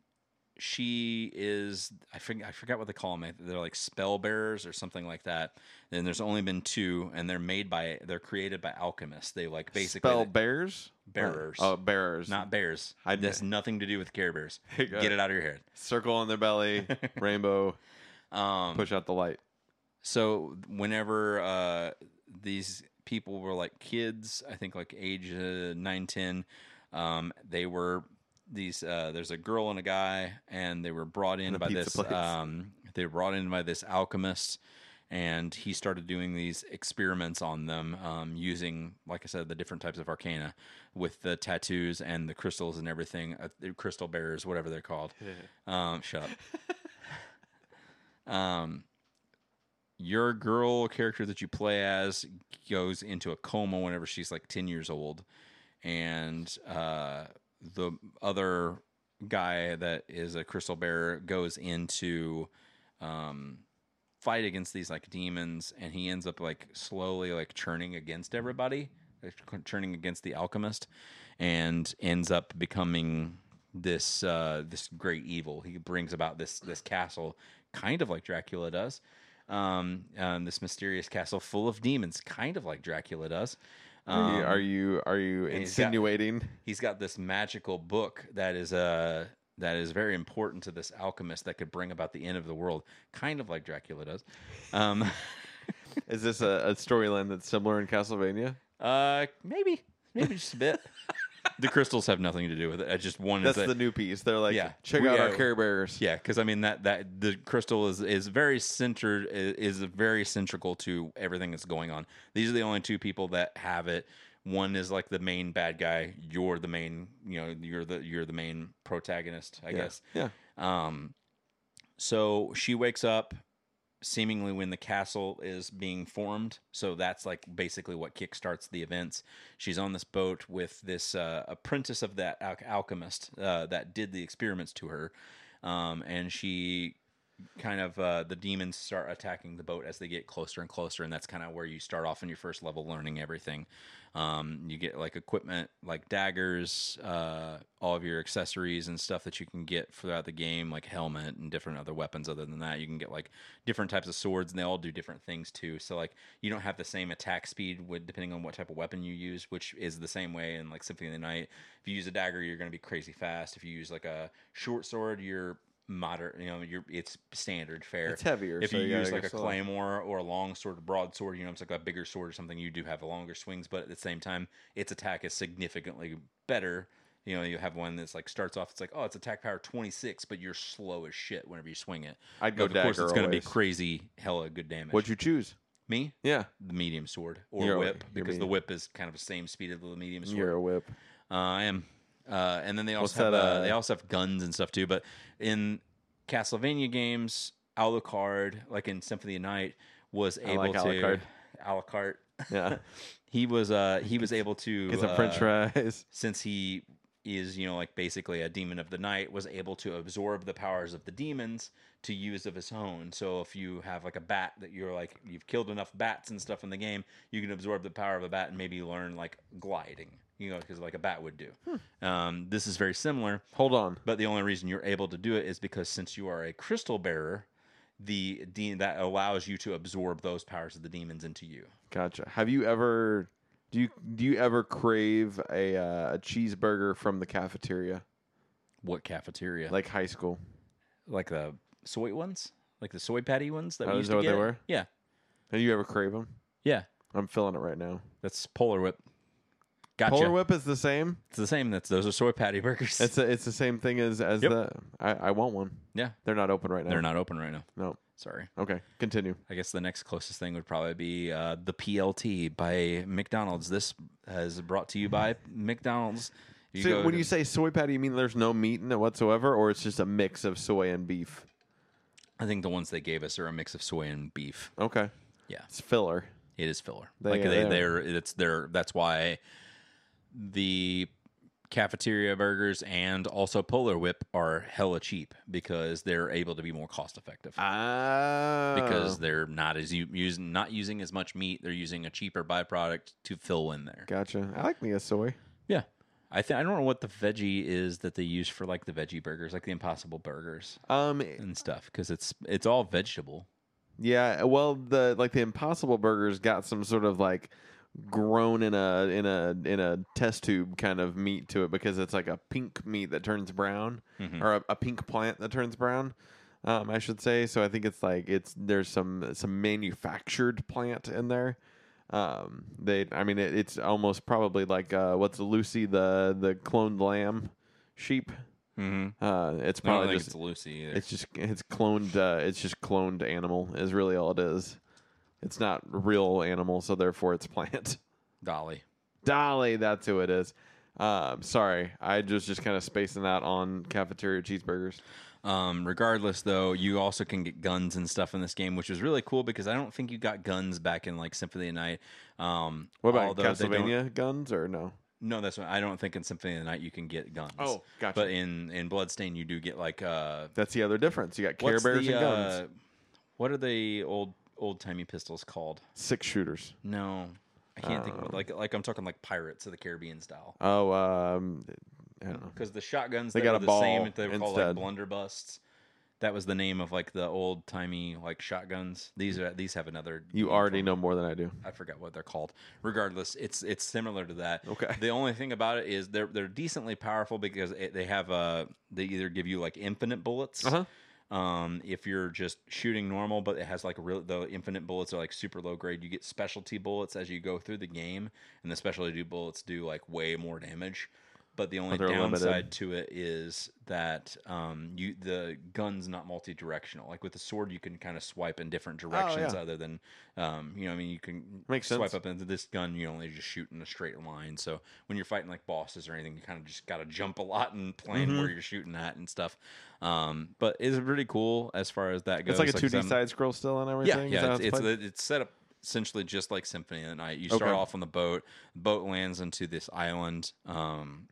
Speaker 1: she is I forget I forgot what they call them. They're like spell bearers or something like that. And there's only been two, and they're made by they're created by alchemists. They like basically
Speaker 2: Spell Bears,
Speaker 1: Bearers.
Speaker 2: Oh, bearers,
Speaker 1: not bears.
Speaker 2: I-
Speaker 1: That's nothing to do with Care Bears.
Speaker 2: There you go.
Speaker 1: Get it out of your head.
Speaker 2: circle on their belly, rainbow,
Speaker 1: Um,
Speaker 2: push out the light.
Speaker 1: so whenever uh, these people were like kids i think like age uh, 9 10 um, they were these uh, there's a girl and a guy and they were brought in
Speaker 2: a
Speaker 1: by
Speaker 2: pizza
Speaker 1: this
Speaker 2: place.
Speaker 1: um, they were brought in by this alchemist and he started doing these experiments on them um, using like i said the different types of arcana with the tattoos and the crystals and everything uh, the crystal bearers whatever they're called um, shut up um, your girl character that you play as goes into a coma whenever she's like 10 years old and uh, the other guy that is a crystal bearer goes into um, fight against these like demons and he ends up like slowly like churning against everybody like, churning against the alchemist and ends up becoming this uh, this great evil he brings about this this castle kind of like dracula does um, um, this mysterious castle full of demons kind of like dracula does um,
Speaker 2: are you are you
Speaker 1: he's got-
Speaker 2: insinuating?
Speaker 1: he's got this magical book that is uh that is very important to this alchemist that could bring about the end of the world, kind of like Dracula does. Um,
Speaker 2: Is this a, a storyline that's similar in Castlevania?
Speaker 1: uh, maybe, maybe just a bit. the crystals have nothing to do with it. I just wanted
Speaker 2: That's
Speaker 1: to,
Speaker 2: the new piece. They're like,
Speaker 1: Yeah.
Speaker 2: check
Speaker 1: We
Speaker 2: out our
Speaker 1: are-
Speaker 2: Care Bears.
Speaker 1: yeah, because I mean that that the crystal is is very centered i- is very central to everything that's going on. These are the only two people that have it. One is like the main bad guy. You're the main, you know, you're the you're the main protagonist, I
Speaker 2: Yeah.
Speaker 1: guess.
Speaker 2: Yeah.
Speaker 1: Um, so she wakes up seemingly when the castle is being formed. So that's like basically what kickstarts the events. She's on this boat with this uh, apprentice of that al- alchemist uh, that did the experiments to her. Um, and she kind of uh, the demons start attacking the boat as they get closer and closer, and that's kind of where you start off in your first level, learning everything. Um, you get like equipment, like daggers, uh, all of your accessories and stuff that you can get throughout the game, like helmet and different other weapons. Other than that, you can get like different types of swords, and they all do different things too. So like you don't have the same attack speed with depending on what type of weapon you use, which is the same way in like Symphony of the Night. If you use a dagger, you're going to be crazy fast. If you use like a short sword, you're moderate. You know, you're it's standard fare.
Speaker 2: It's heavier,
Speaker 1: If
Speaker 2: so
Speaker 1: you,
Speaker 2: you gotta
Speaker 1: use like
Speaker 2: go
Speaker 1: a
Speaker 2: slow.
Speaker 1: claymore or a long sword, a broad sword, you know, it's like a bigger sword or something. You do have longer swings, but at the same time, its attack is significantly better. You know, you have one that's like starts off. It's like, oh, it's attack power twenty six, but you're slow as shit whenever you swing it.
Speaker 2: I'd go
Speaker 1: But of course,
Speaker 2: dagger
Speaker 1: it's gonna be
Speaker 2: always.
Speaker 1: crazy, hella good damage.
Speaker 2: What'd you choose?
Speaker 1: me?
Speaker 2: Yeah,
Speaker 1: The medium sword or
Speaker 2: You're-
Speaker 1: whip
Speaker 2: you're
Speaker 1: because the
Speaker 2: medium.
Speaker 1: whip is kind of the same speed as the medium sword.
Speaker 2: you're a whip.
Speaker 1: Uh, I am. Uh, and then they also
Speaker 2: What's
Speaker 1: have
Speaker 2: that,
Speaker 1: uh,
Speaker 2: uh,
Speaker 1: they also have guns and stuff too. But in Castlevania games, Alucard, like in Symphony of the Night, was able
Speaker 2: like
Speaker 1: to
Speaker 2: Alucard.
Speaker 1: Alucard.
Speaker 2: Yeah,
Speaker 1: He was uh he was able to
Speaker 2: get some French
Speaker 1: uh,
Speaker 2: fries.
Speaker 1: since he is you know like basically a demon of the night was able to absorb the powers of the demons to use of his own so if you have like a bat that you're like you've killed enough bats and stuff in the game you can absorb the power of a bat and maybe learn like gliding you know because like a bat would do um, this is very similar
Speaker 2: Hold on.
Speaker 1: but the only reason you're able to do it is because since you are a crystal bearer the de- that allows you to absorb those powers of the demons into you
Speaker 2: Gotcha. Have you ever do you do you ever crave a uh, a cheeseburger from the cafeteria
Speaker 1: what cafeteria
Speaker 2: like high school?
Speaker 1: like the soy ones, like the soy patty ones that
Speaker 2: Oh,
Speaker 1: we
Speaker 2: is
Speaker 1: used
Speaker 2: that
Speaker 1: to
Speaker 2: what they
Speaker 1: get.
Speaker 2: were?
Speaker 1: Yeah,
Speaker 2: Have you ever crave them?
Speaker 1: yeah,
Speaker 2: I'm feeling it right now.
Speaker 1: that's Polar Whip. Gotcha.
Speaker 2: Polar Whip is the same.
Speaker 1: It's the same. That's those are soy patty burgers.
Speaker 2: It's a, it's the same thing as as
Speaker 1: Yep.
Speaker 2: the I, I want one.
Speaker 1: yeah,
Speaker 2: They're not open right now.
Speaker 1: they're not open right now.
Speaker 2: No.
Speaker 1: Sorry.
Speaker 2: Okay. Continue.
Speaker 1: I guess the next closest thing would probably be uh, the PLT by McDonald's. This is brought to you by McDonald's. You
Speaker 2: so
Speaker 1: go
Speaker 2: when
Speaker 1: to-
Speaker 2: you say soy patty, you mean there's no meat in it whatsoever, or it's just a mix of soy and beef?
Speaker 1: I think the ones they gave us are a mix of soy and beef.
Speaker 2: Okay.
Speaker 1: Yeah.
Speaker 2: It's filler.
Speaker 1: It is filler.
Speaker 2: They-
Speaker 1: like
Speaker 2: they
Speaker 1: they,
Speaker 2: are.
Speaker 1: they're it's their that's why the cafeteria burgers and also Polar Whip are hella cheap because they're able to be more cost effective
Speaker 2: Oh. Ah.
Speaker 1: because they're not as u- using not using as much meat. They're using a cheaper byproduct to fill in there.
Speaker 2: gotcha. I like me a soy.
Speaker 1: Yeah. I think I don't know what the veggie is that they use for like the veggie burgers, like the Impossible Burgers
Speaker 2: Um.
Speaker 1: and stuff, because it's it's all vegetable.
Speaker 2: Yeah. Well, the like the Impossible Burgers got some sort of like grown in a in a in a test tube kind of meat to it because it's like a pink meat that turns brown
Speaker 1: Mm-hmm.
Speaker 2: or a, a pink plant that turns brown. Um, I should say. So I think it's like it's there's some some manufactured plant in there. Um, they, I mean, it, it's almost probably like uh, what's Lucy the the cloned lamb sheep.
Speaker 1: Mm-hmm.
Speaker 2: Uh, it's
Speaker 1: I don't
Speaker 2: probably
Speaker 1: think
Speaker 2: just
Speaker 1: it's Lucy either.
Speaker 2: it's just it's cloned. Uh, it's just cloned animal is really all it is. It's not real animal, so therefore it's plant.
Speaker 1: Dolly.
Speaker 2: Dolly, that's who it is. Um, sorry, I just just kind of spacing out on cafeteria cheeseburgers.
Speaker 1: Um, regardless, though, you also can get guns and stuff in this game, which is really cool because I don't think you got guns back in like Symphony of the Night. Um,
Speaker 2: What about
Speaker 1: although they don't-
Speaker 2: Castlevania guns or no?
Speaker 1: No, that's what I don't think in Symphony of the Night you can get guns.
Speaker 2: Oh, gotcha.
Speaker 1: But in in Bloodstain, you do get like uh,
Speaker 2: That's the other difference. You got Care
Speaker 1: what's
Speaker 2: Bears
Speaker 1: the,
Speaker 2: and guns,
Speaker 1: uh, what are the old old timey pistols called?
Speaker 2: six shooters.
Speaker 1: No, I can't think of
Speaker 2: Um.
Speaker 1: what, like like I'm talking like Pirates of the Caribbean style
Speaker 2: Oh, um, I don't know.
Speaker 1: because the shotguns
Speaker 2: They
Speaker 1: that
Speaker 2: got
Speaker 1: were
Speaker 2: a
Speaker 1: the
Speaker 2: ball
Speaker 1: same they were called like
Speaker 2: instead.
Speaker 1: blunderbusts. That was the name of like the old timey like shotguns. These are these have another.
Speaker 2: You
Speaker 1: name
Speaker 2: already
Speaker 1: for 'em.
Speaker 2: know more than I do.
Speaker 1: I forgot what they're called. Regardless, it's it's similar to that.
Speaker 2: Okay.
Speaker 1: The only thing about it is they're they're decently powerful because it, they have uh they either give you like infinite bullets.
Speaker 2: Uh-huh.
Speaker 1: Um, if you're just shooting normal, but it has like real the infinite bullets are like super low grade. You get specialty bullets as you go through the game, and the specialty bullets do like way more damage. But the only
Speaker 2: they're limited.
Speaker 1: downside to it is that um, you the gun's not multi directional. Like with the sword, you can kind of swipe in different directions
Speaker 2: Oh, yeah.
Speaker 1: other than um, you know. I mean, you can
Speaker 2: Makes
Speaker 1: swipe
Speaker 2: sense.
Speaker 1: up into this gun. You only just shoot in a straight line. So when you're fighting like bosses or anything, you kind of just got to jump a lot and plan
Speaker 2: Mm-hmm.
Speaker 1: where you're shooting at and stuff. Um, but it's pretty cool as far as that goes.
Speaker 2: It's like a two
Speaker 1: 'cause
Speaker 2: D
Speaker 1: I'm-
Speaker 2: side scroll still and
Speaker 1: yeah,
Speaker 2: everything. Is that
Speaker 1: yeah.
Speaker 2: how
Speaker 1: It's it's,
Speaker 2: played?
Speaker 1: it's set up essentially just like Symphony of the Night. You start
Speaker 2: Okay.
Speaker 1: off on the boat. Boat lands into this island. Um,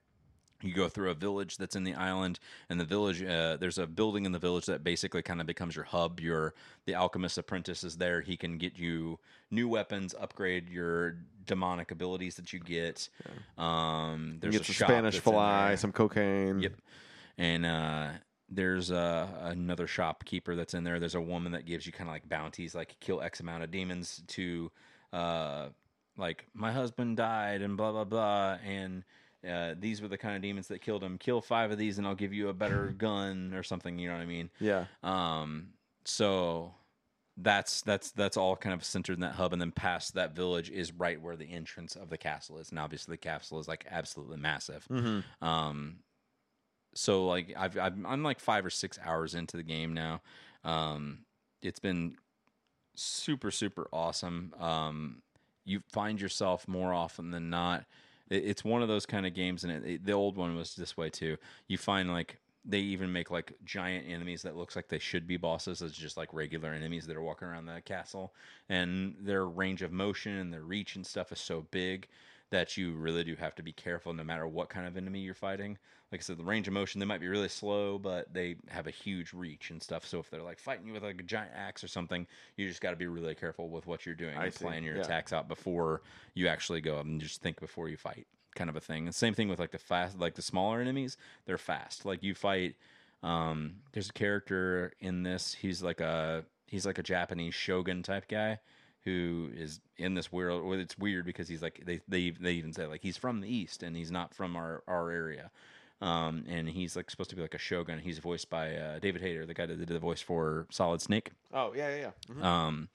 Speaker 1: you go through a village that's in the island and the village uh, there's a building in the village that basically kind of becomes your hub your the alchemist apprentice is there he can get you new weapons upgrade your demonic abilities that you get um there's
Speaker 2: Get
Speaker 1: a
Speaker 2: some
Speaker 1: shop
Speaker 2: Spanish
Speaker 1: that's in
Speaker 2: fly,
Speaker 1: there.
Speaker 2: some cocaine.
Speaker 1: Yep. And uh, there's uh, another shopkeeper that's in there. There's a woman that gives you kind of like bounties, like kill X amount of demons to, uh, like my husband died and blah blah blah. And uh, these were the kind of demons that killed him. Kill five of these and I'll give you a better gun or something. You know what I mean?
Speaker 2: Yeah.
Speaker 1: Um, so that's that's that's all kind of centered in that hub, and then past that village is right where the entrance of the castle is, and obviously the castle is like absolutely massive. Um, so like I've, I've I'm like five or six hours into the game now. Um, it's been super super awesome. Um, you find yourself more often than not. It, it's one of those kind of games, and it, it- the old one was this way too. You find like they even make like giant enemies that looks like they should be bosses as just like regular enemies that are walking around the castle, and their range of motion and their reach and stuff is so big that you really do have to be careful no matter what kind of enemy you're fighting. Like I said, the range of motion, they might be really slow, but they have a huge reach and stuff. So if they're like fighting you with like a giant axe or something, you just got to be really careful with what you're doing
Speaker 2: I
Speaker 1: and
Speaker 2: see.
Speaker 1: plan your
Speaker 2: Yeah.
Speaker 1: attacks out before you actually go up and just think before you fight kind of a thing. And same thing with like the fast, like the smaller enemies, they're fast. Like you fight, um, there's a character in this, he's like a, he's like a Japanese shogun type guy who is in this world well it's weird because he's like they they, they even say like he's from the east and he's not from our our area um and he's like supposed to be like a shogun he's voiced by uh, david hayter the guy that did the voice for solid snake
Speaker 2: Oh yeah, yeah, yeah.
Speaker 1: um,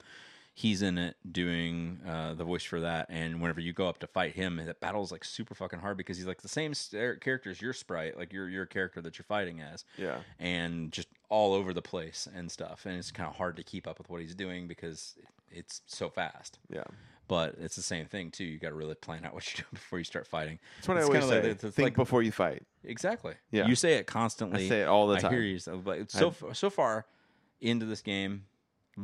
Speaker 1: he's in it doing uh, the voice for that. And whenever you go up to fight him, that battle is like super fucking hard because he's like the same st- character as your sprite, like your your character that you're fighting as.
Speaker 2: Yeah.
Speaker 1: and just all over the place and stuff. And it's kind of hard to keep up with what he's doing because it's so fast.
Speaker 2: Yeah.
Speaker 1: But it's the same thing too. You got to really plan out what you're doing before you start fighting.
Speaker 2: That's what
Speaker 1: It's
Speaker 2: I always
Speaker 1: kinda
Speaker 2: say.
Speaker 1: like the- the-
Speaker 2: Think
Speaker 1: like-
Speaker 2: before you fight.
Speaker 1: Exactly.
Speaker 2: Yeah.
Speaker 1: You say it constantly.
Speaker 2: I say it all the
Speaker 1: I
Speaker 2: time.
Speaker 1: hear you. So, but it's so f- so far into this game,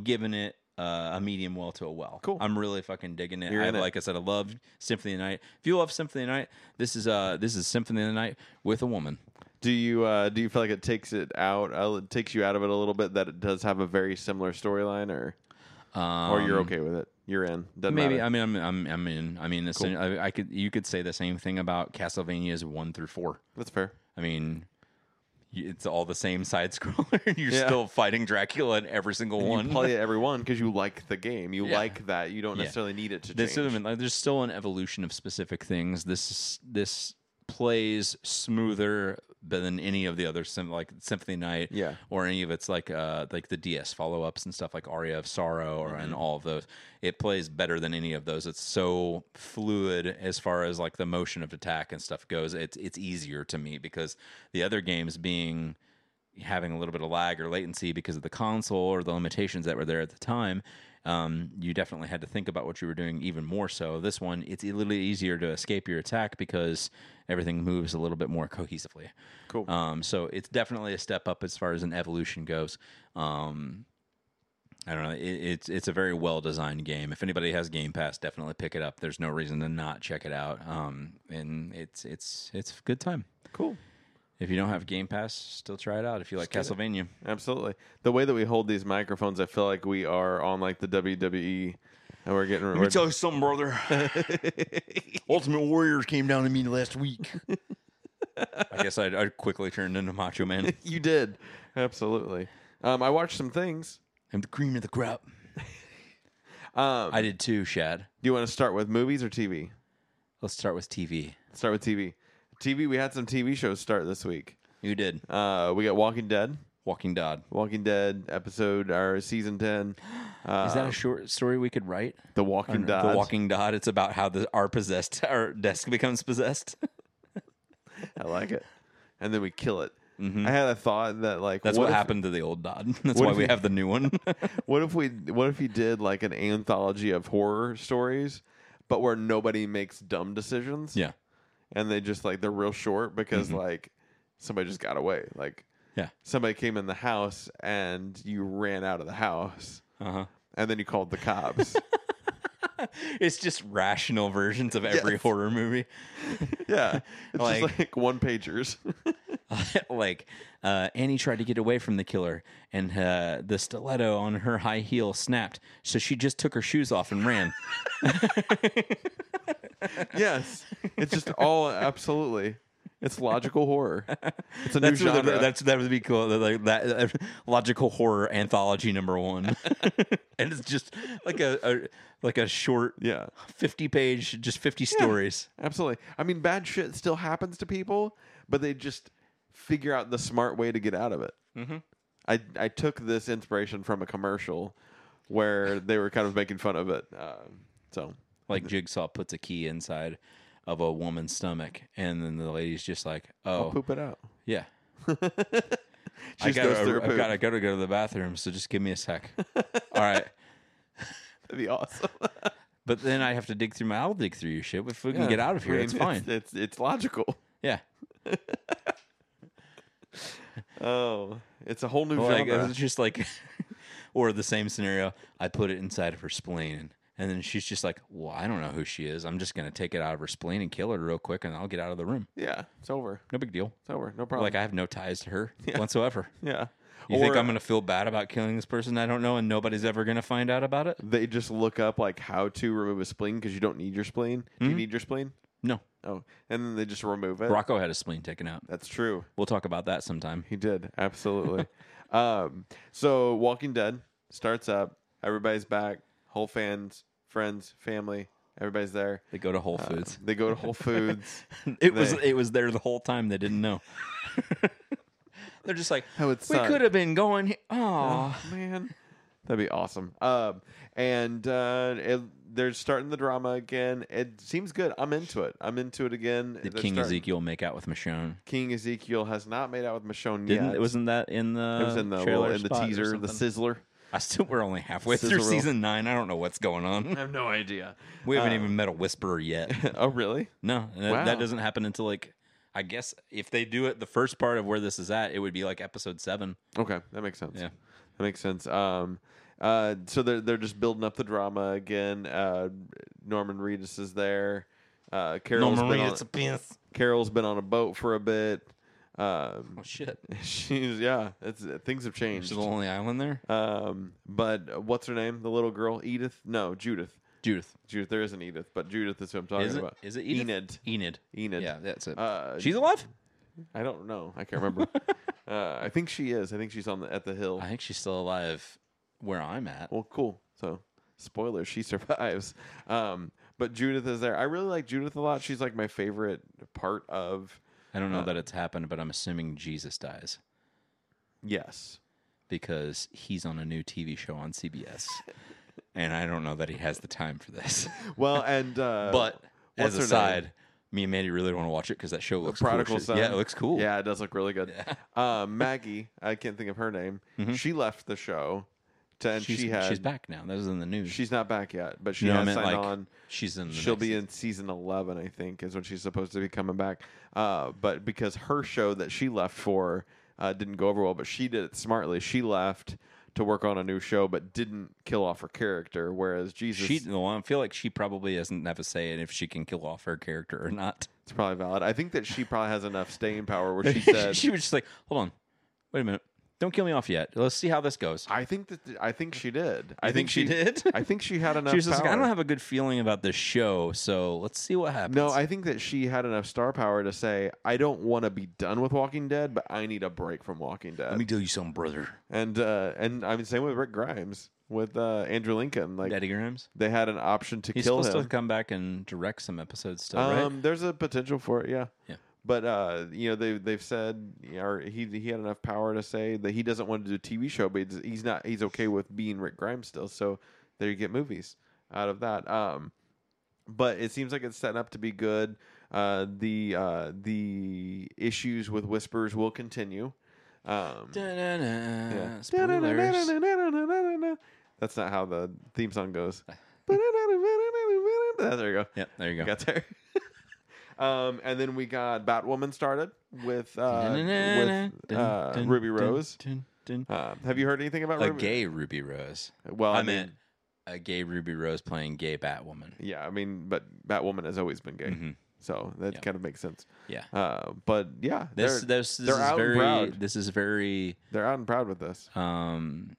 Speaker 1: giving it uh, a medium well to a well.
Speaker 2: Cool.
Speaker 1: I'm really fucking digging it.
Speaker 2: You're
Speaker 1: I,
Speaker 2: in it.
Speaker 1: like I said, I love Symphony of the Night. If you love Symphony of the Night, this is uh this is Symphony of the Night with a woman.
Speaker 2: Do you uh, do you feel like it takes it out? Uh, it takes you out of it a little bit. That it does have a very similar storyline, or
Speaker 1: Um,
Speaker 2: or you're okay with it. You're in. Doesn't
Speaker 1: Maybe
Speaker 2: matter.
Speaker 1: I mean I'm I'm I'm in. I mean this I, I could you could say the same thing about Castlevania's one through four.
Speaker 2: That's fair.
Speaker 1: I mean. y- It's all the same side scroller. You're
Speaker 2: Yeah.
Speaker 1: still fighting Dracula in every single one.
Speaker 2: You play it every one because you like the game. You
Speaker 1: Yeah.
Speaker 2: like that. You don't
Speaker 1: Yeah.
Speaker 2: necessarily need it to
Speaker 1: This
Speaker 2: change.
Speaker 1: isn't like there's still an evolution of specific things. This is- this plays smoother than any of the other sym- like Symphony Night,
Speaker 2: Yeah.
Speaker 1: or any of its like uh like the DS follow ups and stuff like Aria of Sorrow or
Speaker 2: Mm-hmm.
Speaker 1: and all of those. It plays better than any of those. It's so fluid as far as like the motion of attack and stuff goes. It's it's easier to me because the other games being having a little bit of lag or latency because of the console or the limitations that were there at the time, um, you definitely had to think about what you were doing even more so. This one, it's a little easier to escape your attack because everything moves a little bit more cohesively.
Speaker 2: Cool.
Speaker 1: Um, so it's definitely a step up as far as an evolution goes. Um, I don't know. It, it's it's a very well designed game. If anybody has Game Pass, definitely pick it up. There's no reason to not check it out. Um, and it's it's it's a good time.
Speaker 2: cool.
Speaker 1: If you don't have Game Pass, still try it out. If you like Castlevania,
Speaker 2: Absolutely. The way that we hold these microphones, I feel like we are on like the WWE, and we're getting.
Speaker 1: Let
Speaker 2: We're,
Speaker 1: me tell you something, brother. Ultimate Warriors came down to me last week. I guess I, I quickly turned into Macho Man.
Speaker 2: you did. Absolutely. Um, I watched some things.
Speaker 1: I'm the cream of the crop.
Speaker 2: Um,
Speaker 1: I did too, Shad.
Speaker 2: do you want to start with movies or TV?
Speaker 1: Let's start with TV.
Speaker 2: Start with TV. TV. We had some TV shows start this week.
Speaker 1: You did
Speaker 2: Uh, we got Walking Dead.
Speaker 1: Walking Dead.
Speaker 2: Walking Dead episode or season ten. Uh,
Speaker 1: Is that a short story we could write?
Speaker 2: The Walking Dead?
Speaker 1: The Walking Dead. It's about how the our possessed our desk becomes possessed.
Speaker 2: I like it. And then we kill it. I had a thought that like
Speaker 1: Mm-hmm. That's what,
Speaker 2: if-
Speaker 1: happened to the old Dodd. That's
Speaker 2: what
Speaker 1: why
Speaker 2: if
Speaker 1: we
Speaker 2: you-
Speaker 1: have the new one.
Speaker 2: What if we what if you did like an anthology of horror stories, but where nobody makes dumb decisions?
Speaker 1: yeah, Mm-hmm.
Speaker 2: And they just like they're real short because like somebody just got away. Like
Speaker 1: yeah.
Speaker 2: somebody came in the house and you ran out of the house
Speaker 1: Uh huh.
Speaker 2: and then you called the cops.
Speaker 1: it's just rational versions of every horror movie.
Speaker 2: Yeah, it's
Speaker 1: Like-
Speaker 2: just like one pagers.
Speaker 1: like uh, Annie tried to get away from the killer, and uh, the stiletto on her high heel snapped, so she just took her shoes off and ran.
Speaker 2: yes, it's just all absolutely. It's logical horror. It's a
Speaker 1: That's
Speaker 2: new genre.
Speaker 1: that's that would be cool. Like that uh, logical horror anthology number one, and it's just like a, a like a short
Speaker 2: yeah,
Speaker 1: fifty page, just fifty stories.
Speaker 2: absolutely. I mean, bad shit still happens to people, but they just figure out the smart way to get out of it.
Speaker 1: Mm-hmm.
Speaker 2: I I took this inspiration from a commercial where they were kind of making fun of it. Um, so
Speaker 1: Like Jigsaw puts a key inside of a woman's stomach, and then the lady's just like, "Oh,
Speaker 2: poop it out.
Speaker 1: yeah."
Speaker 2: She
Speaker 1: I
Speaker 2: just goes
Speaker 1: gotta,
Speaker 2: through a
Speaker 1: I
Speaker 2: poop.
Speaker 1: gotta, gotta go to the bathroom, so just give me a sec. All right.
Speaker 2: That'd be awesome.
Speaker 1: But then I have to dig through my. I'll dig through your shit. If we can get out of here,
Speaker 2: I mean,
Speaker 1: it's fine.
Speaker 2: It's, it's logical.
Speaker 1: yeah.
Speaker 2: Oh, it's a whole new
Speaker 1: Like
Speaker 2: genre.
Speaker 1: it's just like, or the same scenario. I put it inside of her spleen, and then she's just like, "Well, I don't know who she is. I'm just gonna take it out of her spleen and kill her real quick, and I'll get out of the room.
Speaker 2: yeah, it's over.
Speaker 1: No big deal.
Speaker 2: It's over. No problem.
Speaker 1: Like I have no ties to her whatsoever.
Speaker 2: yeah.
Speaker 1: You think
Speaker 2: Or
Speaker 1: I'm gonna feel bad about killing this person I don't know, and nobody's ever gonna find out about it?
Speaker 2: They just look up like how to remove a spleen because you don't need your spleen. Do
Speaker 1: Hmm?
Speaker 2: you need your spleen?
Speaker 1: No.
Speaker 2: Oh, and then they just remove it.
Speaker 1: Rocco had a spleen taken out.
Speaker 2: That's true.
Speaker 1: We'll talk about that sometime.
Speaker 2: He did absolutely. um, so Walking Dead starts up. Everybody's back. Whole fans, friends, family. Everybody's there.
Speaker 1: They go to Whole Foods.
Speaker 2: They go to Whole Foods.
Speaker 1: It was
Speaker 2: They-
Speaker 1: it was there the whole time. They didn't know. They're just like,
Speaker 2: That would
Speaker 1: we
Speaker 2: suck."
Speaker 1: could have been going. He- Aw.
Speaker 2: Oh man, that'd be awesome. Um, and uh, it, they're starting the drama again. It seems good. I'm into it. I'm into it again.
Speaker 1: did
Speaker 2: They're
Speaker 1: King
Speaker 2: starting-
Speaker 1: Ezekiel make out with Michonne?
Speaker 2: King Ezekiel has not made out with Michonne
Speaker 1: Didn't
Speaker 2: yet.
Speaker 1: wasn't that in the
Speaker 2: It was in the
Speaker 1: trailer
Speaker 2: well, in the
Speaker 1: spot or
Speaker 2: teaser, the
Speaker 1: something?
Speaker 2: sizzler.
Speaker 1: I still we're only halfway through
Speaker 2: sizzle reel.
Speaker 1: season nine. I don't know what's going on.
Speaker 2: I have no idea.
Speaker 1: We haven't even met a whisperer yet.
Speaker 2: oh really?
Speaker 1: No, and that,
Speaker 2: Wow.
Speaker 1: that doesn't happen until like I guess if they do it, the first part of where this is at, it would be like episode seven.
Speaker 2: Okay, that makes sense.
Speaker 1: Yeah.
Speaker 2: that makes sense. Um, uh, so they're they're just building up the drama again. Uh, Norman Reedus is there. Uh, Carol's been on,
Speaker 1: penis.
Speaker 2: Carol's been on a boat for a bit. Um,
Speaker 1: Oh shit!
Speaker 2: she's yeah, it's things have
Speaker 1: She's
Speaker 2: changed.
Speaker 1: the only island there.
Speaker 2: Um, but uh, what's her name? The little girl, Edith? No, Judith.
Speaker 1: Judith.
Speaker 2: Judith. There isn't Edith, but Judith is who I'm talking
Speaker 1: Is it?
Speaker 2: about.
Speaker 1: Is it Edith?
Speaker 2: Enid?
Speaker 1: Enid.
Speaker 2: Enid.
Speaker 1: Yeah, that's it.
Speaker 2: Uh,
Speaker 1: She's alive.
Speaker 2: I don't know. I can't remember. uh, I think she is. I think she's on the, at the hill.
Speaker 1: I think she's still alive where I'm at.
Speaker 2: Well, cool. So, spoiler, she survives. Um, but Judith is there. I really like Judith a lot. She's like my favorite part of.
Speaker 1: I don't know
Speaker 2: Uh,
Speaker 1: that it's happened, but I'm assuming Jesus dies
Speaker 2: Yes.
Speaker 1: because he's on a new TV show on CBS. and I don't know that he has the time for this.
Speaker 2: Well, and uh,
Speaker 1: but
Speaker 2: what's
Speaker 1: as
Speaker 2: her
Speaker 1: a
Speaker 2: name?
Speaker 1: side, me and Mandy really want to watch it because that show looks cool.
Speaker 2: Prodigal
Speaker 1: She's-
Speaker 2: Son.
Speaker 1: Yeah, it looks cool.
Speaker 2: Yeah, it does look really good. Um, Maggie, I can't think of her name. She left the show, to, and
Speaker 1: Mm-hmm. She's,
Speaker 2: she had
Speaker 1: she's back now. That was in the news.
Speaker 2: She's not back yet, but she
Speaker 1: You know, I
Speaker 2: has
Speaker 1: meant,
Speaker 2: signed
Speaker 1: like,
Speaker 2: on.
Speaker 1: she's in the
Speaker 2: She'll
Speaker 1: next
Speaker 2: be
Speaker 1: season.
Speaker 2: in season eleven, I think, is when she's supposed to be coming back. Uh, but because her show that she left for uh, didn't go over well, but she did it smartly. She left to work on a new show, but didn't kill off her character. Whereas Jesus,
Speaker 1: She, well, I feel like she probably doesn't have a say in if she can kill off her character or not.
Speaker 2: it's probably valid. I think that she probably has enough staying power where she said,
Speaker 1: she was just like, hold on, wait a minute, don't kill me off yet. Let's see how this goes.
Speaker 2: "I think that I think she did. I
Speaker 1: think she did?
Speaker 2: I think she had enough.
Speaker 1: She was just like, I
Speaker 2: power."
Speaker 1: don't have a good feeling about this show, so let's see what happens.
Speaker 2: No, I think that she had enough star power to say, I don't want to be done with Walking Dead, but I need a break from Walking Dead.
Speaker 1: let me tell you something, brother.
Speaker 2: and uh, and I mean, same with Rick Grimes with uh, Andrew Lincoln. Like
Speaker 1: Eddie Grimes.
Speaker 2: they had an option to
Speaker 1: He's
Speaker 2: kill
Speaker 1: supposed
Speaker 2: him.
Speaker 1: to come back and direct some episodes still, right?
Speaker 2: Um, there's a potential for it, yeah.
Speaker 1: Yeah.
Speaker 2: But uh, you know, they they've said, or he he had enough power to say that he doesn't want to do a TV show, but he's- he's not he's okay with being Rick Grimes still. So there you get movies out of that. Um, but it seems like it's setting up to be good. Uh, the uh, the issues with whispers will continue. Um,
Speaker 1: Da-na-na.
Speaker 2: yeah.
Speaker 1: Spoilers.
Speaker 2: That's not how the theme song goes. there you go.
Speaker 1: Yep, there you go.
Speaker 2: Got there. um, and then we got Batwoman started with uh, with uh, Ruby Rose. Uh, have you heard anything about
Speaker 1: A
Speaker 2: Ruby?
Speaker 1: gay Ruby Rose.
Speaker 2: Well, Oh, I,
Speaker 1: I
Speaker 2: mean,
Speaker 1: meant a gay Ruby Rose playing gay Batwoman.
Speaker 2: Yeah, I mean, but Batwoman has always been gay, so that
Speaker 1: Yeah.
Speaker 2: kind of makes sense.
Speaker 1: Yeah.
Speaker 2: Uh, but yeah,
Speaker 1: This
Speaker 2: they're,
Speaker 1: this, this
Speaker 2: they're
Speaker 1: is
Speaker 2: out and
Speaker 1: very
Speaker 2: proud.
Speaker 1: this is very
Speaker 2: they're out and proud with this.
Speaker 1: um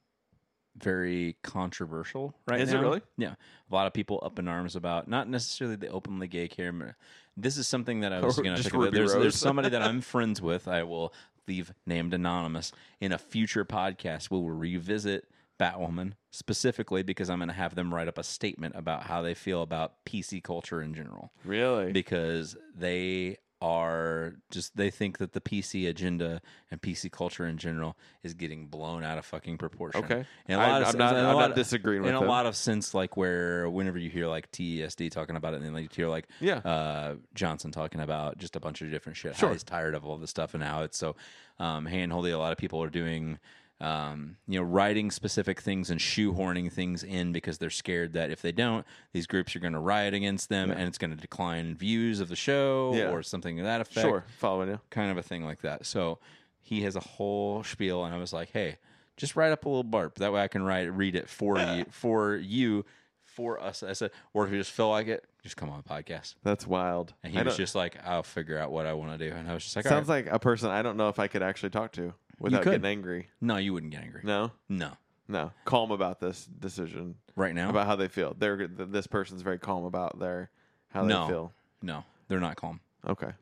Speaker 1: very controversial right
Speaker 2: Is it
Speaker 1: now.
Speaker 2: really?
Speaker 1: Yeah. A lot of people up in arms about not necessarily the openly gay character. This is something that I was
Speaker 2: Or
Speaker 1: going to
Speaker 2: just
Speaker 1: pick up.
Speaker 2: Ruby
Speaker 1: There's,
Speaker 2: Rose.
Speaker 1: there's somebody that I'm friends with. I will leave named anonymous in a future podcast. We'll revisit Batwoman specifically because I'm going to have them write up a statement about how they feel about PC culture in general
Speaker 2: Really?
Speaker 1: because they are just they think that the PC agenda and PC culture in general is getting blown out of fucking proportion.
Speaker 2: Okay.
Speaker 1: and a
Speaker 2: I-
Speaker 1: lot of,
Speaker 2: I'm
Speaker 1: sen-
Speaker 2: not-
Speaker 1: and a
Speaker 2: I'm
Speaker 1: lot
Speaker 2: not
Speaker 1: of-
Speaker 2: disagreeing with
Speaker 1: in a
Speaker 2: them.
Speaker 1: lot of sense, like where whenever you hear like TESD talking about it, and then like, you hear like
Speaker 2: Yeah.
Speaker 1: uh, Johnson talking about just a bunch of different shit.
Speaker 2: Sure.
Speaker 1: How he's tired of all this stuff and how it's so um, hand holdy. A lot of people are doing, um, you know, writing specific things and shoehorning things in because they're scared that if they don't, these groups are going to riot against them and it's going to decline views of the show
Speaker 2: Yeah.
Speaker 1: or something to that effect
Speaker 2: Sure, following you.
Speaker 1: kind of a thing like that. So he has a whole spiel, and I was like, hey, just write up a little barp. That way I can write read it for you for you for us. I said, or if you just feel like it, just come on the podcast.
Speaker 2: That's wild.
Speaker 1: And he
Speaker 2: I
Speaker 1: was
Speaker 2: don't-
Speaker 1: just like, I'll figure out what I want to do. And I was just like, all
Speaker 2: sounds
Speaker 1: right.
Speaker 2: like a person I don't know if I could actually talk to without
Speaker 1: could.
Speaker 2: getting angry.
Speaker 1: no, you wouldn't get angry.
Speaker 2: No,
Speaker 1: No.
Speaker 2: no, calm about this decision
Speaker 1: Right now?
Speaker 2: about how they feel. They're th- this person's very calm about their how
Speaker 1: No.
Speaker 2: they feel.
Speaker 1: no, they're not calm.
Speaker 2: Okay. I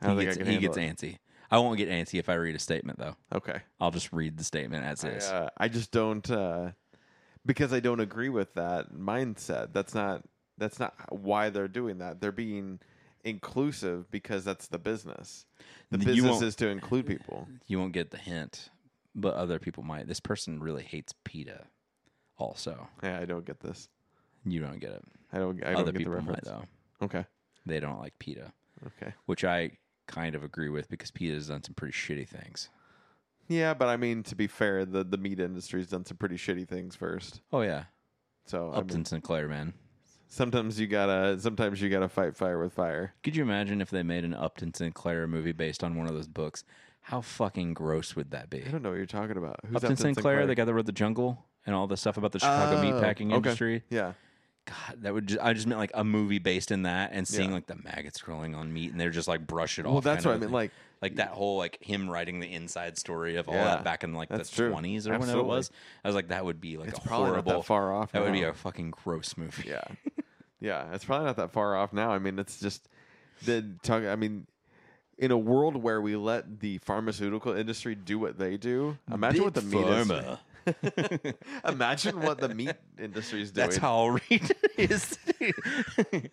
Speaker 1: He
Speaker 2: don't think
Speaker 1: gets,
Speaker 2: I can
Speaker 1: he
Speaker 2: handle
Speaker 1: gets
Speaker 2: it.
Speaker 1: antsy. I won't get antsy if I read a statement, though.
Speaker 2: Okay.
Speaker 1: I'll just read the statement as is.
Speaker 2: I, uh, I just don't uh, because I don't agree with that mindset. That's not that's not why they're doing that. They're being inclusive because that's the business. The
Speaker 1: You
Speaker 2: business
Speaker 1: won't-
Speaker 2: is to include people.
Speaker 1: you won't get the hint, but other people might. This person really hates PETA also.
Speaker 2: Yeah, I don't get this.
Speaker 1: You don't get it.
Speaker 2: I don't. I don't
Speaker 1: Other
Speaker 2: get the
Speaker 1: people might
Speaker 2: reference.
Speaker 1: though.
Speaker 2: Okay.
Speaker 1: They don't like PETA,
Speaker 2: Okay.
Speaker 1: which I kind of agree with because PETA has done some pretty shitty things.
Speaker 2: Yeah, but I mean, to be fair, the the meat industry's done some pretty shitty things first.
Speaker 1: Oh yeah,
Speaker 2: So I
Speaker 1: Upton
Speaker 2: mean,
Speaker 1: Sinclair, man.
Speaker 2: sometimes you gotta sometimes you gotta fight fire with fire.
Speaker 1: Could you imagine if they made an Upton Sinclair movie based on one of those books? How fucking gross would that be?
Speaker 2: I don't know what you're talking about. Who's
Speaker 1: Upton, Sinclair, the guy that wrote The Jungle and all the stuff about the Chicago
Speaker 2: Oh,
Speaker 1: meatpacking
Speaker 2: okay.
Speaker 1: industry.
Speaker 2: Yeah.
Speaker 1: God, Ah, that would just, I just meant like a movie based in that and seeing
Speaker 2: Yeah.
Speaker 1: like the maggots growing on meat and they're just like brush it off.
Speaker 2: Well, that's
Speaker 1: kind of
Speaker 2: what I
Speaker 1: a
Speaker 2: mean.
Speaker 1: thing.
Speaker 2: Like,
Speaker 1: like that whole like him writing the inside story of all
Speaker 2: Yeah,
Speaker 1: that back in like
Speaker 2: that's
Speaker 1: the
Speaker 2: true.
Speaker 1: twenties or whenever it
Speaker 2: Absolutely.
Speaker 1: was. I was like, that would be like
Speaker 2: It's
Speaker 1: a
Speaker 2: probably not that
Speaker 1: horrible
Speaker 2: far off
Speaker 1: That would be
Speaker 2: now.
Speaker 1: a fucking gross movie.
Speaker 2: Yeah. yeah. It's probably not that far off now. I mean, it's just the talk. I mean, in a world where we let the pharmaceutical industry do what they do, imagine what the
Speaker 1: Big
Speaker 2: meat
Speaker 1: Pharma.
Speaker 2: industry. imagine what the meat industry is doing.
Speaker 1: That's how I'll read it is.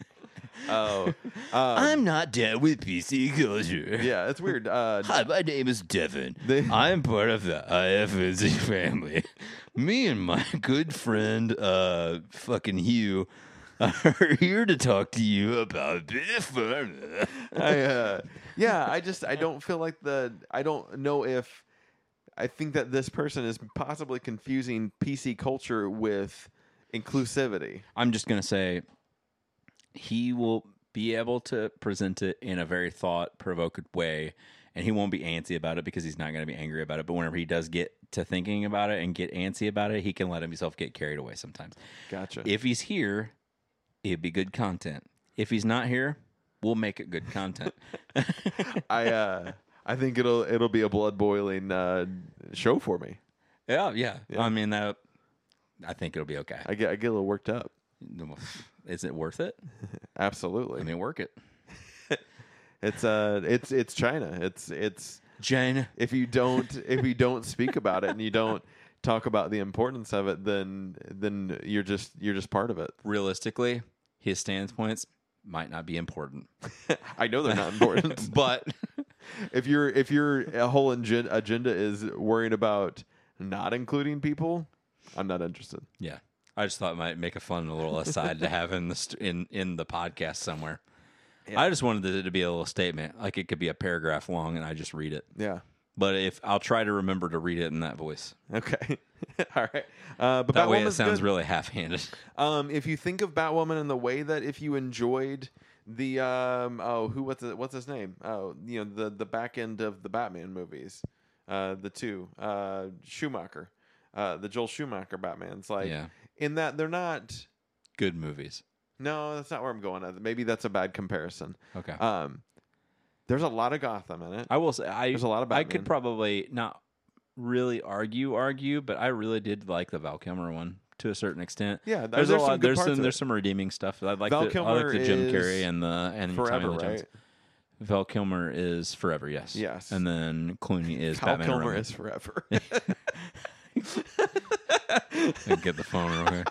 Speaker 2: Oh,
Speaker 1: I'm not dead with PC culture.
Speaker 2: yeah. It's weird. Uh,
Speaker 1: Hi, my name is Devin.
Speaker 2: They-
Speaker 1: I'm part of the IFNC family. Me and my good friend, uh, fucking Hugh, are here to talk to you about Big Pharma.
Speaker 2: I, uh, yeah, I just I don't feel like the I don't know if I think that this person is possibly confusing PC culture with inclusivity.
Speaker 1: I'm just gonna say he will be able to present it in a very thought provoked way and he won't be antsy about it because he's not gonna be angry about it. But whenever he does get to thinking about it and get antsy about it, he can let himself get carried away sometimes.
Speaker 2: Gotcha.
Speaker 1: If he's here, it'd be good content. If he's not here, we'll make it good content.
Speaker 2: I uh, I think it'll it'll be a blood boiling uh, show for me.
Speaker 1: yeah, yeah, I mean that I think it'll be okay.
Speaker 2: I get I get a little worked up.
Speaker 1: Is it worth it?
Speaker 2: Absolutely.
Speaker 1: I mean work it.
Speaker 2: it's uh it's it's China. It's it's
Speaker 1: Jen
Speaker 2: if you don't if you don't speak about it and you don't talk about the importance of it then then you're just you're just part of it.
Speaker 1: realistically, his standpoints might not be important.
Speaker 2: I know they're not important.
Speaker 1: But
Speaker 2: if your if your whole agen- agenda is worrying about not including people, I'm not interested.
Speaker 1: yeah, I just thought it might make a fun little aside to have in the st- in in the podcast somewhere. I just wanted it to be a little statement, like it could be a paragraph long, and I just read it.
Speaker 2: Yeah.
Speaker 1: But if I'll try to remember to read it in that voice,
Speaker 2: Okay. All right. Uh, but
Speaker 1: that way it
Speaker 2: Batwoman's
Speaker 1: sounds
Speaker 2: good.
Speaker 1: really half-handed.
Speaker 2: Um, if you think of Batwoman in the way that if you enjoyed the um oh who what's the, what's his name oh you know the the back end of the Batman movies, uh the two uh Schumacher, uh the Joel Schumacher Batman's like
Speaker 1: Yeah.
Speaker 2: in that they're not.
Speaker 1: Good movies.
Speaker 2: No, that's not where I'm going. Uh, Maybe that's a bad comparison.
Speaker 1: Okay.
Speaker 2: Um, there's a lot of Gotham in it.
Speaker 1: Uh, I will say I
Speaker 2: There's a lot of
Speaker 1: I
Speaker 2: Batman.
Speaker 1: could probably not really argue argue, but I really did like the Val Kilmer one to a certain extent.
Speaker 2: Yeah, th-
Speaker 1: there's,
Speaker 2: there's
Speaker 1: a lot.
Speaker 2: some good
Speaker 1: there's
Speaker 2: parts
Speaker 1: some
Speaker 2: of
Speaker 1: there's
Speaker 2: it.
Speaker 1: some redeeming stuff. I like
Speaker 2: Val
Speaker 1: the I
Speaker 2: Kilmer
Speaker 1: like the Jim
Speaker 2: is
Speaker 1: Carrey and the and
Speaker 2: Forever,
Speaker 1: Tommy Lee Jones.
Speaker 2: right?
Speaker 1: Val Kilmer is forever, yes.
Speaker 2: Yes.
Speaker 1: And then Clooney is
Speaker 2: Val
Speaker 1: Batman.
Speaker 2: Kilmer
Speaker 1: Kilmer
Speaker 2: is forever.
Speaker 1: get the phone real quick.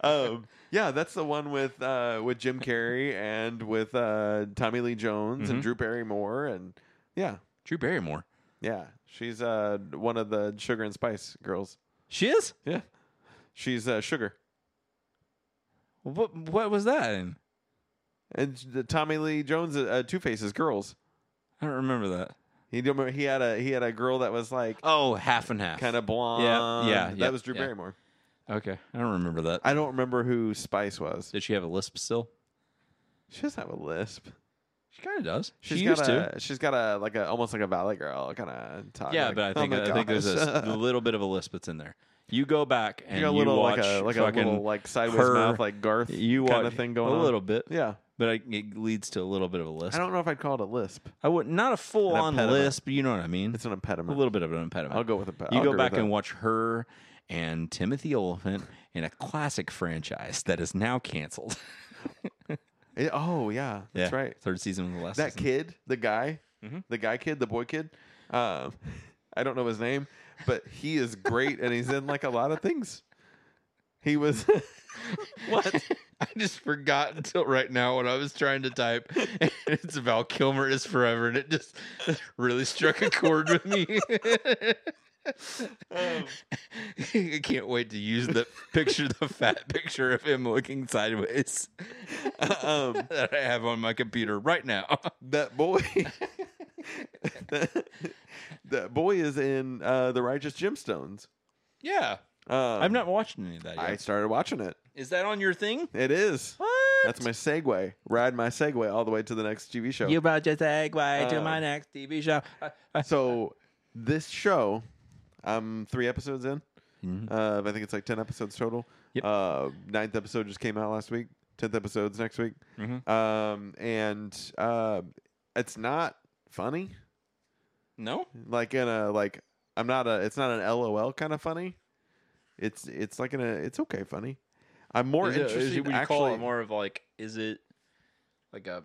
Speaker 2: um, yeah, that's the one with uh, with Jim Carrey and with uh, Tommy Lee Jones
Speaker 1: Mm-hmm.
Speaker 2: and Drew Barrymore and yeah,
Speaker 1: Drew Barrymore.
Speaker 2: yeah, she's uh, one of the Sugar and Spice girls.
Speaker 1: She is.
Speaker 2: Yeah, she's uh, Sugar
Speaker 1: What what was that? in?
Speaker 2: and the Tommy Lee Jones uh, Two Faces girls.
Speaker 1: I don't remember that.
Speaker 2: He do- remember he had a he had a girl that was like
Speaker 1: Oh, half and half.
Speaker 2: kind of blonde.
Speaker 1: yeah,
Speaker 2: that
Speaker 1: yeah,
Speaker 2: was Drew
Speaker 1: yeah.
Speaker 2: Barrymore.
Speaker 1: Okay, I don't remember that.
Speaker 2: I don't remember who Spice was.
Speaker 1: Did she have a lisp still?
Speaker 2: She does have a lisp.
Speaker 1: She kind of does.
Speaker 2: She's
Speaker 1: she
Speaker 2: got
Speaker 1: used to.
Speaker 2: a, She's got a like a almost like a valley girl kind of talk.
Speaker 1: Yeah,
Speaker 2: like,
Speaker 1: but I
Speaker 2: "Oh
Speaker 1: think
Speaker 2: my
Speaker 1: I think there's a s-
Speaker 2: gosh."
Speaker 1: little bit of a lisp that's in there. You go back and you,
Speaker 2: you got a little
Speaker 1: watch
Speaker 2: like a like a
Speaker 1: fucking
Speaker 2: little like sideways
Speaker 1: her-
Speaker 2: mouth like Garth
Speaker 1: you
Speaker 2: kind
Speaker 1: watch-
Speaker 2: of thing going
Speaker 1: a
Speaker 2: on.
Speaker 1: little bit,
Speaker 2: Yeah,
Speaker 1: but I, it leads to a little bit of a lisp.
Speaker 2: I don't know if I'd call it a lisp.
Speaker 1: I would not a full on
Speaker 2: impediment.
Speaker 1: lisp, you know what I mean?
Speaker 2: It's
Speaker 1: It's
Speaker 2: an
Speaker 1: a
Speaker 2: impediment.
Speaker 1: little bit of an impediment.
Speaker 2: I'll go with a.
Speaker 1: You
Speaker 2: I'll
Speaker 1: go
Speaker 2: agree
Speaker 1: back
Speaker 2: with
Speaker 1: and
Speaker 2: that.
Speaker 1: watch her and Timothy Oliphant in a classic franchise that is now canceled.
Speaker 2: It- oh yeah, that's
Speaker 1: Yeah.
Speaker 2: right.
Speaker 1: Third season was the last.
Speaker 2: That
Speaker 1: season.
Speaker 2: kid, the guy,
Speaker 1: Mhm.
Speaker 2: the guy kid, the boy kid. Um, I don't know his name, but he is great, and he's in like a lot of things. He was. what?
Speaker 5: I just forgot until right now what I was trying to type. And it's Val Kilmer is forever, and it just really struck a chord with me.
Speaker 1: Oh.
Speaker 5: I can't wait to use the picture, the fat picture of him looking sideways
Speaker 2: um,
Speaker 5: that I have on my computer right now.
Speaker 2: that boy that boy is in uh the righteous gemstones
Speaker 5: Yeah,
Speaker 2: um,
Speaker 1: I've not watched any of that
Speaker 2: i
Speaker 1: yet.
Speaker 2: started watching it
Speaker 5: is that on your thing?
Speaker 2: it is
Speaker 1: What?
Speaker 2: that's my segue ride my segue all the way to the next tv show
Speaker 1: You about to segue to
Speaker 2: Uh,
Speaker 1: my next TV show.
Speaker 2: so this show i'm three episodes in
Speaker 1: Mhm.
Speaker 2: uh i think it's like 10 episodes total
Speaker 1: Yep.
Speaker 2: uh ninth episode just came out last week 10th episode's next week
Speaker 1: Mhm.
Speaker 2: um and uh it's not funny
Speaker 1: no?
Speaker 2: like in a like I'm not a it's not an LOL kind of funny. It's it's like in a it's okay funny. I'm more
Speaker 1: Is it-
Speaker 2: interested.
Speaker 1: is it- would you
Speaker 2: actually,
Speaker 1: call it more of like is it like a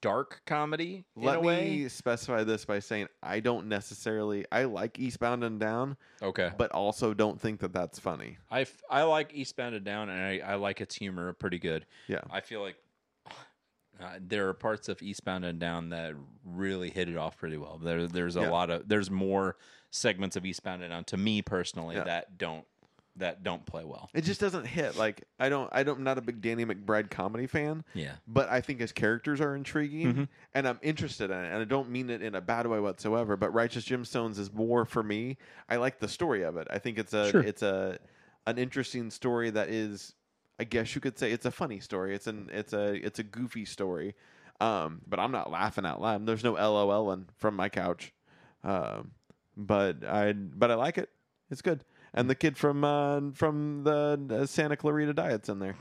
Speaker 1: dark comedy in
Speaker 2: let
Speaker 1: a
Speaker 2: me
Speaker 1: way?
Speaker 2: specify this by saying I don't necessarily I like Eastbound and Down,
Speaker 1: Okay,
Speaker 2: but also don't think that that's funny.
Speaker 1: I, f- I like Eastbound and Down, and I, I like its humor pretty good.
Speaker 2: Yeah.
Speaker 1: I feel like uh, there are parts of Eastbound and Down that really hit it off pretty well. There there's a
Speaker 2: Yeah.
Speaker 1: lot of there's more segments of Eastbound and Down to me personally
Speaker 2: Yeah.
Speaker 1: that don't that don't play well.
Speaker 2: It just doesn't hit. Like I don't I don't I'm not a big Danny McBride comedy fan.
Speaker 1: Yeah, Mm-hmm.
Speaker 2: but I think his characters are intriguing and I'm interested in it. And I don't mean it in a bad way whatsoever, but Righteous Gemstones is more for me. I like the story of it. I think it's a
Speaker 1: Sure.
Speaker 2: it's a an interesting story that is I guess you could say it's a funny story. It's an it's a it's a goofy story. Um, but I'm not laughing out loud. There's no LOL in from my couch. Um, but I but I like it. It's good. And the kid from uh, from the uh, Santa Clarita Diet's in there.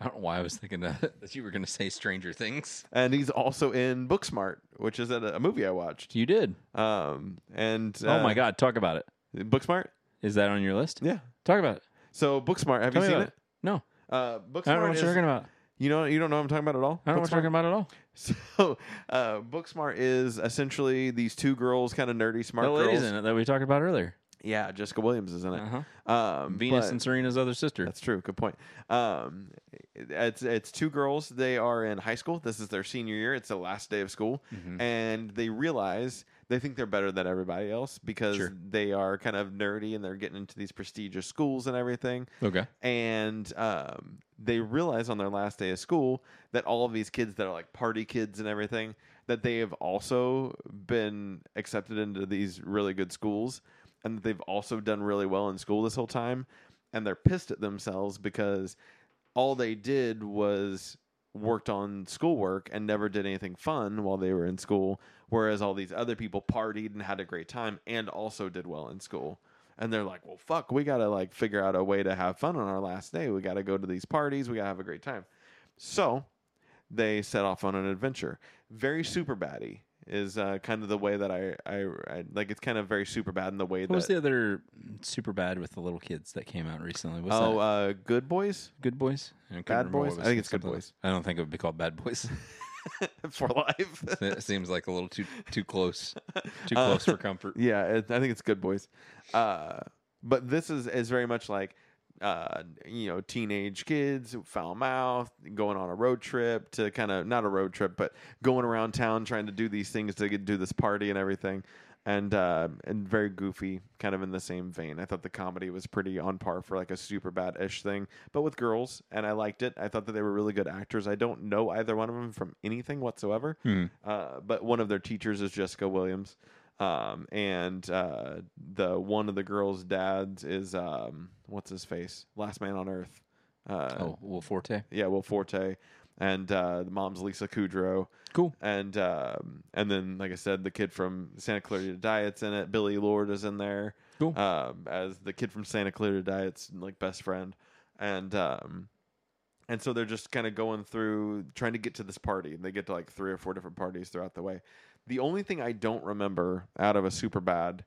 Speaker 1: I don't know why I was thinking that, that you were going to say Stranger Things.
Speaker 2: and he's also in Booksmart, which is a, a movie I watched.
Speaker 1: You did.
Speaker 2: Um, and
Speaker 1: oh my God, talk about it.
Speaker 2: God, Booksmart,
Speaker 1: Is that on your list?
Speaker 2: yeah.
Speaker 1: Talk about it.
Speaker 2: So Booksmart, have
Speaker 1: Tell
Speaker 2: you
Speaker 1: me
Speaker 2: seen
Speaker 1: about
Speaker 2: it?
Speaker 1: it. No,
Speaker 2: Uh, Booksmart
Speaker 1: I don't know what
Speaker 2: is
Speaker 1: you're talking about.
Speaker 2: you know you don't know what I'm talking about at all.
Speaker 1: I don't know what you're talking about at all.
Speaker 2: So uh, Booksmart is essentially these two girls, kind of nerdy smart
Speaker 1: The
Speaker 2: girls.
Speaker 1: lady's in it that we talked about earlier.
Speaker 2: Yeah, Jessica Williams is in it.
Speaker 1: Uh-huh.
Speaker 2: Um,
Speaker 1: Venus
Speaker 2: but-
Speaker 1: and Serena's other sister.
Speaker 2: That's true. Good point. Um, it's it's two girls. They are in high school. This is their senior year. It's the last day of school,
Speaker 1: Mm-hmm.
Speaker 2: and they realize they think they're better than everybody else because
Speaker 1: Sure.
Speaker 2: they are kind of nerdy and they're getting into these prestigious schools and everything.
Speaker 1: Okay.
Speaker 2: And um, they realize on their last day of school that all of these kids that are like party kids and everything that they have also been accepted into these really good schools and that they've also done really well in school this whole time and they're pissed at themselves because all they did was worked on schoolwork and never did anything fun while they were in school whereas all these other people partied and had a great time and also did well in school and they're like, well, fuck, we got to like figure out a way to have fun on our last day. We got to go to these parties. We got to have a great time. So they set off on an adventure. Very super baddie is uh, kind of the way that I, I, I like. It's kind of very super bad in the way
Speaker 1: What was
Speaker 2: that.
Speaker 1: the other super bad with the little kids that came out recently? What's
Speaker 2: Oh,
Speaker 1: that?
Speaker 2: uh, good boys
Speaker 1: Good Boys? I couldn't
Speaker 2: Bad
Speaker 1: remember what
Speaker 2: Boys?
Speaker 1: it
Speaker 2: I
Speaker 1: was.
Speaker 2: think it's Good
Speaker 1: Something-
Speaker 2: Boys.
Speaker 1: I don't think it would be called Bad Boys.
Speaker 2: for life.
Speaker 1: it seems like a little too too close, too close for comfort.
Speaker 2: Uh, Yeah, it, I think it's Good Boys. Uh, but this is is very much like uh, you know teenage kids, foul mouth, going on a road trip to kind of not a road trip, but going around town trying to do these things to get, do this party and everything, and uh, and very goofy, kind of in the same vein. I thought the comedy was pretty on par for like a super bad ish thing, but with girls, and I liked it. I thought that they were really good actors. I don't know either one of them from anything whatsoever, uh, but one of their teachers is Jessica Williams um, and uh, the one of the girls' dads is um, what's his face, Last Man on Earth. Uh,
Speaker 1: Oh, Will Forte.
Speaker 2: yeah, Will Forte, and uh, the mom's Lisa Kudrow.
Speaker 1: Cool.
Speaker 2: And um, and then, like I said, the kid from Santa Clarita Diet's in it. Billy Lord is in there.
Speaker 1: Cool.
Speaker 2: Um, as the kid from Santa Clarita Diet's like best friend, and um, and so they're just kind of going through trying to get to this party, and they get to like three or four different parties throughout the way. The only thing I don't remember out of a super bad.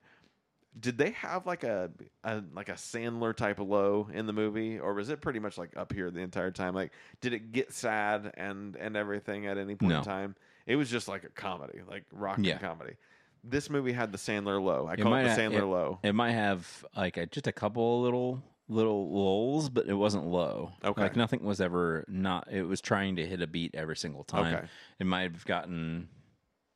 Speaker 2: Did they have like a, a like a Sandler type of low in the movie, or was it pretty much like up here the entire time? Like, did it get sad and and everything at any point
Speaker 1: No.
Speaker 2: in time? It was just like a comedy, like rock and
Speaker 1: Yeah.
Speaker 2: comedy. This movie had the Sandler low. I
Speaker 1: It
Speaker 2: call it
Speaker 1: might
Speaker 2: the
Speaker 1: ha-
Speaker 2: Sandler low.
Speaker 1: It might have like a, just a couple little little lulls, but it wasn't low.
Speaker 2: Okay.
Speaker 1: like nothing was ever not. It was trying to hit a beat every single time.
Speaker 2: Okay.
Speaker 1: It might have gotten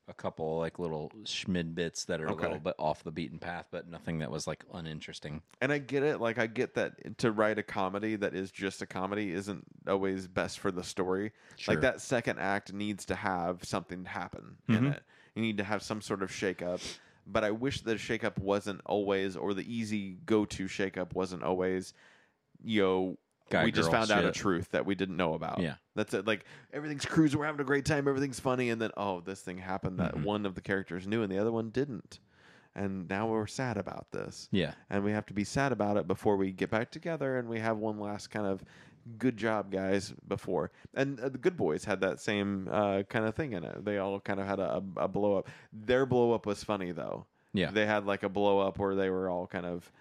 Speaker 1: a couple like little schmid bits that are
Speaker 2: Okay.
Speaker 1: a little bit off the beaten path, but nothing that was like uninteresting.
Speaker 2: And I get it. Like I get that to write a comedy that is just a comedy isn't always best for the story. Like
Speaker 1: Sure.
Speaker 2: that second act needs to have something happen
Speaker 1: Mm-hmm.
Speaker 2: in it. You need to have some sort of shakeup. But I wish the shakeup wasn't always, or the easy go-to shakeup wasn't always, yo.
Speaker 1: Guy,
Speaker 2: we just
Speaker 1: girl
Speaker 2: found out a
Speaker 1: shit.
Speaker 2: truth that we didn't know about.
Speaker 1: Yeah.
Speaker 2: that's it. Like everything's cruising, we're having a great time, everything's funny, and then oh, this thing happened
Speaker 1: Mm-hmm.
Speaker 2: that one of the characters knew and the other one didn't, and now we're sad about this
Speaker 1: Yeah,
Speaker 2: and we have to be sad about it before we get back together and we have one last kind of good job guys before and uh, the good boys had that same uh, kind of thing in it they all kind of had a, a blow up their blow up was funny though
Speaker 1: yeah.
Speaker 2: they had like a blow up where they were all kind of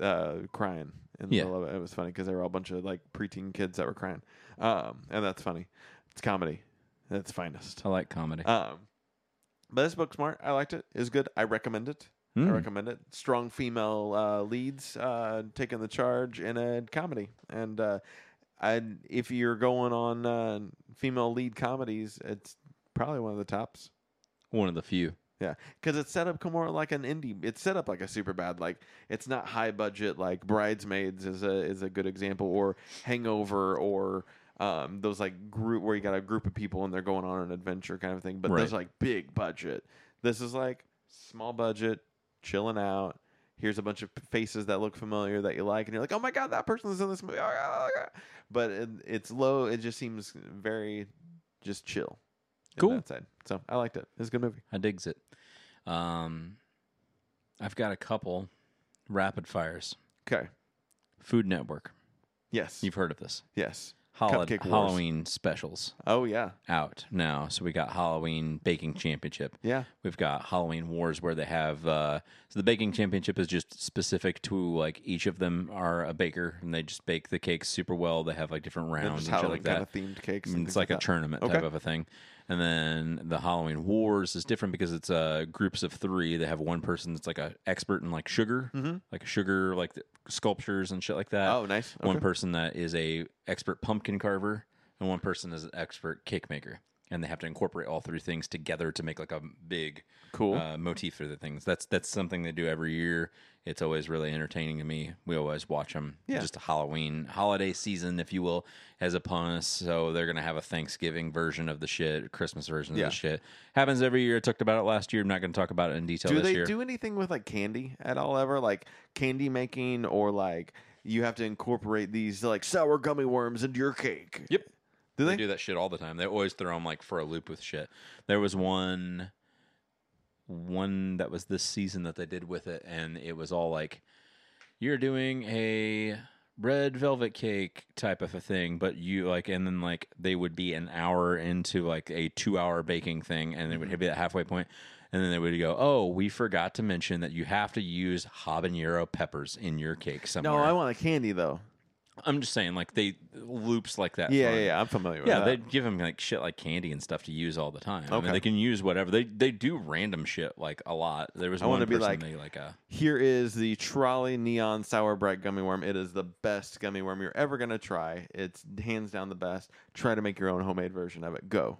Speaker 2: uh, crying in the
Speaker 1: Yeah.
Speaker 2: middle of it. It was funny because they were all a bunch of like preteen kids that were crying, um, and that's funny. It's comedy, at its finest.
Speaker 1: I like comedy.
Speaker 2: Um, but this book's smart. I liked it. It was good. I recommend it. I
Speaker 1: Mm.
Speaker 2: recommend it. Strong female uh, leads uh, taking the charge in a comedy. And uh, I, if you're going on uh, female lead comedies, it's probably one of the tops.
Speaker 1: One of the few.
Speaker 2: Yeah, because it's set up more like an indie. It's set up like a super bad. Like it's not high budget. Like Bridesmaids is a is a good example, or Hangover, or um, those like group where you got a group of people and they're going on an adventure kind of thing. But those
Speaker 1: Right.
Speaker 2: like big budget. This is like small budget, chilling out. Here's a bunch of p- faces that look familiar that you like, and you're like, oh my god, that person is in this movie. Oh, God, oh, God." But it, it's low. It just seems very just chill. in
Speaker 1: Cool.
Speaker 2: that side. So I liked it. It's a good movie.
Speaker 1: I digs it. Um, I've got a couple rapid fires.
Speaker 2: Okay.
Speaker 1: Food Network.
Speaker 2: Yes.
Speaker 1: You've heard of this.
Speaker 2: Yes.
Speaker 1: Holi-
Speaker 2: Cupcake Wars.
Speaker 1: Halloween specials
Speaker 2: Oh yeah.
Speaker 1: out now. So we got Halloween Baking Championship.
Speaker 2: Yeah.
Speaker 1: We've got Halloween Wars where they have uh, so the baking championship is just specific to like each of them are a baker and they just bake the cakes super well. They have like different
Speaker 2: And
Speaker 1: rounds
Speaker 2: just
Speaker 1: and shit
Speaker 2: Halloween
Speaker 1: like
Speaker 2: kind
Speaker 1: that.
Speaker 2: of themed cakes.
Speaker 1: Mm,
Speaker 2: and
Speaker 1: It's
Speaker 2: things
Speaker 1: like a
Speaker 2: that.
Speaker 1: tournament
Speaker 2: Okay.
Speaker 1: type of a thing. And then the Halloween Wars is different because it's uh, groups of three. They have one person that's like a expert in like sugar, like sugar, like the sculptures and shit like that.
Speaker 2: Mm-hmm. Oh, nice.
Speaker 1: One
Speaker 2: Okay.
Speaker 1: person that is a expert pumpkin carver, and one person is an expert cake maker. And they have to incorporate all three things together to make like a big
Speaker 2: Cool.
Speaker 1: uh, motif for the things. That's that's something they do every year. It's always really entertaining to me. We always watch them.
Speaker 2: Yeah.
Speaker 1: Just a Halloween holiday season, if you will, as upon us. So they're gonna have a Thanksgiving version of the shit, Christmas version
Speaker 2: Yeah.
Speaker 1: of the shit. Happens every year. I talked about it last year. I'm not gonna talk about it in detail
Speaker 2: Do
Speaker 1: this
Speaker 2: they
Speaker 1: year.
Speaker 2: do anything with like candy at all ever? Like candy making or like you have to incorporate these like sour gummy worms into your cake.
Speaker 1: Yep.
Speaker 2: Do they?
Speaker 1: They do that shit all the time. They always throw them like for a loop with shit. There was one, one that was this season that they did with it, and it was all like you're doing a red velvet cake type of a thing, but you like, and then like they would be an hour into like a two hour baking thing, and
Speaker 2: Mm-hmm.
Speaker 1: they would hit that halfway point, and then they would go, "Oh, we forgot to mention that you have to use habanero peppers in your cake somewhere."
Speaker 2: No, I want the candy though.
Speaker 1: I'm just saying, like they loops like that.
Speaker 2: Yeah,
Speaker 1: fun.
Speaker 2: yeah, yeah, I'm familiar with
Speaker 1: Yeah,
Speaker 2: that.
Speaker 1: they give them like shit like candy and stuff to use all the time. I mean,
Speaker 2: Okay.
Speaker 1: they can use whatever they they do random shit like a lot. There was
Speaker 2: I
Speaker 1: one
Speaker 2: wanna be
Speaker 1: person
Speaker 2: like-
Speaker 1: they like uh,
Speaker 2: Here is the Trolley Neon Sour Bright Gummy Worm. It is the best gummy worm you're ever going to try. It's hands down the best. Try to make your own homemade version of it. Go.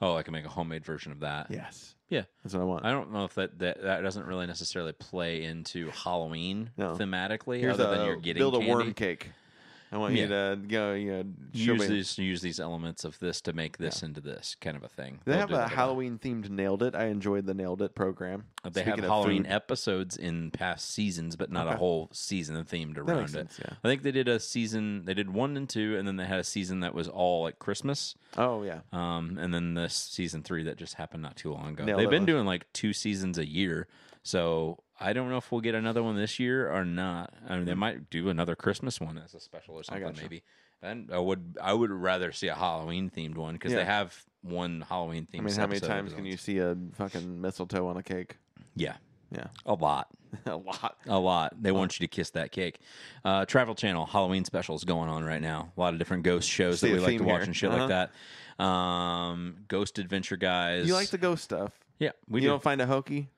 Speaker 1: oh I can make a homemade version of that.
Speaker 2: Yes.
Speaker 1: Yeah.
Speaker 2: That's what I want.
Speaker 1: I don't know if that, that that doesn't really necessarily play into Halloween
Speaker 2: No.
Speaker 1: thematically,
Speaker 2: Here's
Speaker 1: other
Speaker 2: a,
Speaker 1: than you're getting
Speaker 2: build a
Speaker 1: candy.
Speaker 2: worm cake. I want you to go. You know, show
Speaker 1: Use
Speaker 2: me.
Speaker 1: these, use these elements of this to make this into this kind of a thing.
Speaker 2: They
Speaker 1: They'll
Speaker 2: have
Speaker 1: do
Speaker 2: a
Speaker 1: that lot.
Speaker 2: Halloween themed Nailed It. I enjoyed the Nailed It program.
Speaker 1: Uh, They
Speaker 2: Speaking
Speaker 1: have
Speaker 2: of
Speaker 1: Halloween
Speaker 2: food,
Speaker 1: episodes in past seasons, but not a
Speaker 2: Okay.
Speaker 1: whole season themed
Speaker 2: That
Speaker 1: around it.
Speaker 2: makes sense, yeah.
Speaker 1: I think they did a season. They did one and two, and then they had a season that was all like Christmas.
Speaker 2: Oh, yeah.
Speaker 1: Um, and then this season three that just happened not too long ago.
Speaker 2: Nailed
Speaker 1: They've
Speaker 2: it
Speaker 1: been
Speaker 2: one.
Speaker 1: doing like two seasons a year, so I don't know if we'll get another one this year or not. I mean, they might do another Christmas one as a special or something,
Speaker 2: gotcha.
Speaker 1: maybe. And I would, I would rather see a Halloween themed one because
Speaker 2: Yeah.
Speaker 1: they have one Halloween themed.
Speaker 2: I mean, how many times can you see a fucking mistletoe on a cake?
Speaker 1: Yeah,
Speaker 2: Yeah.
Speaker 1: a lot.
Speaker 2: a lot.
Speaker 1: A lot. They want you to kiss that cake. Uh, Travel Channel Halloween specials going on right now. A lot of different ghost shows
Speaker 2: See
Speaker 1: that
Speaker 2: a
Speaker 1: we like to
Speaker 2: theme
Speaker 1: watch
Speaker 2: here.
Speaker 1: and shit
Speaker 2: Uh-huh.
Speaker 1: like that. Um, ghost Adventure Guys.
Speaker 2: You like the ghost stuff.
Speaker 1: Yeah, we
Speaker 2: you
Speaker 1: do.
Speaker 2: don't find it hokey?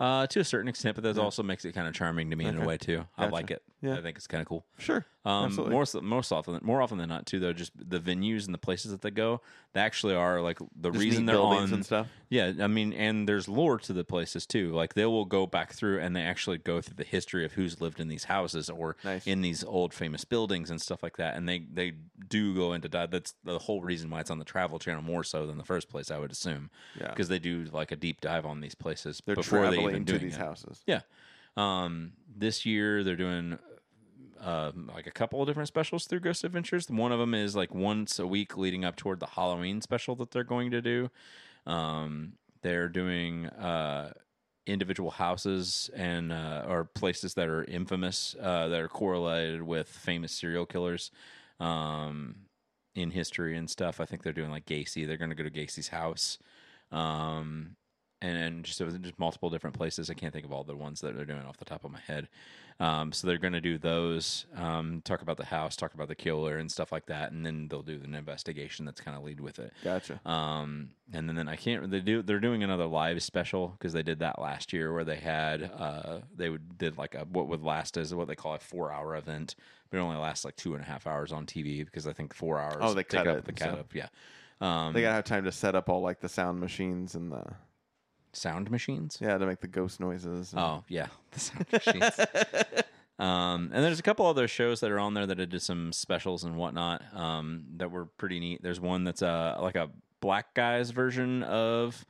Speaker 1: uh, to a certain extent, but that also makes it kind of charming to me in a
Speaker 2: Okay.
Speaker 1: way too. I like it.
Speaker 2: Yeah.
Speaker 1: I think it's kind of cool.
Speaker 2: Sure.
Speaker 1: Um,
Speaker 2: Absolutely.
Speaker 1: more so- most often, more often than not, too, though, just the venues and the places that they go, they actually are like the
Speaker 2: Just
Speaker 1: reason
Speaker 2: neat
Speaker 1: they're
Speaker 2: buildings
Speaker 1: on
Speaker 2: and stuff.
Speaker 1: Yeah, I mean, and there's lore to the places too. Like they will go back through and they actually go through the history of who's lived in these houses or
Speaker 2: Nice.
Speaker 1: in these old famous buildings and stuff like that. And they they do go into dive. That's the whole reason why it's on the Travel Channel more so than the first place, I would assume.
Speaker 2: Yeah.
Speaker 1: because they do like a deep dive on these places
Speaker 2: They're
Speaker 1: before they
Speaker 2: traveling
Speaker 1: even
Speaker 2: to
Speaker 1: doing
Speaker 2: these
Speaker 1: it.
Speaker 2: houses.
Speaker 1: Yeah. Um, this year they're doing um, like a couple of different specials through Ghost Adventures. One of them is like once a week leading up toward the Halloween special that they're going to do. Um, they're doing uh, individual houses and uh, or places that are infamous uh, that are correlated with famous serial killers. Um, in history and stuff, I think they're doing like Gacy. They're going to go to Gacy's house. Um, and, and just, it was just multiple different places. I can't think of all the ones that they're doing off the top of my head. Um, so they're going to do those, um, talk about the house, talk about the killer and stuff like that, and then they'll do an investigation that's kind of lead with it.
Speaker 2: Gotcha.
Speaker 1: Um, and then, then I can't. They do. They're doing another live special because they did that last year where they had uh they would did like a what would last is what they call a four hour event, but it only lasts like two and a half hours on TV because I think four hours.
Speaker 2: Oh, they
Speaker 1: take
Speaker 2: cut
Speaker 1: up
Speaker 2: it
Speaker 1: the
Speaker 2: and
Speaker 1: cut
Speaker 2: stuff.
Speaker 1: up. Yeah. Um,
Speaker 2: They gotta have time to set up all like the sound machines and the
Speaker 1: sound machines.
Speaker 2: yeah to make the ghost noises. and-
Speaker 1: Oh yeah, the sound machines. um, and there's a couple other shows that are on there that I did some specials and whatnot um, that were pretty neat. There's one that's uh, like a black guy's version of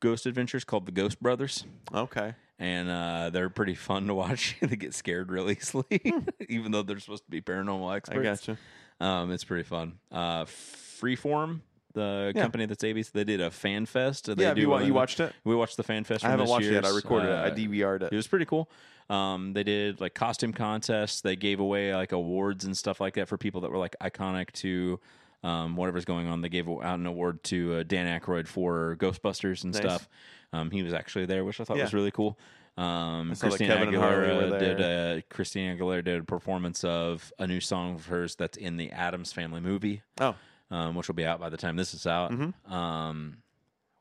Speaker 1: Ghost Adventures called the Ghost Brothers,
Speaker 2: Okay.
Speaker 1: and uh, they're pretty fun to watch. they get scared really easily, even though they're supposed to be paranormal
Speaker 2: I
Speaker 1: experts.
Speaker 2: gotcha.
Speaker 1: Um, it's pretty fun. Uh, Freeform, the
Speaker 2: Yeah.
Speaker 1: company that's ABC, they did a fan fest. They
Speaker 2: Yeah, have
Speaker 1: do
Speaker 2: you wa-
Speaker 1: one-
Speaker 2: you watched it?
Speaker 1: We watched the fan fest.
Speaker 2: I
Speaker 1: from
Speaker 2: haven't
Speaker 1: this
Speaker 2: watched it yet. I
Speaker 1: year's,
Speaker 2: recorded it. I
Speaker 1: uh,
Speaker 2: DVR'd it.
Speaker 1: it was pretty cool. Um, they did like costume contests. They gave away like awards and stuff like that for people that were like iconic to um, whatever's going on. They gave out an award to uh, Dan Aykroyd for Ghostbusters and
Speaker 2: Nice.
Speaker 1: stuff. Um, he was actually there, which I thought
Speaker 2: Yeah.
Speaker 1: was really cool. Um,
Speaker 2: saw that
Speaker 1: Christina
Speaker 2: Kevin and Harvey
Speaker 1: Aguilera
Speaker 2: were
Speaker 1: did
Speaker 2: there.
Speaker 1: a Christina Aguilera did a performance of a new song of hers that's in the Adams Family movie,
Speaker 2: Oh,
Speaker 1: um, which will be out by the time this is out.
Speaker 2: Mm-hmm.
Speaker 1: Um,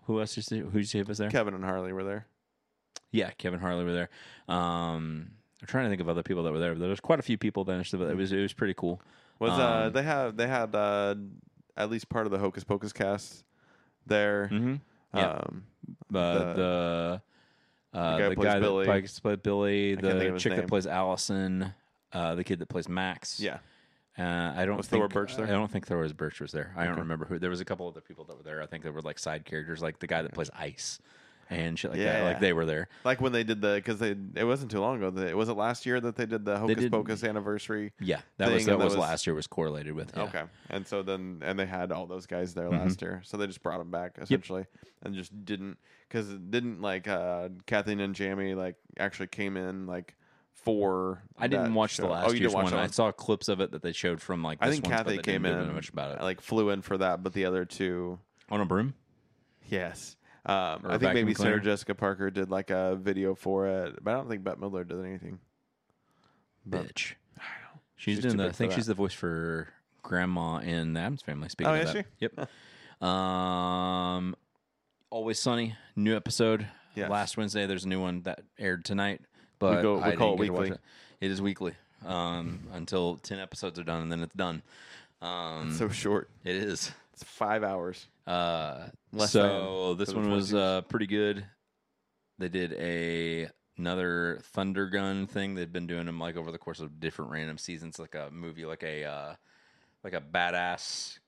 Speaker 1: who else? Is there, who did you say was there?
Speaker 2: Kevin and Harley were there.
Speaker 1: Yeah, Kevin Harley were there. Um, I'm trying to think of other people that were there, but there was quite a few people that actually. It was it was pretty cool.
Speaker 2: Was uh
Speaker 1: Um,
Speaker 2: they have they had uh at least part of the Hocus Pocus cast there.
Speaker 1: Mm-hmm. Yeah.
Speaker 2: Um
Speaker 1: Uh, the uh,
Speaker 2: the guy
Speaker 1: the,
Speaker 2: who plays
Speaker 1: guy
Speaker 2: Billy.
Speaker 1: that plays, played Billy,
Speaker 2: can't think
Speaker 1: the
Speaker 2: of his
Speaker 1: chick
Speaker 2: name.
Speaker 1: that plays Allison, uh, the kid that plays Max.
Speaker 2: yeah.
Speaker 1: Uh, I don't
Speaker 2: Was
Speaker 1: think
Speaker 2: Thor Birch there?
Speaker 1: I don't think Thor was Birch was there. I don't remember who. There was a couple other people that were there. I think there were like side characters, like the guy that plays Ice and shit like that.
Speaker 2: Yeah.
Speaker 1: Like they were there.
Speaker 2: Like when they did the because they it wasn't too long ago. That, was it last year that they did the Hocus
Speaker 1: did-
Speaker 2: Pocus anniversary?
Speaker 1: Yeah, that was
Speaker 2: Thing,
Speaker 1: that,
Speaker 2: and that
Speaker 1: was,
Speaker 2: was- Oh.
Speaker 1: last year was correlated with. yeah. Mm-hmm.
Speaker 2: Okay, and so then and they had all those guys there last year, so they just brought them back essentially, and just didn't because didn't like uh Kathleen and Jamie like actually came in like for.
Speaker 1: I didn't
Speaker 2: that
Speaker 1: watch
Speaker 2: show.
Speaker 1: the last
Speaker 2: oh, you
Speaker 1: year's
Speaker 2: didn't watch
Speaker 1: one.
Speaker 2: that
Speaker 1: I saw clips of it that they showed from like.
Speaker 2: I
Speaker 1: this
Speaker 2: think
Speaker 1: one's, but
Speaker 2: Kathy
Speaker 1: they
Speaker 2: came
Speaker 1: didn't
Speaker 2: in
Speaker 1: know much about it.
Speaker 2: Like flew in for that, but the other two,
Speaker 1: on a broom.
Speaker 2: yes. Um,
Speaker 1: Or
Speaker 2: I think
Speaker 1: vacuum
Speaker 2: maybe Sarah
Speaker 1: cleaner.
Speaker 2: Jessica Parker did like a video for it, but I don't think Bette Midler did anything. But-
Speaker 1: Bitch. She's,
Speaker 2: She's
Speaker 1: doing
Speaker 2: too
Speaker 1: the. I
Speaker 2: big for
Speaker 1: think
Speaker 2: that.
Speaker 1: she's the voice for Grandma in the Adams Family. Speaking
Speaker 2: Oh,
Speaker 1: of
Speaker 2: is
Speaker 1: that, yep. um, Always Sunny, new episode.
Speaker 2: Yes.
Speaker 1: Last Wednesday, there's a new one that aired tonight. But
Speaker 2: go- we
Speaker 1: I
Speaker 2: call
Speaker 1: didn't get
Speaker 2: it
Speaker 1: to watch
Speaker 2: weekly.
Speaker 1: It. it is weekly um, until ten episodes are done, and then it's done. Um,
Speaker 2: So short.
Speaker 1: it is.
Speaker 2: It's five hours.
Speaker 1: Uh,
Speaker 2: Less
Speaker 1: so
Speaker 2: than
Speaker 1: this
Speaker 2: for the
Speaker 1: one was
Speaker 2: 22s.
Speaker 1: uh, pretty good. They did a another Thunder Gun thing. They've been doing them like over the course of different random seasons, like a movie, like a uh, like a badass.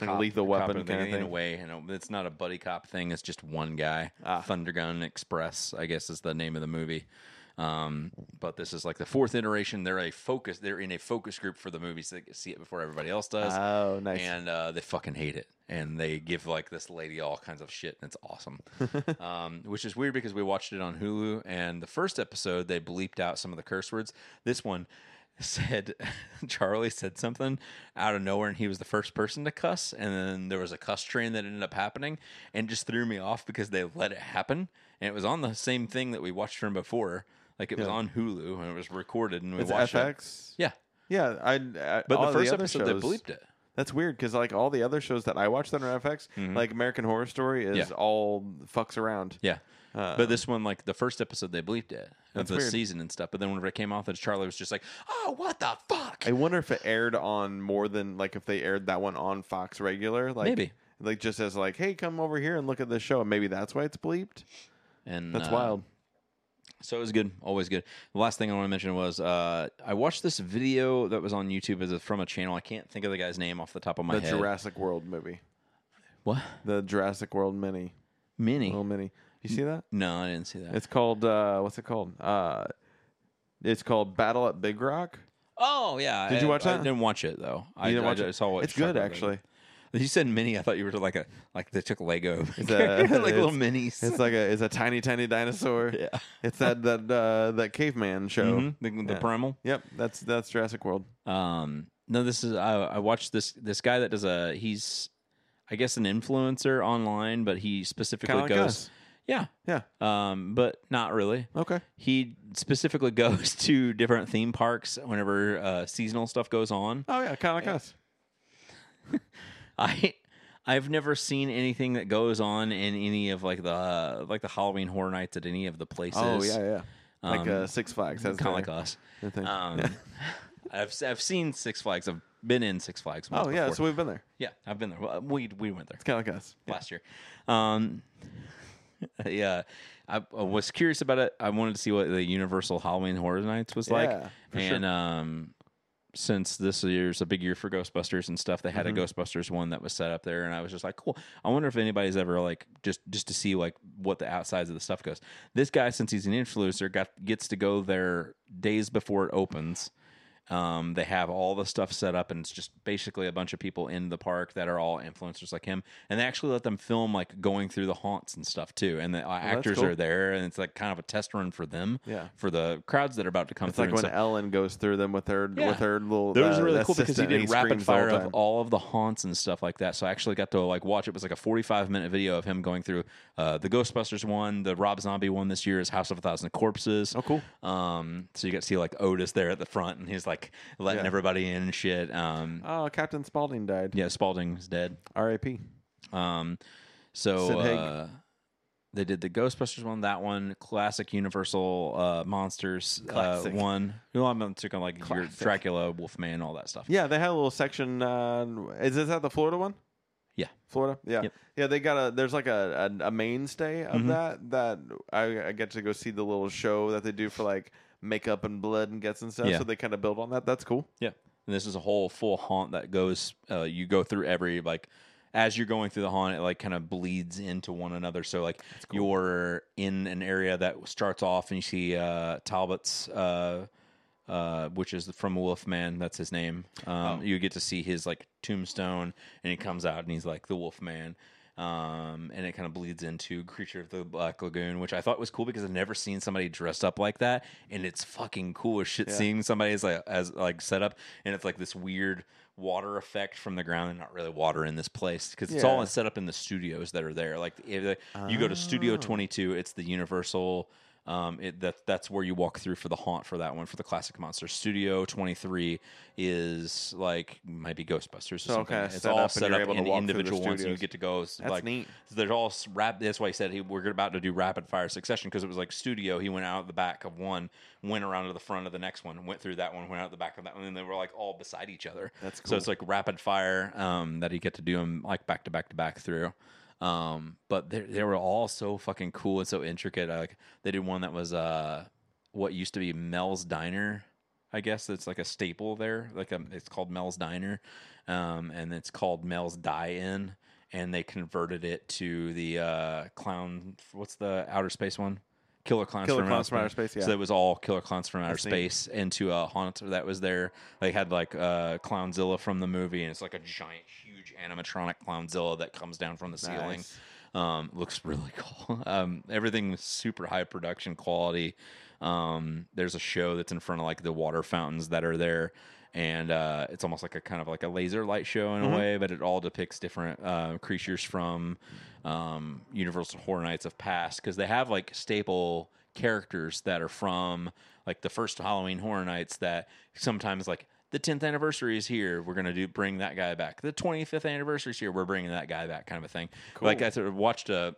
Speaker 2: Like a Lethal Weapon
Speaker 1: in-
Speaker 2: kinda
Speaker 1: in a
Speaker 2: thing?
Speaker 1: way. And it's not a buddy cop thing. It's just one guy.
Speaker 2: Ah.
Speaker 1: Thunder Gun Express, I guess, is the name of the movie. Um, but this is like the fourth iteration. They're a focus. They're in a focus group for the movie, so they can see it before everybody else does
Speaker 2: Oh, nice.
Speaker 1: and uh, they fucking hate it. And they give like this lady all kinds of shit, and it's awesome. um, which is weird because we watched it on Hulu, and the first episode they bleeped out some of the curse words. This one said Charlie said something out of nowhere, and he was the first person to cuss. And then there was a cuss train that ended up happening, and just threw me off because they let it happen. And it was on the same thing that we watched from before, like it was on Hulu and it was recorded, and we
Speaker 2: it's
Speaker 1: watched it.
Speaker 2: FX.
Speaker 1: Yeah,
Speaker 2: Yeah, I. I
Speaker 1: but
Speaker 2: all
Speaker 1: the first
Speaker 2: other
Speaker 1: episode
Speaker 2: shows-
Speaker 1: they bleeped it.
Speaker 2: That's weird because like all the other shows that I watch that are FX, like American Horror Story, is
Speaker 1: Mm-hmm. Yeah.
Speaker 2: all fucks around.
Speaker 1: Yeah. but this one, like the first episode, they bleeped it of
Speaker 2: That's
Speaker 1: the
Speaker 2: weird.
Speaker 1: season and stuff. But then whenever it came off, that Charlie was just like, "Oh, what the fuck?"
Speaker 2: I wonder if it aired on more than like if they aired that one on Fox regular, like
Speaker 1: Maybe.
Speaker 2: like just as like, hey, come over here and look at this show, and maybe that's why it's bleeped.
Speaker 1: and
Speaker 2: That's
Speaker 1: uh,
Speaker 2: wild.
Speaker 1: So it was good, always good. The last thing I want to mention was uh, I watched this video that was on YouTube. Is from a channel I can't think of the guy's name off the top of my
Speaker 2: The
Speaker 1: head.
Speaker 2: Jurassic World movie,
Speaker 1: What
Speaker 2: the Jurassic World mini,
Speaker 1: mini?
Speaker 2: little mini. You see that?
Speaker 1: No, I didn't see that.
Speaker 2: It's called uh, what's it called? Uh, it's called Battle at Big Rock.
Speaker 1: oh yeah,
Speaker 2: Did
Speaker 1: I-
Speaker 2: you watch
Speaker 1: I,
Speaker 2: that?
Speaker 1: didn't watch it though. I
Speaker 2: You didn't
Speaker 1: I
Speaker 2: watch
Speaker 1: ju-
Speaker 2: it?
Speaker 1: saw what
Speaker 2: it's
Speaker 1: Chuck
Speaker 2: good
Speaker 1: was-
Speaker 2: actually.
Speaker 1: You said mini. I thought you were like a like they took Lego,
Speaker 2: a-
Speaker 1: like little
Speaker 2: it's-
Speaker 1: minis.
Speaker 2: It's like a it's a tiny tiny dinosaur.
Speaker 1: Yeah.
Speaker 2: It's that that uh, that caveman show.
Speaker 1: Mhm, the, the
Speaker 2: Yeah.
Speaker 1: primal.
Speaker 2: Yep, that's that's Jurassic World.
Speaker 1: Um, no, this is I, I watched this this guy that does a he's I guess an influencer online, but he specifically
Speaker 2: Kinda like
Speaker 1: goes
Speaker 2: us.
Speaker 1: yeah,
Speaker 2: Yeah.
Speaker 1: um, but not really.
Speaker 2: Okay.
Speaker 1: He specifically goes to different theme parks whenever uh, seasonal stuff goes on.
Speaker 2: Oh yeah, kind of like us.
Speaker 1: I I've never seen anything that goes on in any of like the uh, like the Halloween Horror Nights at any of the places.
Speaker 2: Oh yeah, yeah. Like
Speaker 1: Um,
Speaker 2: uh, Six Flags. That's
Speaker 1: kind of like
Speaker 2: their-
Speaker 1: us.
Speaker 2: their thing.
Speaker 1: Um, I've I've seen Six Flags. I've been in Six Flags. once
Speaker 2: oh yeah,
Speaker 1: before.
Speaker 2: so we've been there.
Speaker 1: Yeah, I've been there. Well, We we went there
Speaker 2: It's kind of like us.
Speaker 1: last year. Um, yeah, I, I was curious about it. I wanted to see what the Universal Halloween Horror Nights was like,
Speaker 2: Yeah, for sure.
Speaker 1: and um, since this year's a big year for Ghostbusters and stuff, they had
Speaker 2: Mm-hmm.
Speaker 1: a Ghostbusters one that was set up there, and I was just like, cool. I wonder if anybody's ever like just just to see like what the outsides of the stuff goes. This guy, since he's an influencer, got gets to go there days before it opens. Um, they have all the stuff set up, and it's just basically a bunch of people in the park that are all influencers like him. And they actually let them film like going through the haunts and stuff too. And the uh, actors
Speaker 2: Oh, cool.
Speaker 1: are there, and it's like kind of a test run for them,
Speaker 2: Yeah.
Speaker 1: for the crowds that are about to come
Speaker 2: It's
Speaker 1: through.
Speaker 2: like
Speaker 1: and
Speaker 2: when
Speaker 1: stuff.
Speaker 2: Ellen goes through them with her
Speaker 1: Yeah.
Speaker 2: with her little.
Speaker 1: That was
Speaker 2: uh,
Speaker 1: really cool because he
Speaker 2: assistant, and
Speaker 1: did rapid
Speaker 2: screams the whole
Speaker 1: fire
Speaker 2: time.
Speaker 1: of all of the haunts and stuff like that. So I actually got to like watch it. It was like a 45 minute video of him going through uh, the Ghostbusters one, the Rob Zombie one this year is House of a Thousand Corpses.
Speaker 2: Oh, cool.
Speaker 1: Um, so you got to see like Otis there at the front and he's like letting
Speaker 2: Yeah.
Speaker 1: everybody in and shit. Um,
Speaker 2: Oh, Captain Spaulding died.
Speaker 1: yeah, Spalding's dead.
Speaker 2: R.I.P.
Speaker 1: Um,
Speaker 2: Sid
Speaker 1: so
Speaker 2: Haig.
Speaker 1: uh, they did the Ghostbusters one, that one, classic Universal uh, monsters
Speaker 2: Classic.
Speaker 1: Uh, one. You know, I'm I'm talking like your Dracula, Wolfman, all that stuff.
Speaker 2: Yeah, they had a little section. Uh, is is that the Florida one?
Speaker 1: Yeah.
Speaker 2: Florida. Yeah,
Speaker 1: Yep. Mm-hmm.
Speaker 2: yeah. They got a there's like a a, a mainstay of that that I, I get to go see the little show that they do for like makeup and blood and guts and stuff.
Speaker 1: Yeah.
Speaker 2: So they kind of build on that. That's cool.
Speaker 1: Yeah. And this is a whole full haunt that goes, uh, you go through every, like, as you're going through the haunt, it like kind of bleeds into one another. So like you're in an area that starts off and you see uh, Talbot's, uh, uh, which is from Wolfman, that's his name. Um, You get to see his like tombstone, and he comes out and he's like the Wolfman. um, and it kind of bleeds into Creature of the Black Lagoon, which I thought was cool because I've never seen somebody dressed up like that, and it's fucking cool as shit seeing somebody as like as like set up, and it's like this weird water effect from the ground and not really water in this place because it's all
Speaker 2: Yeah.
Speaker 1: set up in the studios that are there. Like if- you go to Studio
Speaker 2: Oh.
Speaker 1: Twenty Two, it's the Universal. Um, it, that that's where you walk through for the haunt for that one for the classic monster. Studio Twenty Three is like might be Ghostbusters. Or
Speaker 2: So,
Speaker 1: something.
Speaker 2: okay,
Speaker 1: it's
Speaker 2: set
Speaker 1: all
Speaker 2: up and
Speaker 1: set
Speaker 2: you're
Speaker 1: up
Speaker 2: able to
Speaker 1: in
Speaker 2: walk through the
Speaker 1: individual ones. And you
Speaker 2: studios.
Speaker 1: get to go. That's like,
Speaker 2: neat.
Speaker 1: They're all s- rap. That's why he said he, we're about to do rapid fire succession because it was like studio. He went out the back of one, went around to the front of the next one, went through that one, went out the back of that one, and they were like all beside each other.
Speaker 2: That's
Speaker 1: So it's like rapid fire um, that you get to do them like back to back to back through. Um, but they they were all so fucking cool and so intricate. Like they did one that was uh, what used to be Mel's Diner. I guess that's like a staple there. Like um it's called Mel's Diner, um, and it's called Mel's Die In, and they converted it to the uh, clown. What's the outer space one? Killer clowns,
Speaker 2: Killer
Speaker 1: from,
Speaker 2: Clowns
Speaker 1: outer
Speaker 2: from Outer
Speaker 1: Space.
Speaker 2: Space, yeah.
Speaker 1: So it was all killer clowns from outer
Speaker 2: That's neat.
Speaker 1: space into a haunter that was there. They had like uh, Clownzilla from the movie, and it's like a giant, huge animatronic Clownzilla that comes down from the ceiling.
Speaker 2: Nice.
Speaker 1: Um, looks really cool. Um, everything was super high production quality. Um, there's a show that's in front of like the water fountains that are there, and uh, it's almost like a kind of like a laser light show in a way, but it all depicts different uh, creatures from um, Universal Horror Nights of past because they have like staple characters that are from like the first Halloween Horror Nights that sometimes like the 10th anniversary is here. We're going to do bring that guy back. The 25th anniversary is here. We're bringing that guy back kind of a thing. Like I sort of watched a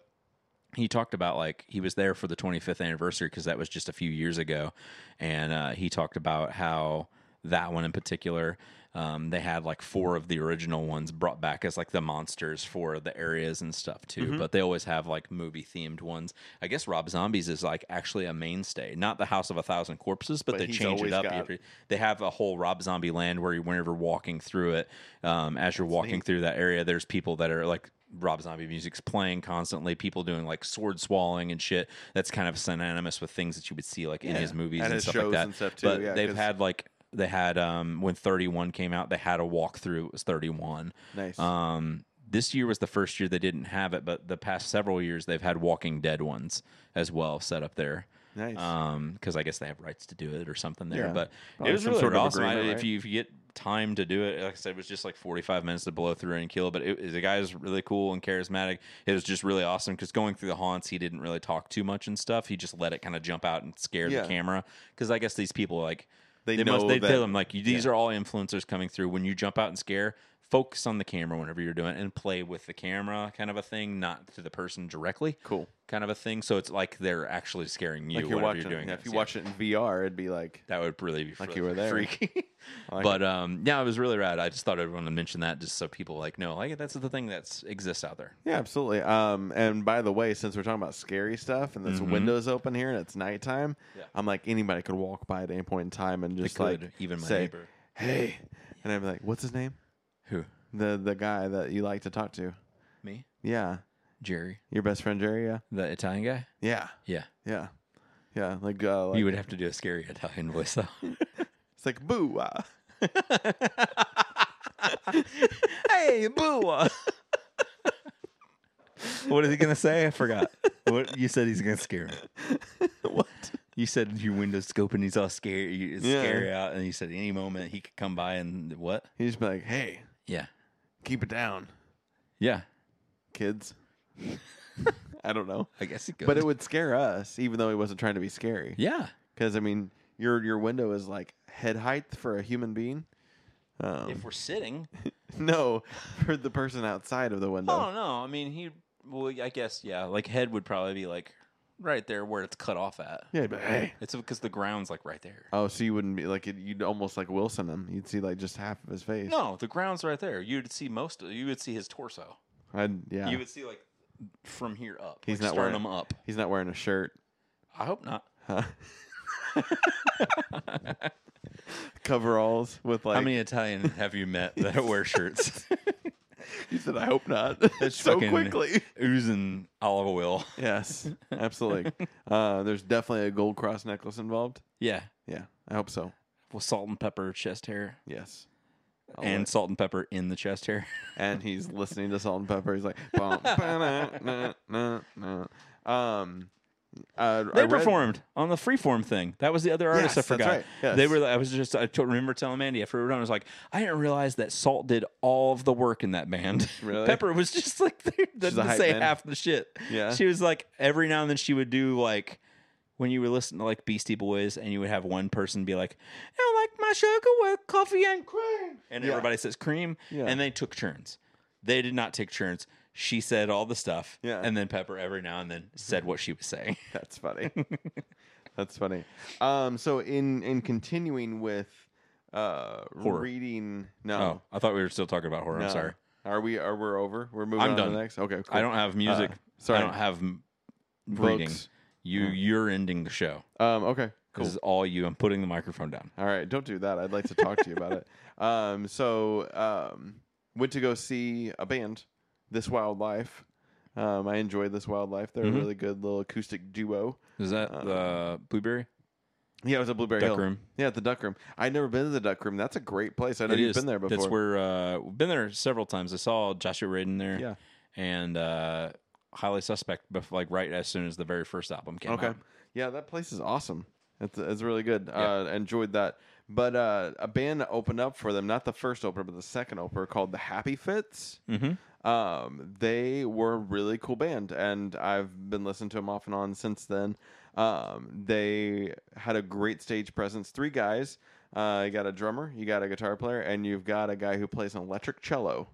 Speaker 1: he talked about like he was there for the 25th anniversary because that was just a few years ago and uh, he talked about how that one in particular um, they had like four of the original ones brought back as like the monsters for the areas and stuff too
Speaker 2: Mm-hmm.
Speaker 1: but they always have like movie themed ones i guess rob zombies is like actually a mainstay not the house of a thousand corpses but,
Speaker 2: But
Speaker 1: they
Speaker 2: he's
Speaker 1: change it
Speaker 2: always
Speaker 1: up
Speaker 2: got-
Speaker 1: every- they have a whole rob zombie land where you whenever walking through it um, as you're walking through that area there's people that are like Rob Zombie music's playing constantly. People doing like sword swallowing and shit. That's kind of synonymous with things that you would see like in his movies
Speaker 2: And
Speaker 1: and
Speaker 2: his
Speaker 1: stuff like
Speaker 2: shows
Speaker 1: that.
Speaker 2: and stuff, too,
Speaker 1: But
Speaker 2: yeah,
Speaker 1: they've
Speaker 2: 'cause-
Speaker 1: had like they had um when 31 came out, they had a walkthrough. It was 31.
Speaker 2: Nice.
Speaker 1: Um, this year was the first year they didn't have it, but the past several years they've had Walking Dead ones as well set up there.
Speaker 2: Nice.
Speaker 1: Um, because I guess they have rights to do it or something there.
Speaker 2: Yeah.
Speaker 1: But
Speaker 2: Probably
Speaker 1: it was
Speaker 2: some
Speaker 1: really
Speaker 2: sort of
Speaker 1: awesome. I-
Speaker 2: agreement,
Speaker 1: If
Speaker 2: right?
Speaker 1: you if you get time to do it, like I said, it was just like 45 minutes to blow through and kill. But it, the guy is really cool and charismatic. It was just really awesome because going through the haunts, he didn't really talk too much and stuff. He just let it kind of jump out and scare
Speaker 2: Yeah.
Speaker 1: the camera. Because I guess these people like
Speaker 2: They know
Speaker 1: they
Speaker 2: that-
Speaker 1: tell them like these are all influencers coming through. When you jump out and scare, focus on the camera whenever you're doing it and play with the camera kind of a thing, not to the person directly.
Speaker 2: Cool.
Speaker 1: Kind of a thing. So it's like they're actually scaring you
Speaker 2: like you're
Speaker 1: whenever
Speaker 2: watching.
Speaker 1: you're doing
Speaker 2: yeah,
Speaker 1: it.
Speaker 2: if you
Speaker 1: Yeah.
Speaker 2: watch it in VR, it'd be like
Speaker 1: That would really be
Speaker 2: Like
Speaker 1: really
Speaker 2: you were there.
Speaker 1: freaky.
Speaker 2: like
Speaker 1: but um, yeah, it was really rad. I just thought I'd want to mention that just so people like know, like that's the thing that's exists out there.
Speaker 2: Yeah, absolutely. Um, and by the way, since we're talking about scary stuff and
Speaker 1: Mm-hmm.
Speaker 2: this window's open here and it's nighttime, I'm like anybody could walk by at any point in time and just
Speaker 1: could,
Speaker 2: like
Speaker 1: even my
Speaker 2: say,
Speaker 1: neighbor.
Speaker 2: "Hey," and I'd be like, "What's his name?
Speaker 1: Who?
Speaker 2: The the guy that you like to talk to?
Speaker 1: Me?
Speaker 2: Yeah,
Speaker 1: Jerry,
Speaker 2: your best friend Jerry. Yeah,
Speaker 1: the Italian guy?
Speaker 2: yeah,
Speaker 1: Yeah.
Speaker 2: yeah, yeah. Like, uh, like
Speaker 1: You would have to do a scary Italian voice though.
Speaker 2: it's like boo. ah."
Speaker 1: hey, boo. what is he gonna say? I forgot. What you said he's gonna scare me.
Speaker 2: what?
Speaker 1: You said your window's scoping, he's all scared, it's
Speaker 2: Yeah.
Speaker 1: scary out, and you said any moment he could come by and what?
Speaker 2: He'd just be like, "Hey,
Speaker 1: Yeah,
Speaker 2: keep it down,
Speaker 1: yeah.
Speaker 2: kids." I don't know,
Speaker 1: I guess he could.
Speaker 2: but it would scare us, even though he wasn't trying to be scary.
Speaker 1: yeah.
Speaker 2: Because I mean, your your window is like head height for a human being. Um,
Speaker 1: If we're sitting,
Speaker 2: no, for the person outside of the window.
Speaker 1: I don't know. I mean, he. Well, I guess yeah. Like head would probably be like right there where it's cut off at.
Speaker 2: Yeah, but hey.
Speaker 1: It's because the ground's like right there.
Speaker 2: Oh, so you wouldn't be like it, you'd almost like Wilson him. You'd see like just half of his face.
Speaker 1: No, the ground's right there. You'd see most. of You would see his torso.
Speaker 2: I'd, yeah.
Speaker 1: You would see like from here up.
Speaker 2: He's
Speaker 1: like,
Speaker 2: not wearing-
Speaker 1: sternum up.
Speaker 2: He's not wearing a shirt.
Speaker 1: I hope not.
Speaker 2: Huh? Coveralls with like.
Speaker 1: How many Italian have you met that wear shirts?
Speaker 2: He said, "I hope not." so
Speaker 1: fucking-
Speaker 2: quickly.
Speaker 1: Oozing olive oil.
Speaker 2: yes, absolutely. Uh, there's definitely a gold cross necklace involved.
Speaker 1: Yeah.
Speaker 2: Yeah, I hope so.
Speaker 1: Well, salt and pepper chest hair.
Speaker 2: Yes. I'll
Speaker 1: and
Speaker 2: let-
Speaker 1: salt and pepper in the chest hair.
Speaker 2: and he's listening to Salt and Pepper. He's like, bum, ba, na, na, na, na. um, uh,
Speaker 1: They
Speaker 2: I read-
Speaker 1: performed on the Freeform thing. That was the other artist I
Speaker 2: Yes, that's
Speaker 1: forgot.
Speaker 2: right. Yes.
Speaker 1: They were. I was just. I to- remember telling Mandy after we were done. I was like, I didn't realize that Salt did all of the work in that band.
Speaker 2: Really?
Speaker 1: Pepper was just like there
Speaker 2: a
Speaker 1: doesn't
Speaker 2: hype
Speaker 1: say
Speaker 2: man.
Speaker 1: half the shit.
Speaker 2: Yeah.
Speaker 1: She was like every now and then she would do like. When you were listening to like Beastie Boys, and you would have one person be like, "I like my sugar with coffee and cream," and
Speaker 2: Yeah.
Speaker 1: everybody says cream,
Speaker 2: Yeah.
Speaker 1: and they took turns. They did not take turns. She said all the stuff,
Speaker 2: Yeah.
Speaker 1: and then Pepper every now and then said what she was saying.
Speaker 2: That's funny. That's funny. Um, so in in continuing with uh
Speaker 1: Horror.
Speaker 2: reading,
Speaker 1: Oh,
Speaker 2: no,
Speaker 1: I thought we were still talking about horror.
Speaker 2: no.
Speaker 1: I'm sorry.
Speaker 2: Are we? Are we over? We're moving
Speaker 1: I'm
Speaker 2: on to
Speaker 1: done.
Speaker 2: the next. Okay, cool.
Speaker 1: I don't have music.
Speaker 2: Uh, sorry.
Speaker 1: I don't have m- reading.
Speaker 2: Books.
Speaker 1: You you're ending the show.
Speaker 2: Um, okay, cool.
Speaker 1: This is all you. I'm putting the microphone down.
Speaker 2: All right, don't do that. I'd like to talk to you about it. Um, so um, went to go see a band, This Wildlife. Um, I enjoyed This Wildlife. They're
Speaker 1: Mhm.
Speaker 2: a really good little acoustic duo.
Speaker 1: Is that
Speaker 2: Uh,
Speaker 1: the blueberry
Speaker 2: Yeah, it was at Blueberry
Speaker 1: duck
Speaker 2: Hill.
Speaker 1: room?
Speaker 2: Yeah, at the Duck Room. I'd never been to the Duck Room. That's a great place. I know
Speaker 1: It
Speaker 2: you've
Speaker 1: is.
Speaker 2: been there before.
Speaker 1: That's where uh, we've been there several times. I saw Joshua Radin there.
Speaker 2: Yeah.
Speaker 1: and uh, Highly Suspect, bef- like right as soon as the very first album came
Speaker 2: Okay.
Speaker 1: out.
Speaker 2: Yeah, that place is awesome. It's, it's really good. Uh, I enjoyed that. But uh, a band opened up for them, not the first opener, but the second opener called The Happy Fits. Mm-hmm. Um, they were a really cool band, and I've been listening to them off and on since then. Um, they had a great stage presence. Three guys. Uh, you got a drummer, you got a guitar player, and you've got a guy who plays an electric cello.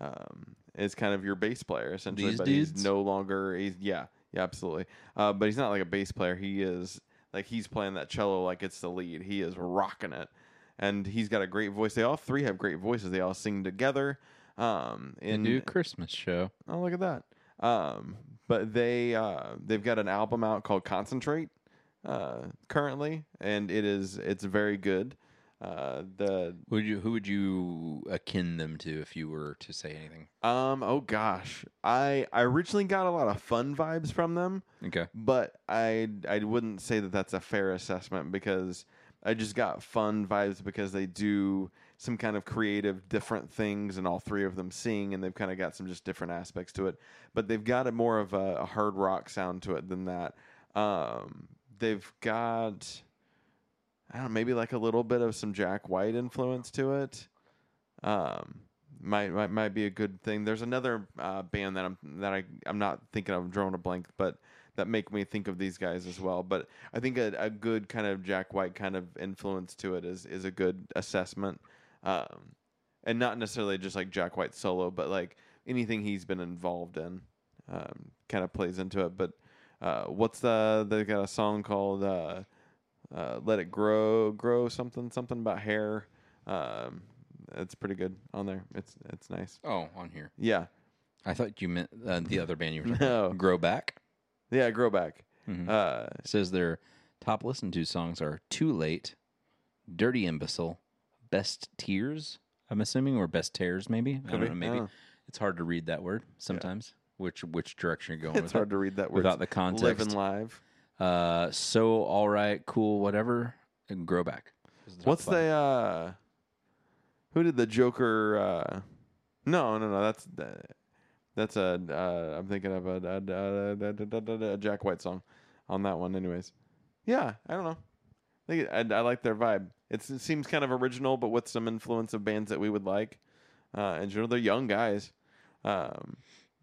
Speaker 2: Um, is kind of your bass player essentially,
Speaker 1: These
Speaker 2: but he's
Speaker 1: dudes?
Speaker 2: no longer. He's yeah, yeah, absolutely. Uh, but he's not like a bass player. He is like he's playing that cello like it's the lead. He is rocking it, and he's got a great voice. They all three have great voices. They all sing together. Um,
Speaker 1: The
Speaker 2: in
Speaker 1: new Christmas show.
Speaker 2: Oh, look at that. Um, but they uh, they've got an album out called Concentrate uh, currently, and it is it's very good. Uh, the
Speaker 1: Would you? Who would you akin them to if you were to say anything?
Speaker 2: um oh gosh, I I originally got a lot of fun vibes from them,
Speaker 1: Okay.
Speaker 2: but I I wouldn't say that that's a fair assessment because I just got fun vibes because they do some kind of creative different things and all three of them sing and they've kind of got some just different aspects to it but they've got a more of a, a hard rock sound to it than that um, they've got I don't know, maybe like a little bit of some Jack White influence to it. Um, might might, might be a good thing. There's another uh, band that I'm that I I'm not thinking of. I'm drawing a blank, but that make me think of these guys as well. But I think a, a good kind of Jack White kind of influence to it is is a good assessment. Um, and not necessarily just like Jack White solo, but like anything he's been involved in, um, kind of plays into it. But uh, what's the they got a song called uh, uh, "Let It Grow," grow something something about hair. Um, it's pretty good on there. It's it's nice.
Speaker 1: Oh, on here.
Speaker 2: Yeah,
Speaker 1: I thought you meant uh, the other band you were talking
Speaker 2: No.
Speaker 1: about. Grow Back.
Speaker 2: yeah, grow back.
Speaker 1: Mm-hmm.
Speaker 2: Uh,
Speaker 1: It says their top listened to songs are Too Late, Dirty Imbecile, Best Tears, I'm assuming, or Best Tears, maybe. I don't
Speaker 2: be, Oh.
Speaker 1: know, maybe.
Speaker 2: yeah.
Speaker 1: It's hard to read that word sometimes, which which direction you're going with
Speaker 2: it's hard
Speaker 1: it.
Speaker 2: to read that word
Speaker 1: without the
Speaker 2: Live and
Speaker 1: context.
Speaker 2: live.
Speaker 1: Uh, so, all right, cool, whatever, and Grow Back. is the top
Speaker 2: What's
Speaker 1: five.
Speaker 2: the uh, who did the Joker? Uh, no, no, no. That's uh, that's a. Uh, I'm thinking of a, a, a, a, a Jack White song on that one. Anyways, yeah, I don't know. I think it, I, I like their vibe. It's, it seems kind of original, but with some influence of bands that we would like. Uh, in general, they're young guys. Um,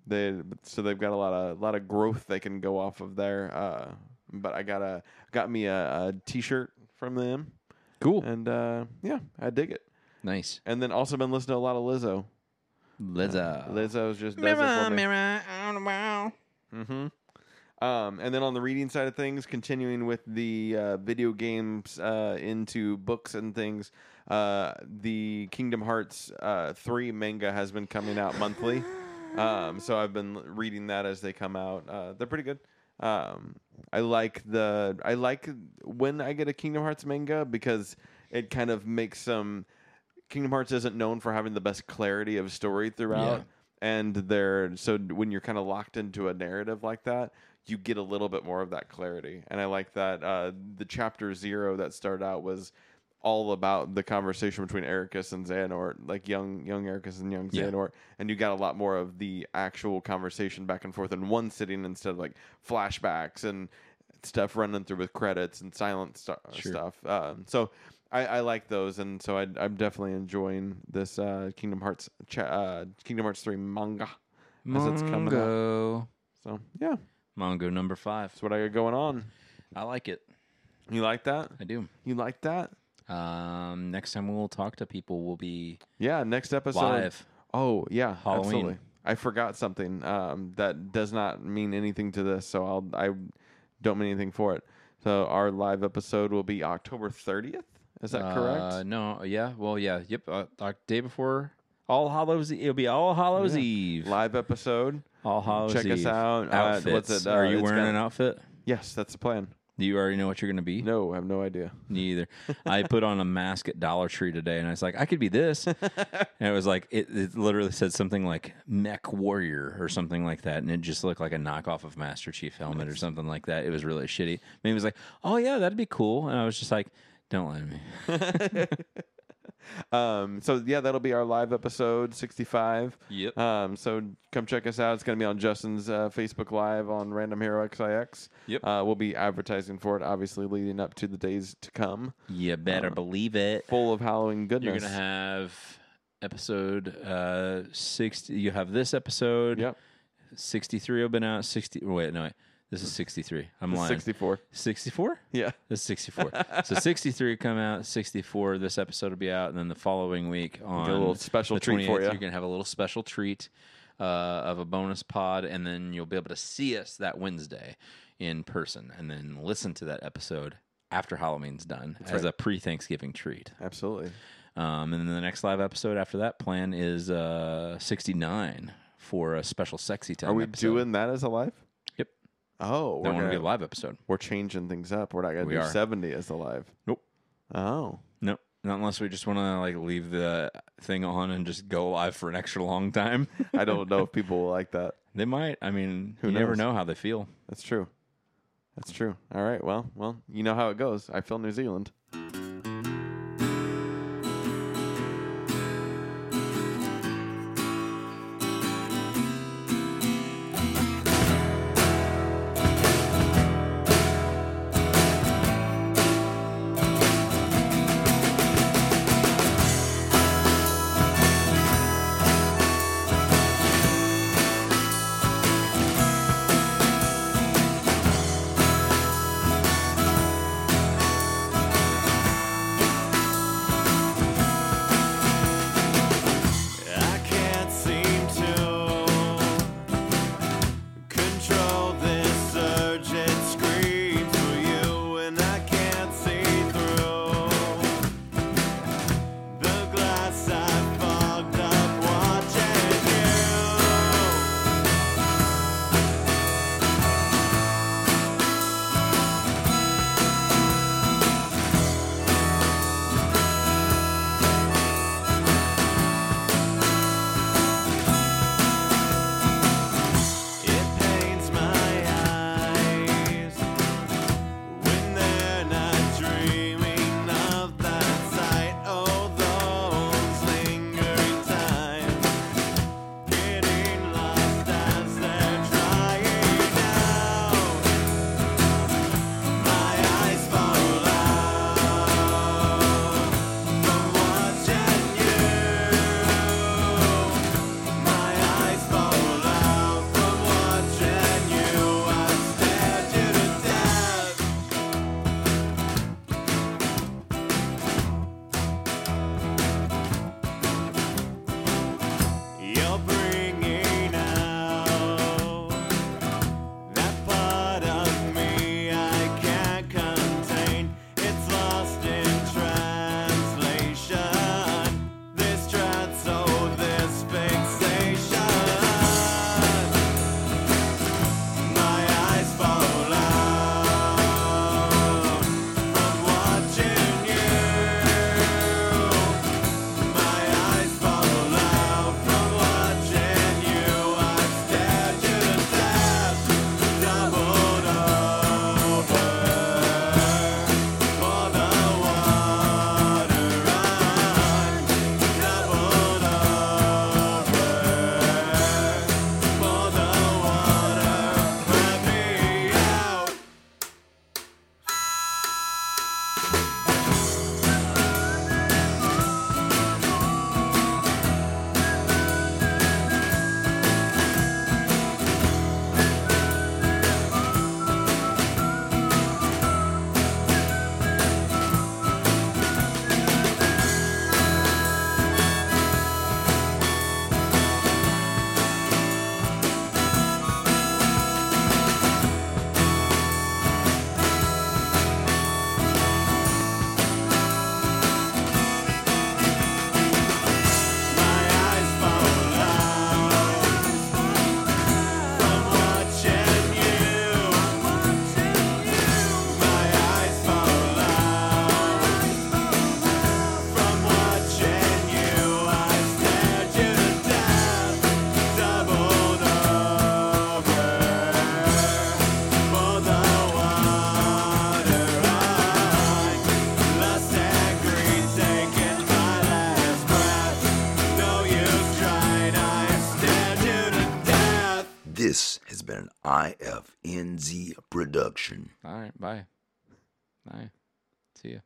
Speaker 2: they so they've got a lot of lot of growth they can go off of there. Uh, but I got a got me a, a T-shirt from them.
Speaker 1: Cool.
Speaker 2: And uh, yeah, I dig it.
Speaker 1: Nice.
Speaker 2: And then also been listening to a lot of Lizzo.
Speaker 1: Let's uh,
Speaker 2: Lizzo's just does it
Speaker 6: Mirror,
Speaker 2: for me.
Speaker 6: mirror on
Speaker 3: oh,
Speaker 6: the wall.
Speaker 2: Mm-hmm. Um, and then on the reading side of things, continuing with the uh, video games uh, into books and things, uh, the Kingdom Hearts uh, three manga has been coming out monthly. Um, so I've been l- reading that as they come out. Uh, they're pretty good. Um, I like the I like when I get a Kingdom Hearts manga because it kind of makes some Kingdom Hearts isn't known for having the best clarity of story throughout.
Speaker 1: Yeah.
Speaker 2: And they're so when you're kind of locked into a narrative like that, you get a little bit more of that clarity. And I like that uh, the chapter zero that started out was all about the conversation between Ericus and Xehanort, like young young Ericus and young
Speaker 7: Yeah.
Speaker 2: Xehanort, and you got a lot more of the actual conversation back and forth in one sitting instead of like flashbacks and stuff running through with credits and silent stu- stuff. Um, so I, I like those, and so I, I'm definitely enjoying this uh, Kingdom Hearts cha- uh, Kingdom Hearts three manga as it's coming out.
Speaker 1: Mongo.
Speaker 2: So yeah,
Speaker 1: Mongo number five.
Speaker 2: that's what I got going on.
Speaker 1: I like it.
Speaker 2: You like that?
Speaker 1: I do.
Speaker 2: You like that?
Speaker 1: Um, next time we'll talk to people, we'll be
Speaker 2: Yeah, next episode.
Speaker 1: live.
Speaker 2: Oh yeah,
Speaker 1: Halloween.
Speaker 2: absolutely. I forgot something um, that does not mean anything to this, so I'll I don't mean anything for it. So our live episode will be October thirtieth. Is that
Speaker 1: Uh,
Speaker 2: correct?
Speaker 1: no. Yeah. Well. Yeah. Yep. Uh, uh, day before All Hallows. E, It'll be All Hallows Eve.
Speaker 2: Live episode.
Speaker 1: All Hallows
Speaker 2: Check us
Speaker 1: Eve.
Speaker 2: out. Uh,
Speaker 1: Outfits.
Speaker 2: what's it? Uh,
Speaker 1: Are you
Speaker 2: it's
Speaker 1: wearing
Speaker 2: got-
Speaker 1: an outfit?
Speaker 2: Yes, that's the plan.
Speaker 1: Do you already know what you're going to be?
Speaker 2: No, I have no idea.
Speaker 1: Me either. I put on a mask at Dollar Tree today, and I was like, I could be this. and it was like it, it literally said something like Mech Warrior or something like that, and it just looked like a knockoff of Master Chief helmet or something like that. It was really shitty. Maybe it was like, oh yeah, that'd be cool, and I was just like, don't lie to me.
Speaker 2: Um, so yeah, that'll be our live episode sixty-five.
Speaker 1: Yep.
Speaker 2: Um, so come check us out. It's going to be on Justin's uh, Facebook Live on Random Hero XIX.
Speaker 1: Yep.
Speaker 2: Uh, we'll be advertising for it, obviously, leading up to the days to come,
Speaker 1: You better believe it.
Speaker 2: full of Halloween
Speaker 1: Uh, You're
Speaker 2: goodness.
Speaker 1: gonna have episode uh sixty. You have this episode.
Speaker 2: Yep.
Speaker 1: Sixty three. I've been out. Sixty. Wait, no. Wait. This is sixty three. I'm lying.
Speaker 2: Sixty-four.
Speaker 1: Sixty four.
Speaker 2: Yeah.
Speaker 1: That's 64. so 63 come out, 64 this episode will be out, and then the following week on
Speaker 2: a little special
Speaker 1: the
Speaker 2: treat for
Speaker 1: 28th,
Speaker 2: ya.
Speaker 1: You're gonna have a little special treat uh, of a bonus pod, and then you'll be able to see us that Wednesday in person, and then listen to that episode after Halloween's done as a pre-Thanksgiving treat.
Speaker 2: Absolutely.
Speaker 1: Um, and then the next live episode after that plan is uh, 69 for a special sexy time.
Speaker 2: Are we
Speaker 1: episode.
Speaker 2: doing that as a live?
Speaker 1: Yep.
Speaker 2: Oh,
Speaker 1: That
Speaker 2: we're,
Speaker 1: one will be a
Speaker 2: gonna,
Speaker 1: live episode.
Speaker 2: we're changing things up. We're not going to
Speaker 1: We
Speaker 2: do
Speaker 1: are.
Speaker 2: seventy as a live.
Speaker 1: Nope.
Speaker 2: Oh.
Speaker 1: Nope. Not unless we just want to like leave the thing on and just go live for an extra long time.
Speaker 2: I don't know if people will like that.
Speaker 1: they might. I mean, you never
Speaker 2: knows?
Speaker 1: know how they feel.
Speaker 2: That's true. That's true. All right. Well, well, you know how it goes. I feel New Zealand.
Speaker 3: Oh, oh,
Speaker 8: IFNZ production.
Speaker 3: All right. Bye. Bye. See ya.